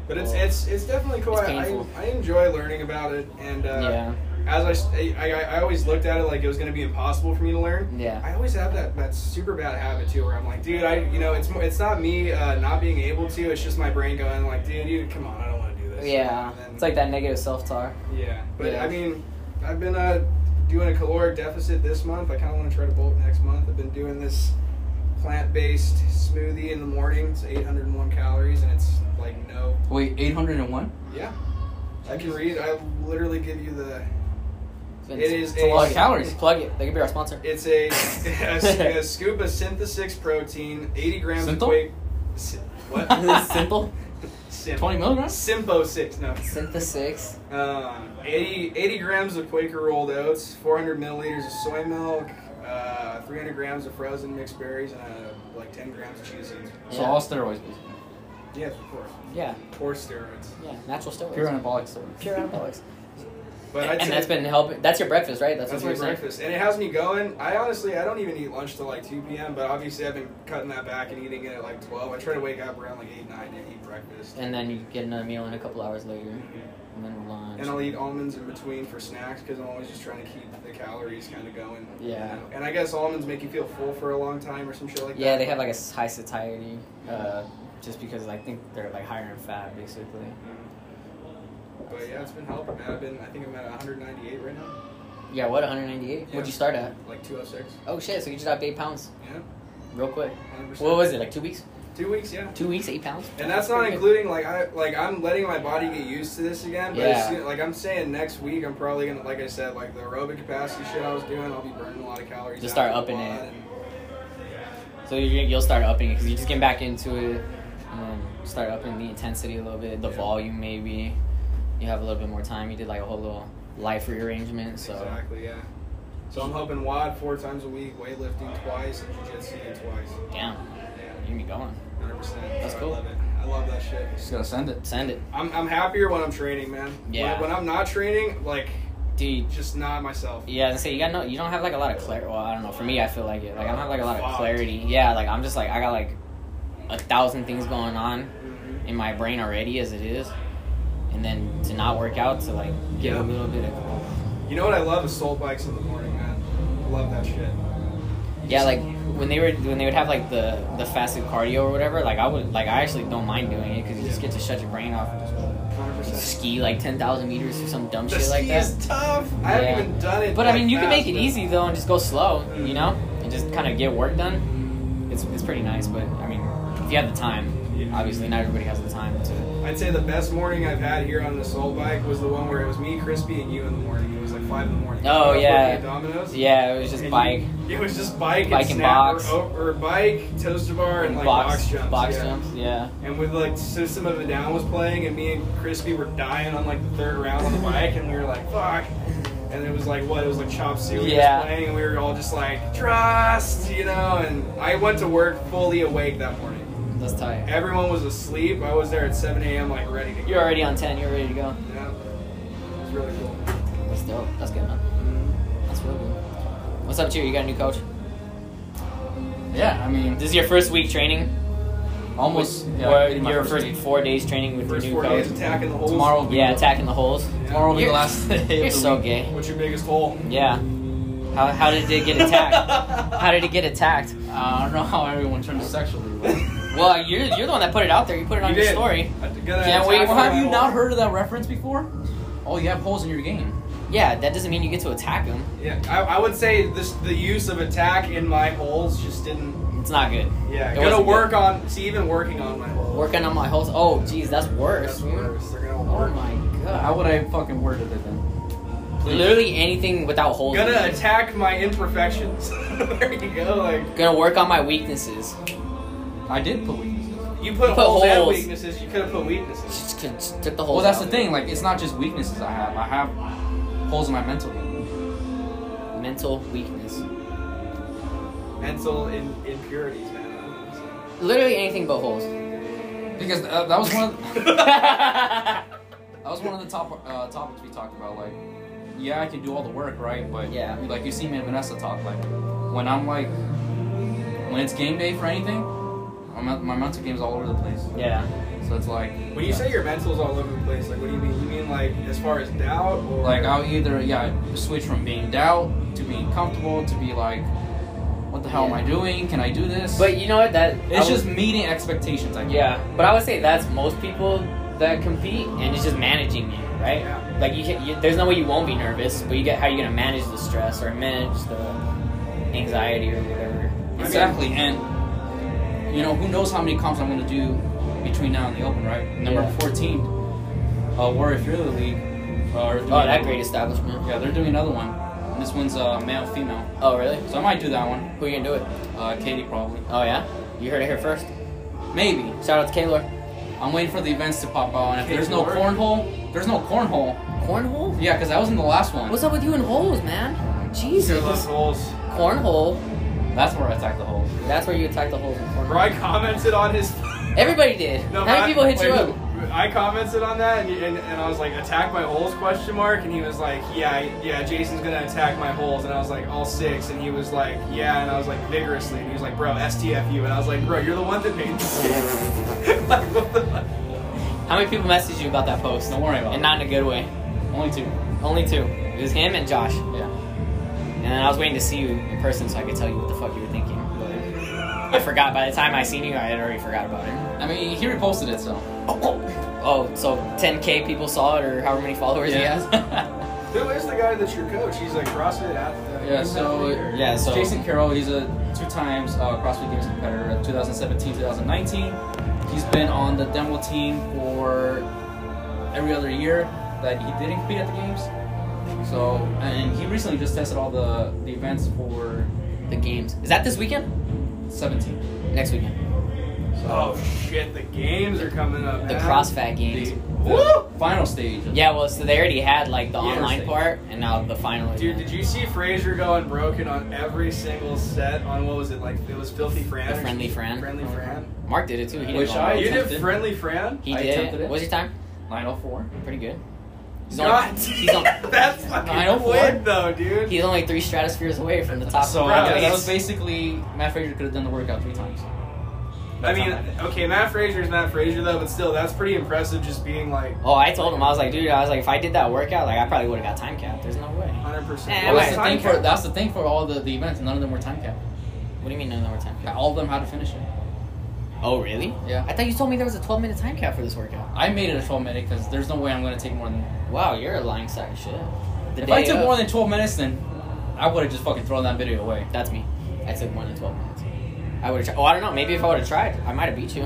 Speaker 4: But it's it's it's definitely cool.
Speaker 1: It's
Speaker 4: I, I,
Speaker 1: painful.
Speaker 4: I enjoy learning about it, and uh,
Speaker 1: yeah,
Speaker 4: as I, s- I- I I always looked at it like it was gonna be impossible for me to learn.
Speaker 1: yeah,
Speaker 4: I always have that, that super bad habit too, where I'm like, dude, I you know, it's more, it's not me uh, not being able to. It's just my brain going like, dude, you come on, I don't want to do this.
Speaker 1: yeah.
Speaker 4: And then-
Speaker 1: It's like that negative self talk.
Speaker 4: Yeah, but
Speaker 1: Yeah.
Speaker 4: I mean, I've been uh, doing a caloric deficit this month. I kind of want to try to bulk next month. I've been doing this plant-based smoothie in the morning. It's 801 calories, and it's like no.
Speaker 3: Wait, 801?
Speaker 4: Yeah, I can read. I literally give you the. It is
Speaker 1: it's a lot of
Speaker 4: a-
Speaker 1: calories. Plug it. They could be our sponsor.
Speaker 4: It's a, a, s- a scoop of Synthesix protein, 80 grams
Speaker 3: Simple?
Speaker 4: of whey. Si- what?
Speaker 1: Simple.
Speaker 4: Sim-
Speaker 3: 20 milligrams?
Speaker 4: Simpo six, no.
Speaker 1: Synthesix.
Speaker 4: Um, 80, 80 grams of Quaker rolled oats, 400 milliliters of soy milk, uh, 300 grams of frozen mixed berries, and uh, like 10 grams of cheese seeds.
Speaker 3: So
Speaker 1: Yeah.
Speaker 3: all steroids, basically.
Speaker 4: Yeah, of course.
Speaker 1: Yeah,
Speaker 4: Or steroids.
Speaker 1: yeah. Natural steroids.
Speaker 3: Pure anabolic steroids.
Speaker 1: Pure anabolics.
Speaker 4: But I'd
Speaker 1: and
Speaker 4: say
Speaker 1: that's been helping. That's your breakfast, right? That's,
Speaker 4: that's
Speaker 1: what
Speaker 4: my
Speaker 1: you're saying.
Speaker 4: breakfast, and it has me going. I honestly, I don't even eat lunch till like 2 p.m. But obviously, I've been cutting that back and eating it at like 12. I try to wake up around like 8, 9 and eat breakfast.
Speaker 1: And then you get another meal in a couple hours later, and then lunch.
Speaker 4: And I'll eat almonds in between for snacks because I'm always just trying to keep the calories kind of going. you
Speaker 1: Yeah.
Speaker 4: know? And I guess almonds make you feel full for a long time or some shit like
Speaker 1: yeah,
Speaker 4: that.
Speaker 1: they have like a s- high satiety, uh, just because I think they're like higher in fat, basically.
Speaker 4: But yeah, it's been helping. Man. I've been, I think I'm at 198 right now,
Speaker 1: Yeah, what 198?
Speaker 4: Yeah.
Speaker 1: What'd you start at?
Speaker 4: like 206.
Speaker 1: Oh shit! So you just dropped eight pounds
Speaker 4: Yeah,
Speaker 1: real quick.
Speaker 4: 100%.
Speaker 1: What was it? Like two weeks?
Speaker 4: Two weeks, yeah.
Speaker 1: Two weeks, eight pounds.
Speaker 4: And that's not
Speaker 1: pretty good.
Speaker 4: including like I like I'm letting my body get used to this again. But
Speaker 1: Yeah.
Speaker 4: it's, like I'm saying, next week I'm probably gonna, like I said, like the aerobic capacity shit I was doing, I'll be burning a lot of calories.
Speaker 1: Just start
Speaker 4: out a
Speaker 1: upping
Speaker 4: lot
Speaker 1: it.
Speaker 4: and-
Speaker 1: So you're, you'll start upping it because you're just getting back into it. And then start upping the intensity a little bit, the
Speaker 4: Yeah.
Speaker 1: volume maybe. You have a little bit more time. You did like a whole little life rearrangement, so
Speaker 4: Exactly, yeah. So I'm hoping WAD four times a week, weightlifting twice, and jiu-jitsu twice.
Speaker 1: damn,
Speaker 4: Yeah,
Speaker 1: you're be going.
Speaker 4: 100%.
Speaker 1: That's
Speaker 4: So
Speaker 1: cool.
Speaker 4: I love it. I love that shit.
Speaker 3: Just gotta send it.
Speaker 1: Send it,
Speaker 4: I'm, I'm happier when I'm training, man. When-
Speaker 1: Yeah.
Speaker 4: When, I'm not training, like,
Speaker 1: dude.
Speaker 4: just not myself.
Speaker 1: Yeah, and say you got no, you don't have like a lot of clarity. Well, I don't know. For me, I feel like it. Like I don't have like a lot of
Speaker 4: Fuck.
Speaker 1: clarity. Yeah, like I'm just like I got like a thousand things going on
Speaker 4: Mhm.
Speaker 1: in my brain already as it is, and then to not work out to like get a
Speaker 4: Yeah.
Speaker 1: little bit of
Speaker 4: You know what I love is soul bikes in the morning, man. I love that shit.
Speaker 1: yeah, like when they were when they would have like the the fasted cardio or whatever. Like I would like I actually don't mind doing it because you just get to shut your brain off. You
Speaker 4: 100%.
Speaker 1: ski like ten thousand meters or some dumb
Speaker 4: The
Speaker 1: shit like
Speaker 4: ski
Speaker 1: that.
Speaker 4: is tough. I haven't
Speaker 1: Yeah.
Speaker 4: even done it.
Speaker 1: But I
Speaker 4: like,
Speaker 1: mean, you can
Speaker 4: fast,
Speaker 1: make it
Speaker 4: but-
Speaker 1: easy though, and just go slow, you know, and just kind of get work done. It's it's pretty nice, but I mean, if you have the time,
Speaker 4: Yeah.
Speaker 1: obviously not everybody has the time to.
Speaker 4: I'd say the best morning I've had here on the soul bike was the one where it was me, Crispy, and you in the morning. It was like five in the morning.
Speaker 1: Oh,
Speaker 4: We were
Speaker 1: yeah.
Speaker 4: working at Domino's.
Speaker 1: Yeah, it was just
Speaker 4: And
Speaker 1: bike,
Speaker 4: you- it was just bike,
Speaker 1: Bike
Speaker 4: and,
Speaker 1: and
Speaker 4: snap,
Speaker 1: box.
Speaker 4: or, or bike, toaster bar, and like box,
Speaker 1: box
Speaker 4: jumps.
Speaker 1: box
Speaker 4: yeah.
Speaker 1: jumps, yeah.
Speaker 4: And with like System of a Down was playing, and me and Crispy were dying on like the third round on the bike, and we were like, fuck. And it was like what? It was like Chop Suey
Speaker 1: Yeah.
Speaker 4: was playing, and we were all just like, trust, you know. And I went to work fully awake that morning.
Speaker 1: That's tight.
Speaker 4: Everyone was asleep. I was there at 7 a.m. like ready to go.
Speaker 1: You're already on ten. You're ready to go.
Speaker 4: Yeah. It's really cool.
Speaker 1: That's dope. That's good, man. That's real good. What's up, you? You got a new coach?
Speaker 3: Yeah, I mean,
Speaker 1: This is your first week training,
Speaker 3: almost. Yeah,
Speaker 1: or
Speaker 3: getting my
Speaker 1: your
Speaker 3: first
Speaker 1: first
Speaker 3: date.
Speaker 1: four days training with
Speaker 4: First
Speaker 1: your
Speaker 4: four
Speaker 1: new
Speaker 4: days
Speaker 1: coach.
Speaker 4: attacking the holes.
Speaker 3: Tomorrow will be
Speaker 1: Yeah,
Speaker 3: the-
Speaker 1: attacking the holes.
Speaker 3: Tomorrow will be the
Speaker 1: You're-
Speaker 3: last day. of
Speaker 1: You're
Speaker 3: the
Speaker 1: so
Speaker 3: week.
Speaker 1: gay.
Speaker 4: What's your biggest hole?
Speaker 1: Yeah. How, how did it get attacked? how did it get attacked?
Speaker 3: I don't know how everyone turned to sexually. but-
Speaker 1: Well, you're you're the one that put it out there. You put it on
Speaker 4: You
Speaker 1: your
Speaker 4: did.
Speaker 1: story.
Speaker 4: I gotta
Speaker 1: Can't wait.
Speaker 4: attack
Speaker 1: Well,
Speaker 4: the
Speaker 1: have you
Speaker 4: hole.
Speaker 1: not
Speaker 3: heard of that reference before? Oh, you have holes in your game.
Speaker 1: Yeah, that doesn't mean you get to attack him.
Speaker 4: Yeah, I, I would say this the use of attack in my holes just didn't.
Speaker 1: It's not good.
Speaker 4: Yeah,
Speaker 1: It
Speaker 4: gotta
Speaker 1: wasn't
Speaker 4: work on. See, even working on my holes.
Speaker 1: Working on my holes. Oh, geez, that's worse.
Speaker 4: That's worse. They're gonna
Speaker 1: Oh
Speaker 4: work.
Speaker 1: my
Speaker 3: God, how would I fucking word it then?
Speaker 1: Literally anything without holes. in
Speaker 4: Gonna
Speaker 1: it.
Speaker 4: attack my imperfections. there you go. Like
Speaker 1: Gonna work on my weaknesses.
Speaker 3: I did put weaknesses.
Speaker 4: you put,
Speaker 1: Put
Speaker 4: holes, and
Speaker 1: holes.
Speaker 4: weaknesses. You could have put weaknesses.
Speaker 1: Just con- just took the holes.
Speaker 3: Well, that's
Speaker 1: out.
Speaker 3: the thing. Like, it's not just weaknesses I have. I have holes in my mental.
Speaker 1: Mental weakness.
Speaker 4: Mental in- impurities, man.
Speaker 1: Literally anything but holes.
Speaker 3: Because uh, that was one. Of
Speaker 1: yeah.
Speaker 3: That was one of the top uh, topics we talked about. Like, yeah, I can do all the work, right? But
Speaker 1: Yeah.
Speaker 3: like you see me and Vanessa talk. Like, when I'm like, when it's game day for anything, my, men- my mental game's all over the place. So it's like,
Speaker 4: When you say your mental's all over the place, like what do you mean? You mean like as far as doubt or
Speaker 3: like, I'll either yeah switch from being doubt to being comfortable to be like, what the hell am I doing? Can I do this?
Speaker 1: But you know what? That
Speaker 3: it's
Speaker 1: I would-
Speaker 3: just meeting expectations. I guess.
Speaker 1: Yeah, but I would say that's most people that compete, and it's just managing it, right?
Speaker 4: Yeah.
Speaker 1: Like you, can, you, there's no way you won't be nervous, but you get how you gonna manage the stress or manage the anxiety or whatever.
Speaker 3: Exactly, and you know who knows how many comps I'm going to do between now and the Open, right? Number
Speaker 1: Yeah.
Speaker 3: 14. Uh, or if you're the league, uh, or
Speaker 1: Oh, that great establishment.
Speaker 3: Yeah, they're doing another one. And this one's uh, male female,
Speaker 1: Oh, really?
Speaker 3: so I might do that one.
Speaker 1: Who you gonna do it?
Speaker 3: Uh, Katie probably,
Speaker 1: Oh yeah, you heard it here first.
Speaker 3: maybe.
Speaker 1: Shout out to Kaylor.
Speaker 3: I'm waiting for the events to pop out, and if
Speaker 4: Katie
Speaker 3: there's no
Speaker 4: Ward?
Speaker 3: cornhole, there's no cornhole.
Speaker 1: Cornhole?
Speaker 3: Yeah, because I was in the last one.
Speaker 1: What's up with you and holes, man?
Speaker 4: Your left
Speaker 1: Jesus.
Speaker 4: holes.
Speaker 1: Cornhole.
Speaker 3: That's where I attacked the holes.
Speaker 1: That's where you attack the holes in cornhole.
Speaker 4: Bro, I commented on his.
Speaker 1: Everybody did.
Speaker 4: No,
Speaker 1: how many
Speaker 4: I-
Speaker 1: people hit
Speaker 4: wait,
Speaker 1: you
Speaker 4: who?
Speaker 1: up?
Speaker 4: I commented on that, and, and, and I was like, "Attack my holes?" Question mark. And he was like, "Yeah, yeah, Jason's gonna attack my holes." And I was like, "All six. And he was like, "Yeah," and I was like, "Vigorously." And he was like, "Bro, STFU." And I was like, "Bro, you're the one that made this." like, what the?
Speaker 1: How many people messaged you about that post?
Speaker 3: Don't worry about
Speaker 1: And
Speaker 3: it.
Speaker 1: not in a good way.
Speaker 3: Only two.
Speaker 1: Only two. It was him and Josh.
Speaker 3: Yeah.
Speaker 1: And then I was waiting to see you in person so I could tell you what the fuck you were thinking. But I forgot. By the time I seen you, I had already forgot about it.
Speaker 3: I mean, he reposted it, so.
Speaker 1: Oh, so 10k people saw it, or however many followers he
Speaker 3: Yeah.
Speaker 1: has.
Speaker 4: Who is the guy that's your coach? He's like CrossFit uh, athlete.
Speaker 3: Yeah, so
Speaker 1: Yeah, so-
Speaker 3: Jason Carroll, he's a two times uh, CrossFit Games competitor, 2017, 2019. He's been on the demo team for every other year that he didn't compete at the games. So, and he recently just tested all the, the events for
Speaker 1: the games is that this weekend?
Speaker 3: 17.
Speaker 1: Next weekend.
Speaker 4: Oh shit! The games are coming up.
Speaker 1: The
Speaker 4: man.
Speaker 1: CrossFat
Speaker 3: The,
Speaker 1: games.
Speaker 3: the final stage. of-
Speaker 1: Yeah, well, so they already had like the
Speaker 3: Yeah.
Speaker 1: online part, and now the final.
Speaker 4: Dude,
Speaker 1: event.
Speaker 4: did you see Fraser go unbroken on every single set on what was it like? It was Filthy Fran.
Speaker 1: The
Speaker 4: or
Speaker 1: Friendly
Speaker 4: something?
Speaker 1: Fran.
Speaker 4: Friendly Fran.
Speaker 1: Mark did it too. He did.
Speaker 3: Wish
Speaker 1: it
Speaker 3: I-
Speaker 1: all.
Speaker 4: you
Speaker 3: attempted.
Speaker 4: did Friendly Fran?
Speaker 1: He
Speaker 3: I
Speaker 1: did.
Speaker 3: attempted
Speaker 1: It.
Speaker 3: it.
Speaker 1: What's your time?
Speaker 3: 904.
Speaker 1: Pretty good. He's only,
Speaker 4: God.
Speaker 1: he's, only,
Speaker 4: That's fucking
Speaker 1: I know,
Speaker 4: quick
Speaker 1: what?
Speaker 4: though, dude.
Speaker 1: he's only three stratospheres away from the top.
Speaker 3: So,
Speaker 4: Bro,
Speaker 3: yeah, Uh, that
Speaker 4: that's-
Speaker 3: was basically Matt Frazier could have done the workout three times.
Speaker 4: I
Speaker 3: That's
Speaker 4: mean,
Speaker 3: not bad.
Speaker 4: okay, Matt Frazier is Matt Frazier though, but still, that's pretty impressive. Just being like
Speaker 1: Oh, I told him I was like, dude, I was like, if I did that workout, like I probably would have got time capped. There's no way.
Speaker 4: 100.
Speaker 1: Eh,
Speaker 4: percent
Speaker 1: Yeah,
Speaker 3: Well,
Speaker 1: right.
Speaker 3: that's, the thing for, that's the thing for all the, the events, none of them were time capped.
Speaker 1: What do you mean none of them were time capped?
Speaker 3: All of them had to finish it.
Speaker 1: Oh, really?
Speaker 3: Yeah.
Speaker 1: I thought you told me there was a 12 minute time cap for this workout.
Speaker 3: I made it a 12 minute because there's no way I'm going to take more than that.
Speaker 1: Wow, you're a lying sack of shit. The
Speaker 3: if
Speaker 1: day
Speaker 3: I took
Speaker 1: of-
Speaker 3: more than 12 minutes, then I would have just fucking thrown that video away.
Speaker 1: That's me. I took more than 12 minutes. I would have tried. Oh, I don't know. Maybe if I would have tried, I might have beat you.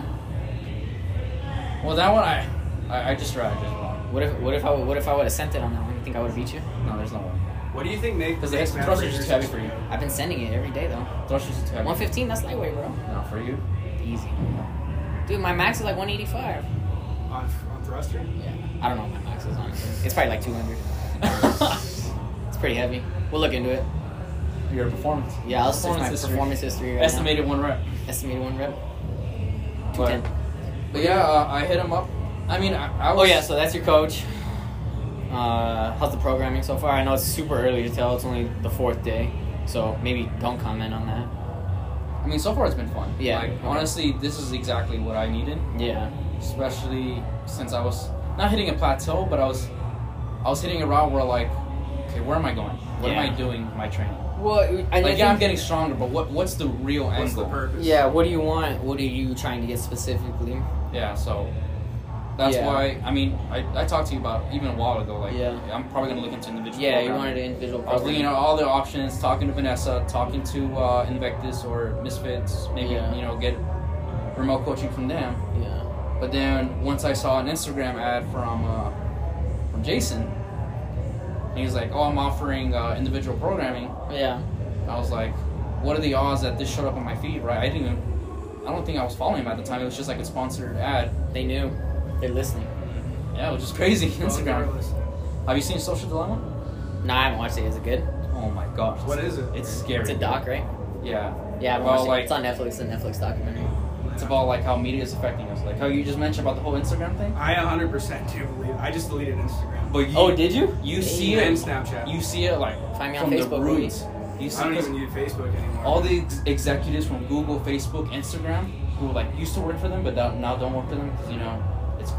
Speaker 3: Well, that one, I I, I just tried. I just wrong.
Speaker 1: What if what if I what if I would have sent it on that one? You think I would have beat you?
Speaker 3: No, there's no way.
Speaker 4: What do you think Nate?
Speaker 3: Because the
Speaker 4: makes
Speaker 3: hex-
Speaker 4: Matt
Speaker 3: thrusters are too
Speaker 4: Frazier's-
Speaker 3: heavy for you.
Speaker 1: I've been sending it every day though.
Speaker 3: Thrusters are too heavy.
Speaker 1: 115, that's lightweight, bro.
Speaker 3: No, for you.
Speaker 1: Easy. Dude, my max is like 185.
Speaker 4: on, on thruster.
Speaker 1: Yeah. I don't know what my max is honestly. It's probably like 200. it's pretty heavy. We'll look into it.
Speaker 3: Your performance.
Speaker 1: Yeah, I'll search my
Speaker 3: Performance history.
Speaker 1: performance history right now.
Speaker 3: Estimated one rep.
Speaker 1: Estimated one rep.
Speaker 3: But,
Speaker 1: 210.
Speaker 3: but yeah, uh, I hit him up. I mean, I, I
Speaker 1: Oh
Speaker 3: was.
Speaker 1: yeah, so that's your coach. Uh, how's the programming so far? I know it's super early to tell. It's only the fourth day, so maybe don't comment on that.
Speaker 3: I mean, so far it's been fun.
Speaker 1: Yeah.
Speaker 3: Like, honestly, this is exactly what I needed.
Speaker 1: Yeah,
Speaker 3: especially since I was not hitting a plateau, but I was I was hitting a route where like, okay, where am I going? What
Speaker 1: Yeah.
Speaker 3: am I doing with my training?
Speaker 1: Well, I,
Speaker 3: Like, yeah, I'm getting stronger, but what what's the real
Speaker 4: What's
Speaker 3: angle?
Speaker 4: the purpose?
Speaker 1: Yeah, what do you want? What are you trying to get specifically?
Speaker 3: yeah, so that's
Speaker 1: Yeah.
Speaker 3: why I mean I, I talked to you about even a while ago. Like,
Speaker 1: Yeah.
Speaker 3: I'm probably gonna look into individual.
Speaker 1: Yeah, you
Speaker 3: programming.
Speaker 1: wanted an individual.
Speaker 3: I was
Speaker 1: Program.
Speaker 3: looking at all the options, talking to Vanessa, talking to uh, Invictus or Misfits, maybe
Speaker 1: Yeah.
Speaker 3: you know get remote coaching from them.
Speaker 1: Yeah.
Speaker 3: But then once I saw an Instagram ad from uh, from Jason. And he's like, "Oh, I'm offering uh, individual programming."
Speaker 1: Yeah.
Speaker 3: I was like, "What are the odds that this showed up on my feed?" Right? I didn't. Even, I don't think I was following him at the time. It was just like a sponsored ad.
Speaker 1: They knew. They're listening.
Speaker 3: Yeah, it was just crazy.
Speaker 4: Oh,
Speaker 3: Instagram.
Speaker 4: regardless.
Speaker 3: Have you seen Social Dilemma?
Speaker 1: No, I haven't watched it. Is it good?
Speaker 3: Oh my gosh.
Speaker 4: What is it?
Speaker 3: It's scary.
Speaker 1: It's a doc, right?
Speaker 3: Yeah.
Speaker 1: Yeah, I haven't
Speaker 3: Well,
Speaker 1: watched
Speaker 3: like-
Speaker 1: it. It's on Netflix. A Netflix documentary.
Speaker 3: It's about like how media is affecting us, like how you just mentioned about the whole Instagram thing.
Speaker 4: I 100% do believe. I just deleted Instagram.
Speaker 3: But you,
Speaker 1: Oh, did you?
Speaker 3: you
Speaker 1: Hey.
Speaker 3: see
Speaker 4: and
Speaker 3: it?
Speaker 4: Snapchat.
Speaker 3: You see it like
Speaker 1: Find me on
Speaker 3: from the
Speaker 1: Facebook, will
Speaker 3: roots. You see
Speaker 4: I don't
Speaker 3: 'cause
Speaker 4: even use Facebook anymore.
Speaker 3: all the ex- executives from Google, Facebook, Instagram, who like used to work for them, but now, now don't work for them because you know it's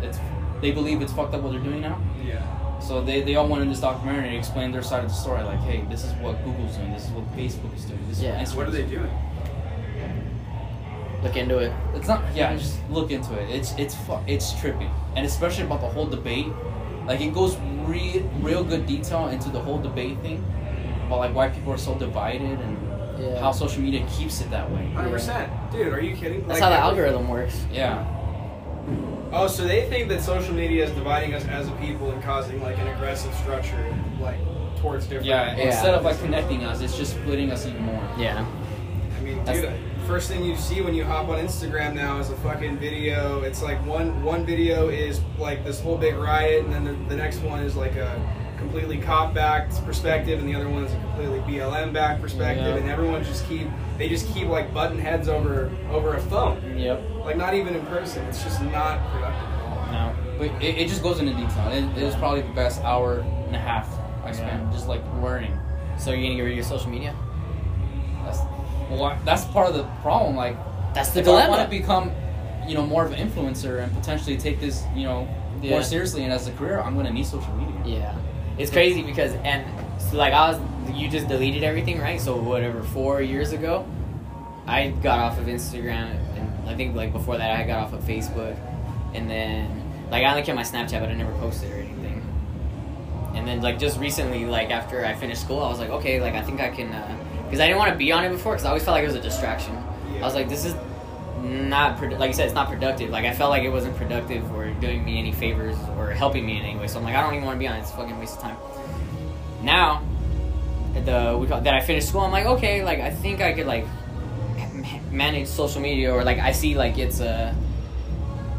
Speaker 3: it's they believe it's fucked up what they're doing now.
Speaker 4: yeah.
Speaker 3: So they, they all went in this documentary and explained their side of the story, like, hey, this is what Google's doing, this is what Facebook is doing, this
Speaker 1: Yeah.
Speaker 3: is what
Speaker 4: What are
Speaker 3: Instagram's
Speaker 4: they doing?
Speaker 1: Look into it.
Speaker 3: It's not. Yeah, just look into it. It's it's fu- it's trippy, and especially about the whole debate. Like it goes re- real good detail into the whole debate thing about like why people are so divided and
Speaker 1: Yeah.
Speaker 3: how social media keeps it that way.
Speaker 4: 100%. Dude, are you kidding?
Speaker 1: That's
Speaker 4: Like,
Speaker 1: how the
Speaker 4: every-
Speaker 1: algorithm works.
Speaker 3: Yeah,
Speaker 4: Oh, so they think that social media is dividing us as a people and causing like an aggressive structure, like towards different.
Speaker 3: yeah.
Speaker 1: Yeah.
Speaker 3: Instead of like connecting us, it's just splitting us even more.
Speaker 1: Yeah.
Speaker 4: I mean,
Speaker 3: That's-
Speaker 4: dude, I- first thing you see when you hop on Instagram now is a fucking video. It's like one one video is like this whole big riot, and then the, the next one is like a completely cop backed perspective, and the other one is a completely BLM backed perspective,
Speaker 3: Yeah.
Speaker 4: and everyone just keep they just keep like button heads over over a phone,
Speaker 3: Yep.
Speaker 4: like not even in person. It's just not productive. at all.
Speaker 3: No, but it, it just goes into detail. It, it was probably the best hour and a half I spent just like learning.
Speaker 1: So you're gonna get rid of your social media?
Speaker 3: That's well, I- that's part of the problem. Like
Speaker 1: That's the
Speaker 3: if I want
Speaker 1: dilemma.
Speaker 3: to become, you know, more of an influencer and potentially take this, you know,
Speaker 1: Yeah.
Speaker 3: more seriously and as a career, I'm gonna need social media.
Speaker 1: yeah. It's crazy because and so like I was, you just deleted everything, right? So whatever, four years ago, I got off of Instagram, and I think like before that I got off of Facebook, and then like I only kept my Snapchat, but I never posted or anything. And then like just recently, like after I finished school, I was like, okay, like I think I can, because I didn't want to be on it before, because I always felt like it was a distraction. I was like, this is not produ- like you said, it's not productive. Like I felt like it wasn't productive or doing me any favors or helping me in any way. So I'm like, I don't even want to be on it. It's a fucking waste of time. Now, the we call, that I finished school, I'm like, okay, like I think I could like ma- manage social media or like I see like it's a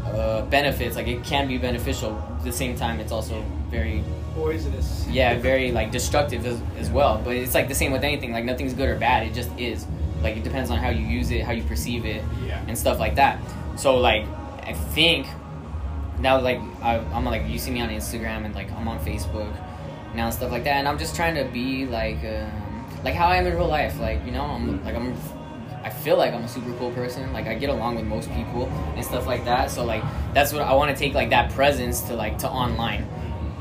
Speaker 1: uh, benefits. Like it can be beneficial. At the same time, it's also very
Speaker 4: Poisonous.
Speaker 1: yeah, very like destructive as, as well. But it's like the same with anything. Like nothing's good or bad. It just is. Like it depends on how you use it, how you perceive it,
Speaker 4: Yeah.
Speaker 1: and stuff like that. So like I think now like I, I'm like you see me on Instagram and like I'm on Facebook now and stuff like that, and I'm just trying to be like um, like how I am in real life. Like you know I'm like I'm I feel like I'm a super cool person. Like I get along with most people and stuff like that. So like that's what I want to take like that presence to like to online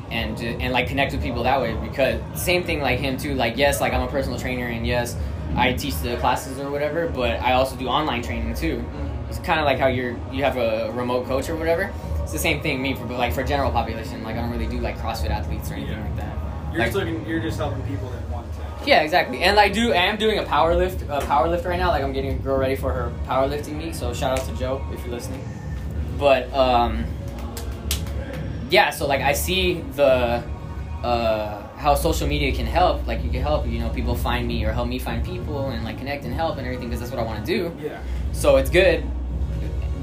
Speaker 1: and ju- and like connect with people that way because same thing like him too like yes like i'm a personal trainer and yes i teach the classes or whatever but i also do online training too
Speaker 4: Mm-hmm.
Speaker 1: it's kind of like how you're you have a remote coach or whatever it's the same thing me for but like for general population like i don't really do like crossfit athletes or anything
Speaker 4: Yeah.
Speaker 1: like that
Speaker 4: You're
Speaker 1: Like-
Speaker 4: just looking. You're just helping people that want to.
Speaker 1: yeah, exactly. And I do. I am doing a power lift. A power lift right now. Like I'm getting a girl ready for her powerlifting meet. So shout out to Joe if you're listening. But um, yeah. So like I see the uh, how social media can help. Like you can help. You know, people find me or help me find people and like connect and help and everything because that's what I want to do
Speaker 4: Yeah.
Speaker 1: so it's good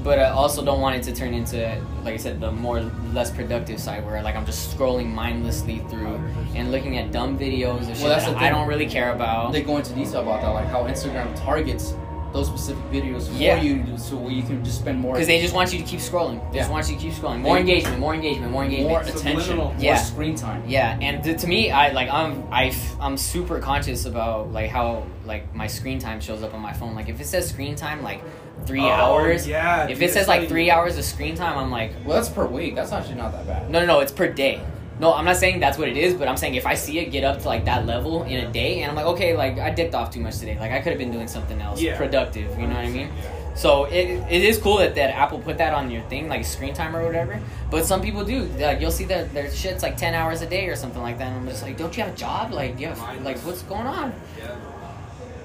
Speaker 1: but i also don't want it to turn into like i said the more less productive side where like i'm just scrolling mindlessly through and looking at dumb videos and shit
Speaker 3: Well, that's
Speaker 1: that
Speaker 3: the
Speaker 1: i
Speaker 3: thing.
Speaker 1: don't really care about
Speaker 3: They go into detail about that, like how Instagram targets those specific videos for
Speaker 1: Yeah.
Speaker 3: you, so where you can just spend more
Speaker 1: because they just want you to keep scrolling they just
Speaker 3: Yeah.
Speaker 1: want you to keep scrolling more
Speaker 3: They-
Speaker 1: engagement more engagement more engagement
Speaker 3: more attention,
Speaker 4: Subliminal.
Speaker 3: more
Speaker 1: Yeah.
Speaker 3: screen time.
Speaker 1: Yeah, and to, to me, I like I'm I f- I'm super conscious about like how like my screen time shows up on my phone. Like if it says screen time like three
Speaker 4: Oh,
Speaker 1: hours,
Speaker 4: yeah,
Speaker 1: If
Speaker 4: dude,
Speaker 1: it says
Speaker 4: it's
Speaker 1: like
Speaker 4: like-
Speaker 1: three hours of screen time, I'm like,
Speaker 3: Well, that's per week. That's actually not that bad.
Speaker 1: No, no, no. It's per day. No, I'm not saying that's what it is, but I'm saying if I see it get up to like that level in a day, and I'm like, okay, like I dicked off too much today. Like I could have been doing something else
Speaker 4: Yeah.
Speaker 1: productive. You know what I mean? So it, it is cool that, that Apple put that on your thing, like screen time or whatever. But some people do. Like you'll see that their shit's like ten hours a day or something like that. And I'm just like, don't you have a job? Like, do you have, like what's going on
Speaker 4: Yeah.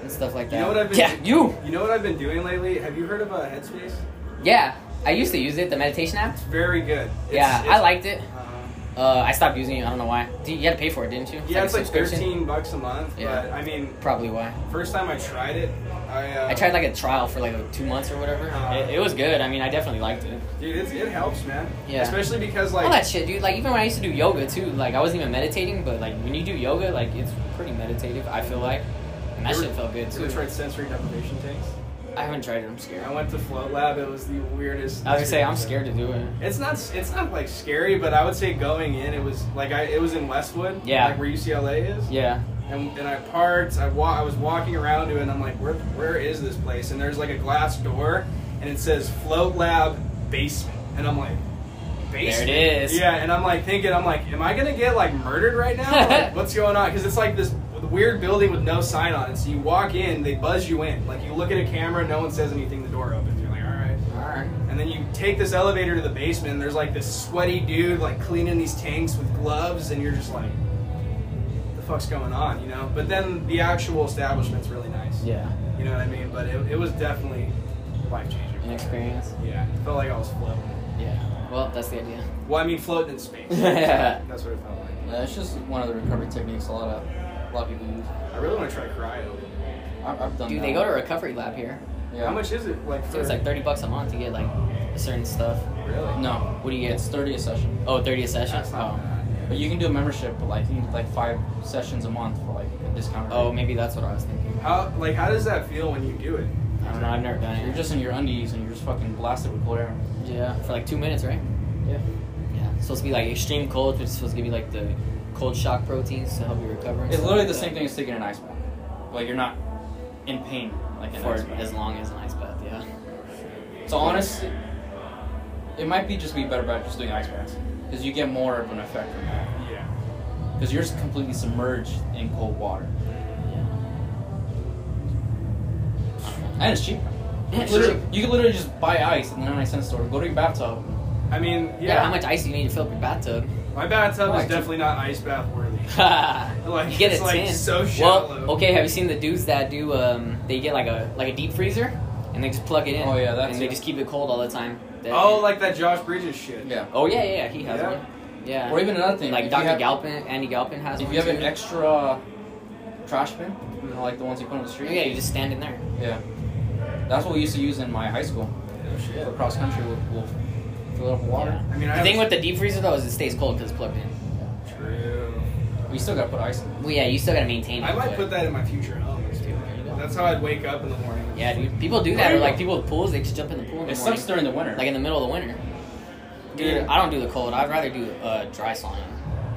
Speaker 1: and stuff like that.
Speaker 4: You know what I've been-
Speaker 1: yeah, you.
Speaker 4: You know what I've been doing lately? Have you heard of uh, Headspace?
Speaker 1: Yeah, I used to use it, the meditation app.
Speaker 4: Very good. It's-
Speaker 1: yeah, I
Speaker 4: it's-
Speaker 1: liked it.
Speaker 4: Uh,
Speaker 1: Uh, I stopped using it. I don't know why. Dude, you had to pay for it, didn't you?
Speaker 4: Yeah, it's like
Speaker 1: subscription?
Speaker 4: thirteen bucks a month.
Speaker 1: Yeah.
Speaker 4: But I mean,
Speaker 1: Probably why.
Speaker 4: first time I tried it, I uh,
Speaker 1: I tried like a trial for like two months or whatever.
Speaker 4: Uh,
Speaker 1: it, it was good. I mean, I definitely liked it.
Speaker 4: dude, it's, it helps, man.
Speaker 1: Yeah.
Speaker 4: Especially because like
Speaker 1: All that shit, dude. Like even when I used to do yoga too, like I wasn't even meditating, but like when you do yoga, like it's pretty meditative. I feel like, and that
Speaker 4: You ever-
Speaker 1: shit felt good
Speaker 4: you
Speaker 1: too.
Speaker 4: ever tried sensory deprivation tanks.
Speaker 1: I haven't tried it. I'm scared.
Speaker 4: I went to Float Lab. It was the weirdest.
Speaker 1: I was gonna say I'm scared to do it.
Speaker 4: It's not it's not like scary, but I would say going in, it was like I it was in Westwood,
Speaker 1: Yeah.
Speaker 4: like where UCLA is.
Speaker 1: Yeah.
Speaker 4: and, and I parked. I wa- I was walking around to it, and I'm like, where where is this place? And there's like a glass door, and it says Float Lab Basement, and I'm like, basement.
Speaker 1: is.
Speaker 4: Yeah, and I'm like thinking, I'm like, am I gonna get like murdered right now? Like, what's going on? Because it's like this weird building with no sign on it. So you walk in, they buzz you in. Like you look at a camera, no one says anything. The door opens. You're like, all right.
Speaker 1: All right.
Speaker 4: And then you take this elevator to the basement, and there's like this sweaty dude like cleaning these tanks with gloves, and you're just like, the fuck's going on, you know? But then the actual establishment's really nice.
Speaker 1: Yeah.
Speaker 4: You know what I mean? But it, it was definitely life changing.
Speaker 1: An experience.
Speaker 4: Yeah. it Felt like I was floating.
Speaker 1: Yeah. Well, that's the idea.
Speaker 4: Well, I mean, floating in space.
Speaker 1: Yeah.
Speaker 4: That's what it felt like.
Speaker 3: Yeah, it's just one of the recovery techniques a lot of a lot of people use.
Speaker 4: I really want to try cryo.
Speaker 3: I've, I've done.
Speaker 1: Dude,
Speaker 3: that
Speaker 1: they go to
Speaker 3: one.
Speaker 1: recovery lab here.
Speaker 3: Yeah.
Speaker 4: How much is it? Like,
Speaker 1: So it's like thirty bucks a month to get like certain stuff.
Speaker 4: Really?
Speaker 3: No,
Speaker 1: What do you
Speaker 3: it's
Speaker 1: get?
Speaker 3: thirty a session,
Speaker 1: Oh, 30 a session.
Speaker 4: That's not
Speaker 1: Oh.
Speaker 4: bad.
Speaker 3: but you can do a membership, but like you can get like five sessions a month for like a discount.
Speaker 1: Oh,
Speaker 3: rate.
Speaker 1: maybe that's what I was thinking.
Speaker 4: How, like, how does that feel when you do it?
Speaker 1: I don't know. I've never done
Speaker 3: You're
Speaker 1: it.
Speaker 3: just in your undies and you're just fucking blasted with cold air.
Speaker 1: yeah for like two minutes, right?
Speaker 3: Yeah.
Speaker 1: Yeah. It's supposed to be like extreme cold, which is supposed to give you like the cold shock proteins to help you recover. and
Speaker 3: It's
Speaker 1: stuff
Speaker 3: literally
Speaker 1: like
Speaker 3: the
Speaker 1: that.
Speaker 3: same thing as taking an ice bath. Like you're not in pain like an
Speaker 1: for
Speaker 3: ice bath.
Speaker 1: as long as an ice bath. Yeah.
Speaker 3: So honestly, it might be just be better about just doing ice baths because you get more of an effect from that.
Speaker 4: Yeah.
Speaker 3: Because you're just completely submerged in cold water. And it's cheap.
Speaker 1: Yeah, it's
Speaker 3: Literally-
Speaker 1: cheap.
Speaker 3: You can literally just buy ice in the 99 cent store, go to your bathtub.
Speaker 4: I mean,
Speaker 1: Yeah. How much ice do you need to fill up your bathtub?
Speaker 4: My bathtub
Speaker 3: Like-
Speaker 4: is definitely not ice bath worthy.
Speaker 1: like, get
Speaker 4: it's
Speaker 1: a
Speaker 4: like
Speaker 1: tin.
Speaker 4: so shallow.
Speaker 1: well, okay. Have you seen the dudes that do? Um, they get like a like a deep freezer, and they just plug it in.
Speaker 3: Oh, yeah, that's
Speaker 1: and they
Speaker 3: it.
Speaker 1: just keep it cold all the time. That-
Speaker 4: Oh, like that Josh Bridges shit.
Speaker 3: Yeah.
Speaker 1: Oh yeah, yeah, yeah, he has
Speaker 4: Yeah.
Speaker 1: one. Yeah.
Speaker 3: Or even another thing,
Speaker 1: like
Speaker 3: if you
Speaker 1: Dr.
Speaker 3: have-
Speaker 1: Galpin, Andy Galpin has
Speaker 3: If
Speaker 1: one.
Speaker 3: you have an
Speaker 1: too.
Speaker 3: extra trash bin, you know, like the ones you put on the street.
Speaker 1: Yeah, you just stand in there.
Speaker 3: Yeah. That's what we used to use in my high school. For cross country, we'll, we'll fill it up with water.
Speaker 4: I mean, I
Speaker 1: The thing
Speaker 4: was-
Speaker 1: with the deep freezer though is it stays cold because it's plugged in.
Speaker 4: True.
Speaker 3: We still gotta put ice in.
Speaker 1: Well, yeah, you still gotta maintain it.
Speaker 4: I might
Speaker 1: but-
Speaker 4: put that in my future home. That's how I'd wake up in the morning.
Speaker 1: Yeah, dude. People do that. Or like people with pools, they just jump in the pool. In the
Speaker 3: It sucks
Speaker 1: morning.
Speaker 3: during the winter.
Speaker 1: like in the middle of the winter. Dude,
Speaker 4: Yeah.
Speaker 1: I don't do the cold. I'd rather do uh, dry sauna.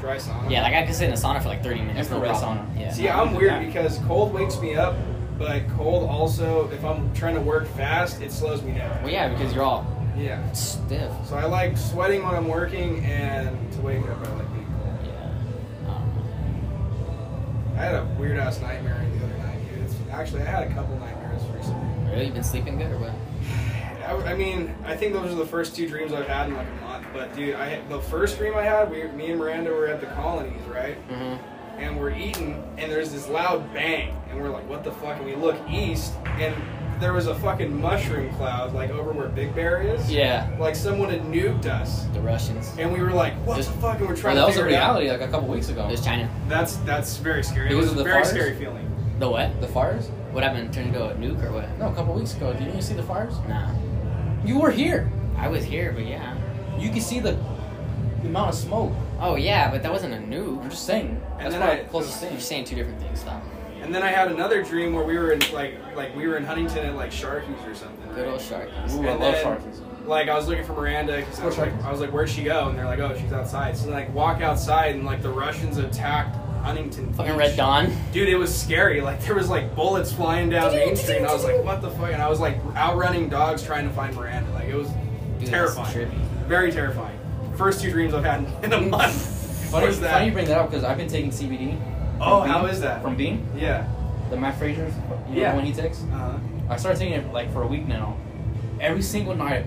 Speaker 4: Dry sauna.
Speaker 1: Yeah, like I could sit in a sauna for like 30 minutes. No
Speaker 3: Infrared
Speaker 1: problem.
Speaker 3: sauna.
Speaker 1: Yeah.
Speaker 4: See, I'm weird because cold wakes me up, but cold also, if I'm trying to work fast, it slows me down.
Speaker 1: Well, yeah, because you're all
Speaker 4: Yeah.
Speaker 1: stiff.
Speaker 4: So I like sweating when I'm working, and to wake up, I like being cold.
Speaker 1: Yeah. Um, I don't know.
Speaker 4: I had a weird ass nightmare the other night, dude. It's, actually, I had a couple nightmares recently.
Speaker 1: Really? You been sleeping good or what?
Speaker 4: I, I mean, I think those are the first two dreams I've had in like a month. But dude, I the first dream I had, we, me and Miranda were at the colonies, right?
Speaker 1: Mm-hmm.
Speaker 4: And we're eating, and there's this loud bang, and we're like, "What the fuck?" And we look east, and there was a fucking mushroom cloud like over where Big Bear is.
Speaker 1: Yeah.
Speaker 4: Like someone had nuked us,
Speaker 1: The Russians.
Speaker 4: and we were like, "What
Speaker 1: Just-
Speaker 4: the fuck?" And we're
Speaker 3: Well,
Speaker 4: trying
Speaker 3: that
Speaker 4: to
Speaker 3: was a
Speaker 4: figure it out.
Speaker 3: reality like a couple weeks ago.
Speaker 1: It was China.
Speaker 4: That's that's very scary. It,
Speaker 3: It
Speaker 4: was,
Speaker 3: was
Speaker 4: a
Speaker 3: the
Speaker 4: very
Speaker 3: fires?
Speaker 4: scary feeling.
Speaker 1: The what?
Speaker 3: The fires?
Speaker 1: What happened? Turned into a nuke or what?
Speaker 3: No, a couple weeks ago. Didn't you see the fires?
Speaker 1: Nah.
Speaker 3: You were here.
Speaker 1: I was here, but yeah.
Speaker 3: You could see the amount of smoke.
Speaker 1: Oh yeah, but that wasn't a nuke.
Speaker 3: I'm just saying. That's
Speaker 4: then
Speaker 3: probably
Speaker 4: I-
Speaker 3: the closest
Speaker 1: You're
Speaker 3: thing.
Speaker 1: saying two different things. Stop.
Speaker 4: And then I had another dream where we were in like like we were in Huntington at like Sharky's or something.
Speaker 1: Good
Speaker 4: right?
Speaker 1: old shark.
Speaker 3: Ooh, I
Speaker 4: And
Speaker 3: love
Speaker 4: then-
Speaker 3: sharks.
Speaker 4: like I was looking for Miranda because I,
Speaker 3: Where
Speaker 4: was like-
Speaker 3: Sharky's?
Speaker 4: I was like, "Where'd she go?" And they're like, "Oh, she's outside." So then like walk outside and like the Russians attacked Huntington.
Speaker 1: Fucking
Speaker 4: Beach.
Speaker 1: Red Dawn.
Speaker 4: Dude, it was scary. Like there was like bullets flying down Main Street, and I was like, "What the fuck?" And I was like outrunning dogs trying to find Miranda. Like it was
Speaker 1: Dude, that's
Speaker 4: terrifying,
Speaker 1: trippy.
Speaker 4: very terrifying. First two dreams I've had in a month.
Speaker 3: Funny,
Speaker 4: What's that?
Speaker 3: funny you bring that up because I've been taking CBD.
Speaker 4: Oh,
Speaker 3: from
Speaker 4: how
Speaker 3: Bean-
Speaker 4: is that?
Speaker 3: From Bean,
Speaker 4: yeah.
Speaker 3: the Matt Frazier, you know
Speaker 4: Yeah.
Speaker 3: the one he takes.
Speaker 4: Uh-huh.
Speaker 3: I started taking it like for a week now. Every single night,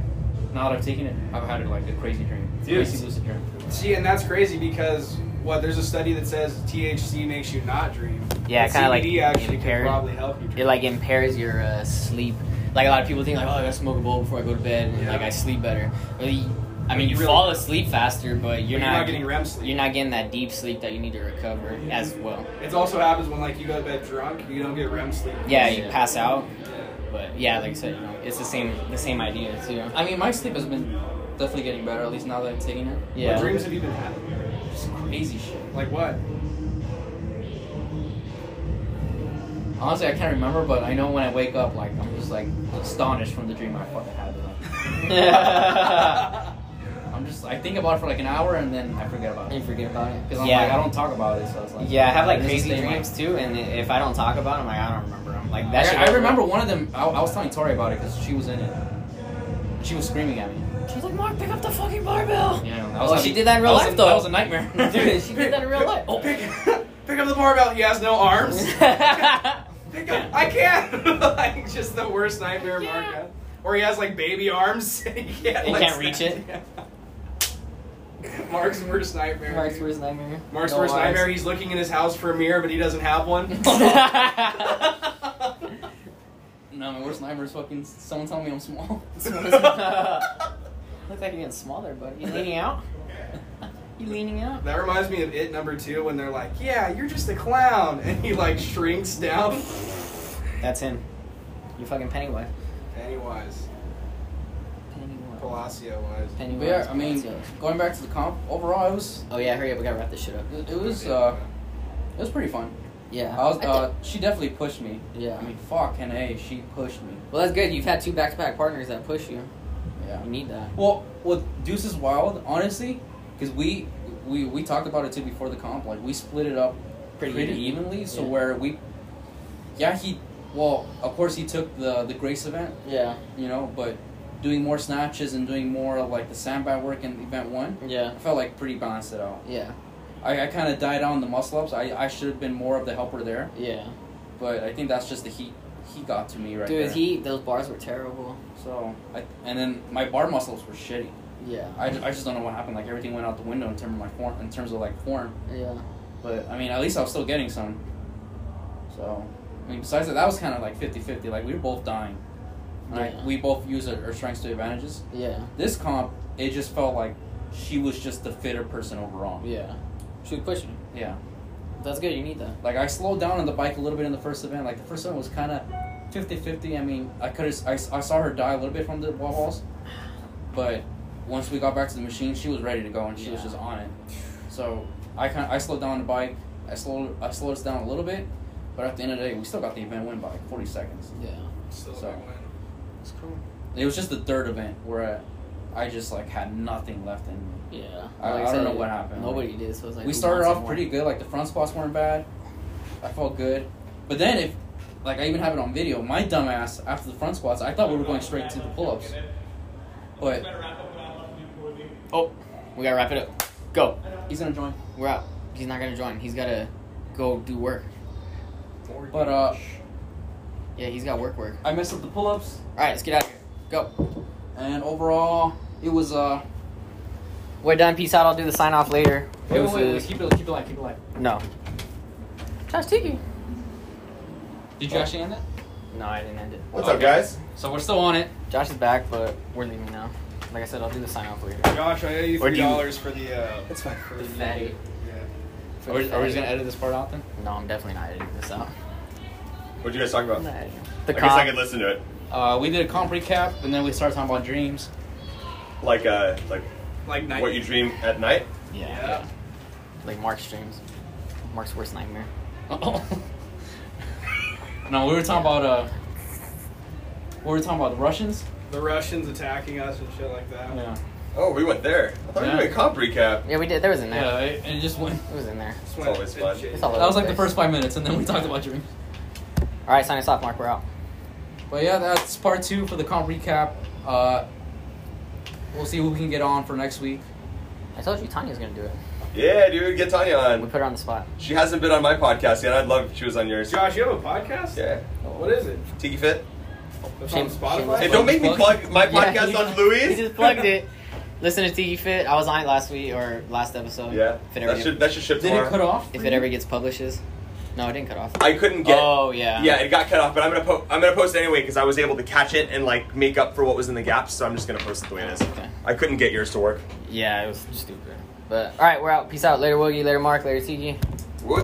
Speaker 3: now that I've taken it, I've had like a crazy dream,
Speaker 4: Dude.
Speaker 3: crazy lucid dream.
Speaker 4: See, and that's crazy because what there's a study that says THC makes you not dream.
Speaker 1: Yeah,
Speaker 4: But
Speaker 1: kinda like
Speaker 4: CBD actually
Speaker 1: impaired.
Speaker 4: can probably help you. Dream.
Speaker 1: It like impairs your uh, sleep. Like a lot of people think like, oh, I gotta smoke a bowl before I go to bed, and
Speaker 4: Yeah.
Speaker 1: like I sleep better. Really, I mean, you
Speaker 4: Really?
Speaker 1: fall asleep faster, but you're,
Speaker 4: You're
Speaker 1: not,
Speaker 4: not getting REM sleep.
Speaker 1: You're not getting that deep sleep that you need to recover as well.
Speaker 4: It also happens when like you go to bed drunk, you don't get REM sleep.
Speaker 1: Yeah, you
Speaker 3: Yeah.
Speaker 1: pass out, but yeah, like I said, you know, it's the same the same idea too.
Speaker 3: I mean, my sleep has been definitely getting better. At least now that I'm taking it.
Speaker 4: What
Speaker 1: Yeah,
Speaker 4: dreams have you been having?
Speaker 3: Just crazy shit.
Speaker 4: Like what?
Speaker 3: Honestly, I can't remember, but I know when I wake up, like I'm just like astonished from the dream I fucking had. Like, I'm just I think about it for like an hour and then I forget about
Speaker 1: you
Speaker 3: it
Speaker 1: forget about it.
Speaker 3: because I'm
Speaker 1: yeah,
Speaker 3: like I don't talk about it, so it's like
Speaker 1: yeah, I have like
Speaker 3: it's just
Speaker 1: crazy
Speaker 3: in my-
Speaker 1: dreams too, and if I don't talk about them, like I don't remember them. Like that. shit
Speaker 3: I, I
Speaker 1: goes-
Speaker 3: remember one of them. I, I was telling Tori about it because she was in it. She was screaming at me.
Speaker 1: She's like, Mark, pick up the fucking barbell.
Speaker 3: You know, that
Speaker 1: Oh, she did that in real
Speaker 3: was
Speaker 1: life,
Speaker 3: a,
Speaker 1: though.
Speaker 3: That was a nightmare.
Speaker 1: Dude, she did that in real life.
Speaker 4: Oh, Pick, pick up the barbell. He has no arms.
Speaker 1: Oh.
Speaker 4: Pick up. I can't. like just the worst nightmare, Mark. Or he has like baby arms. and he can't,
Speaker 1: He
Speaker 4: like,
Speaker 1: can't reach
Speaker 4: stand- Yeah. Mark's worst nightmare.
Speaker 1: Mark's worst nightmare.
Speaker 4: Mark's
Speaker 1: No
Speaker 4: worst
Speaker 1: eyes.
Speaker 4: nightmare. He's looking in his house for a mirror, but he doesn't have one.
Speaker 3: no, my worst nightmare is fucking someone telling me I'm small.
Speaker 1: Looks like you're getting smaller, buddy. You leaning out? You leaning out?
Speaker 4: That reminds me of it number two when they're like, "Yeah, you're just a clown," and he like shrinks down.
Speaker 1: That's him. You fucking Pennywise.
Speaker 4: Pennywise,
Speaker 1: Pennywise.
Speaker 4: Palacio wise.
Speaker 1: Pennywise.
Speaker 3: But yeah, I mean,
Speaker 1: Pennywise.
Speaker 3: going back to the comp overall, it was
Speaker 1: Oh yeah, hurry up! We gotta wrap this shit up.
Speaker 3: it, it was uh, it was pretty fun.
Speaker 1: Yeah.
Speaker 3: I was
Speaker 1: thi-
Speaker 3: uh, she definitely pushed me.
Speaker 1: yeah.
Speaker 3: I mean, fucking a, she pushed me.
Speaker 1: well, that's good. You've had two back-to-back partners that push you.
Speaker 3: Yeah.
Speaker 1: You need that.
Speaker 3: Well, with Deuce is Wild, honestly, because we we we talked about it too before the comp. Like we split it up pretty,
Speaker 1: Pretty even.
Speaker 3: evenly, so
Speaker 1: Yeah.
Speaker 3: where we, yeah, he, well, of course he took the the Grace event,
Speaker 1: Yeah.
Speaker 3: you know, but doing more snatches and doing more of, like the sandbag work in event one,
Speaker 1: Yeah.
Speaker 3: I felt like pretty balanced it out.
Speaker 1: Yeah.
Speaker 3: I, I kind of died on the muscle ups. I I should have been more of the helper there,
Speaker 1: Yeah.
Speaker 3: but I think that's just the heat he got to me right
Speaker 1: Dude,
Speaker 3: there.
Speaker 1: he those bars were terrible.
Speaker 3: so I, and then my bar muscle ups were shitty.
Speaker 1: Yeah.
Speaker 3: I just, I just don't know what happened. Like everything went out the window in terms of my form, in terms of like form.
Speaker 1: Yeah.
Speaker 3: But I mean, at least I was still getting some. So, I mean, besides that, that was kind of like 50-50. Like we were both dying. Like
Speaker 1: Yeah.
Speaker 3: we both used our, our strengths to advantages.
Speaker 1: Yeah.
Speaker 3: This comp, it just felt like she was just the fitter person overall.
Speaker 1: Yeah. She was pushing.
Speaker 3: Yeah.
Speaker 1: That's good. You need that.
Speaker 3: Like I slowed down on the bike a little bit in the first event. Like the first event was kind of 50-50. I mean, I could have I, s- I saw her die a little bit from the wall walls, but once we got back to the machine, she was ready to go and she was
Speaker 1: Yeah.
Speaker 3: just on it. So I kind I slowed down the bike. I slowed I slowed us down a little bit, but at the end of the day, we still got the event win by like 40 seconds.
Speaker 1: Yeah.
Speaker 4: Still
Speaker 3: So.
Speaker 4: big win.
Speaker 1: It's cool.
Speaker 3: It was just the third event where I, I just like had nothing left in me.
Speaker 1: Yeah.
Speaker 3: I- I don't know what happened.
Speaker 1: Nobody did. So it's like
Speaker 3: we
Speaker 1: who
Speaker 3: started
Speaker 1: wants it
Speaker 3: off
Speaker 1: more?
Speaker 3: pretty good. Like the front spots weren't bad. I felt good, but then if, like, I even have it on video. My dumbass after the front squats, I thought we were going straight to the pull-ups, but
Speaker 1: Oh, we gotta wrap it up. Go.
Speaker 3: he's gonna join.
Speaker 1: We're out. He's not gonna join. He's gotta go do work.
Speaker 3: But uh,
Speaker 1: Yeah, he's got work work.
Speaker 3: I messed up the pull-ups,
Speaker 1: All right, let's get out of here. Go.
Speaker 3: and overall, it was uh.
Speaker 1: We're done. Peace out. I'll do the sign off later. It was uh,
Speaker 3: keep it, keep it live, keep it live.
Speaker 1: no. Trash Tiki.
Speaker 3: Did you actually end it?
Speaker 1: No, I didn't end it.
Speaker 2: What's up, guys?
Speaker 3: So we're still on it.
Speaker 1: Josh is back, but we're leaving now. Like I said, I'll do the sign off later.
Speaker 4: Josh, I owe you
Speaker 1: Or
Speaker 4: three
Speaker 1: do you-
Speaker 4: dollars for the. Uh,
Speaker 2: That's fine.
Speaker 4: for the
Speaker 1: fatty.
Speaker 4: Yeah.
Speaker 3: Are we, are we just gonna edit this part out then?
Speaker 1: No, I'm definitely not editing this out.
Speaker 2: What'd you guys talk about?
Speaker 1: The
Speaker 2: I guess I
Speaker 1: cop.
Speaker 2: could listen to it.
Speaker 3: Uh, we did a comp recap, and then we started talking about dreams.
Speaker 2: Like uh, like
Speaker 4: Like night.
Speaker 2: what you dream at night.
Speaker 1: Yeah,
Speaker 4: Yeah.
Speaker 1: Like Mark's dreams. Mark's worst nightmare.
Speaker 3: no, we were talking about uh, we were talking about the Russians.
Speaker 4: The Russians attacking us and shit like that.
Speaker 2: Oh, we went there. I thought we
Speaker 3: Yeah.
Speaker 2: were doing a comp recap.
Speaker 1: Yeah, we did. There was in there.
Speaker 3: yeah, it, it just went.
Speaker 1: It was in there.
Speaker 4: It's
Speaker 2: always fun.
Speaker 1: It's all over
Speaker 3: That was like the
Speaker 1: place.
Speaker 3: first five minutes, and then we talked about dreams.
Speaker 1: All right, sign us off, Mark. We're out.
Speaker 3: But yeah, that's part two for the comp recap. Uh, we'll see who we can get on for next week.
Speaker 1: I told you Tanya's gonna do it.
Speaker 2: Yeah, dude, get Tanya
Speaker 1: We
Speaker 2: on.
Speaker 1: put her on the spot.
Speaker 2: She hasn't been on my podcast yet. I'd love if she was on yours.
Speaker 4: Josh, you have a podcast?
Speaker 2: Yeah.
Speaker 4: What is it?
Speaker 2: Tiki Fit.
Speaker 4: It's
Speaker 1: Shame-
Speaker 4: on Spotify.
Speaker 2: Hey, don't make me plug my podcast
Speaker 1: he-
Speaker 2: on
Speaker 1: He
Speaker 2: Louis.
Speaker 1: just plugged it. Listen to Tiki Fit. I was on it last week or last episode.
Speaker 2: Yeah.
Speaker 1: If it ever,
Speaker 2: That should that should ship
Speaker 3: Did it cut
Speaker 2: tomorrow.
Speaker 3: off?
Speaker 1: if it ever gets publishes. No, it didn't cut off.
Speaker 2: I couldn't get.
Speaker 1: Oh yeah.
Speaker 2: Yeah, it got cut off, but I'm gonna po- I'm gonna post it anyway because I was able to catch it and like make up for what was in the gaps. So I'm just gonna post it the way it is.
Speaker 1: Okay.
Speaker 2: I couldn't get yours to work.
Speaker 1: Yeah, it was stupid. But all right, we're out. Peace out. Later, E. Woogie. Later, Mark. Later, Tiki.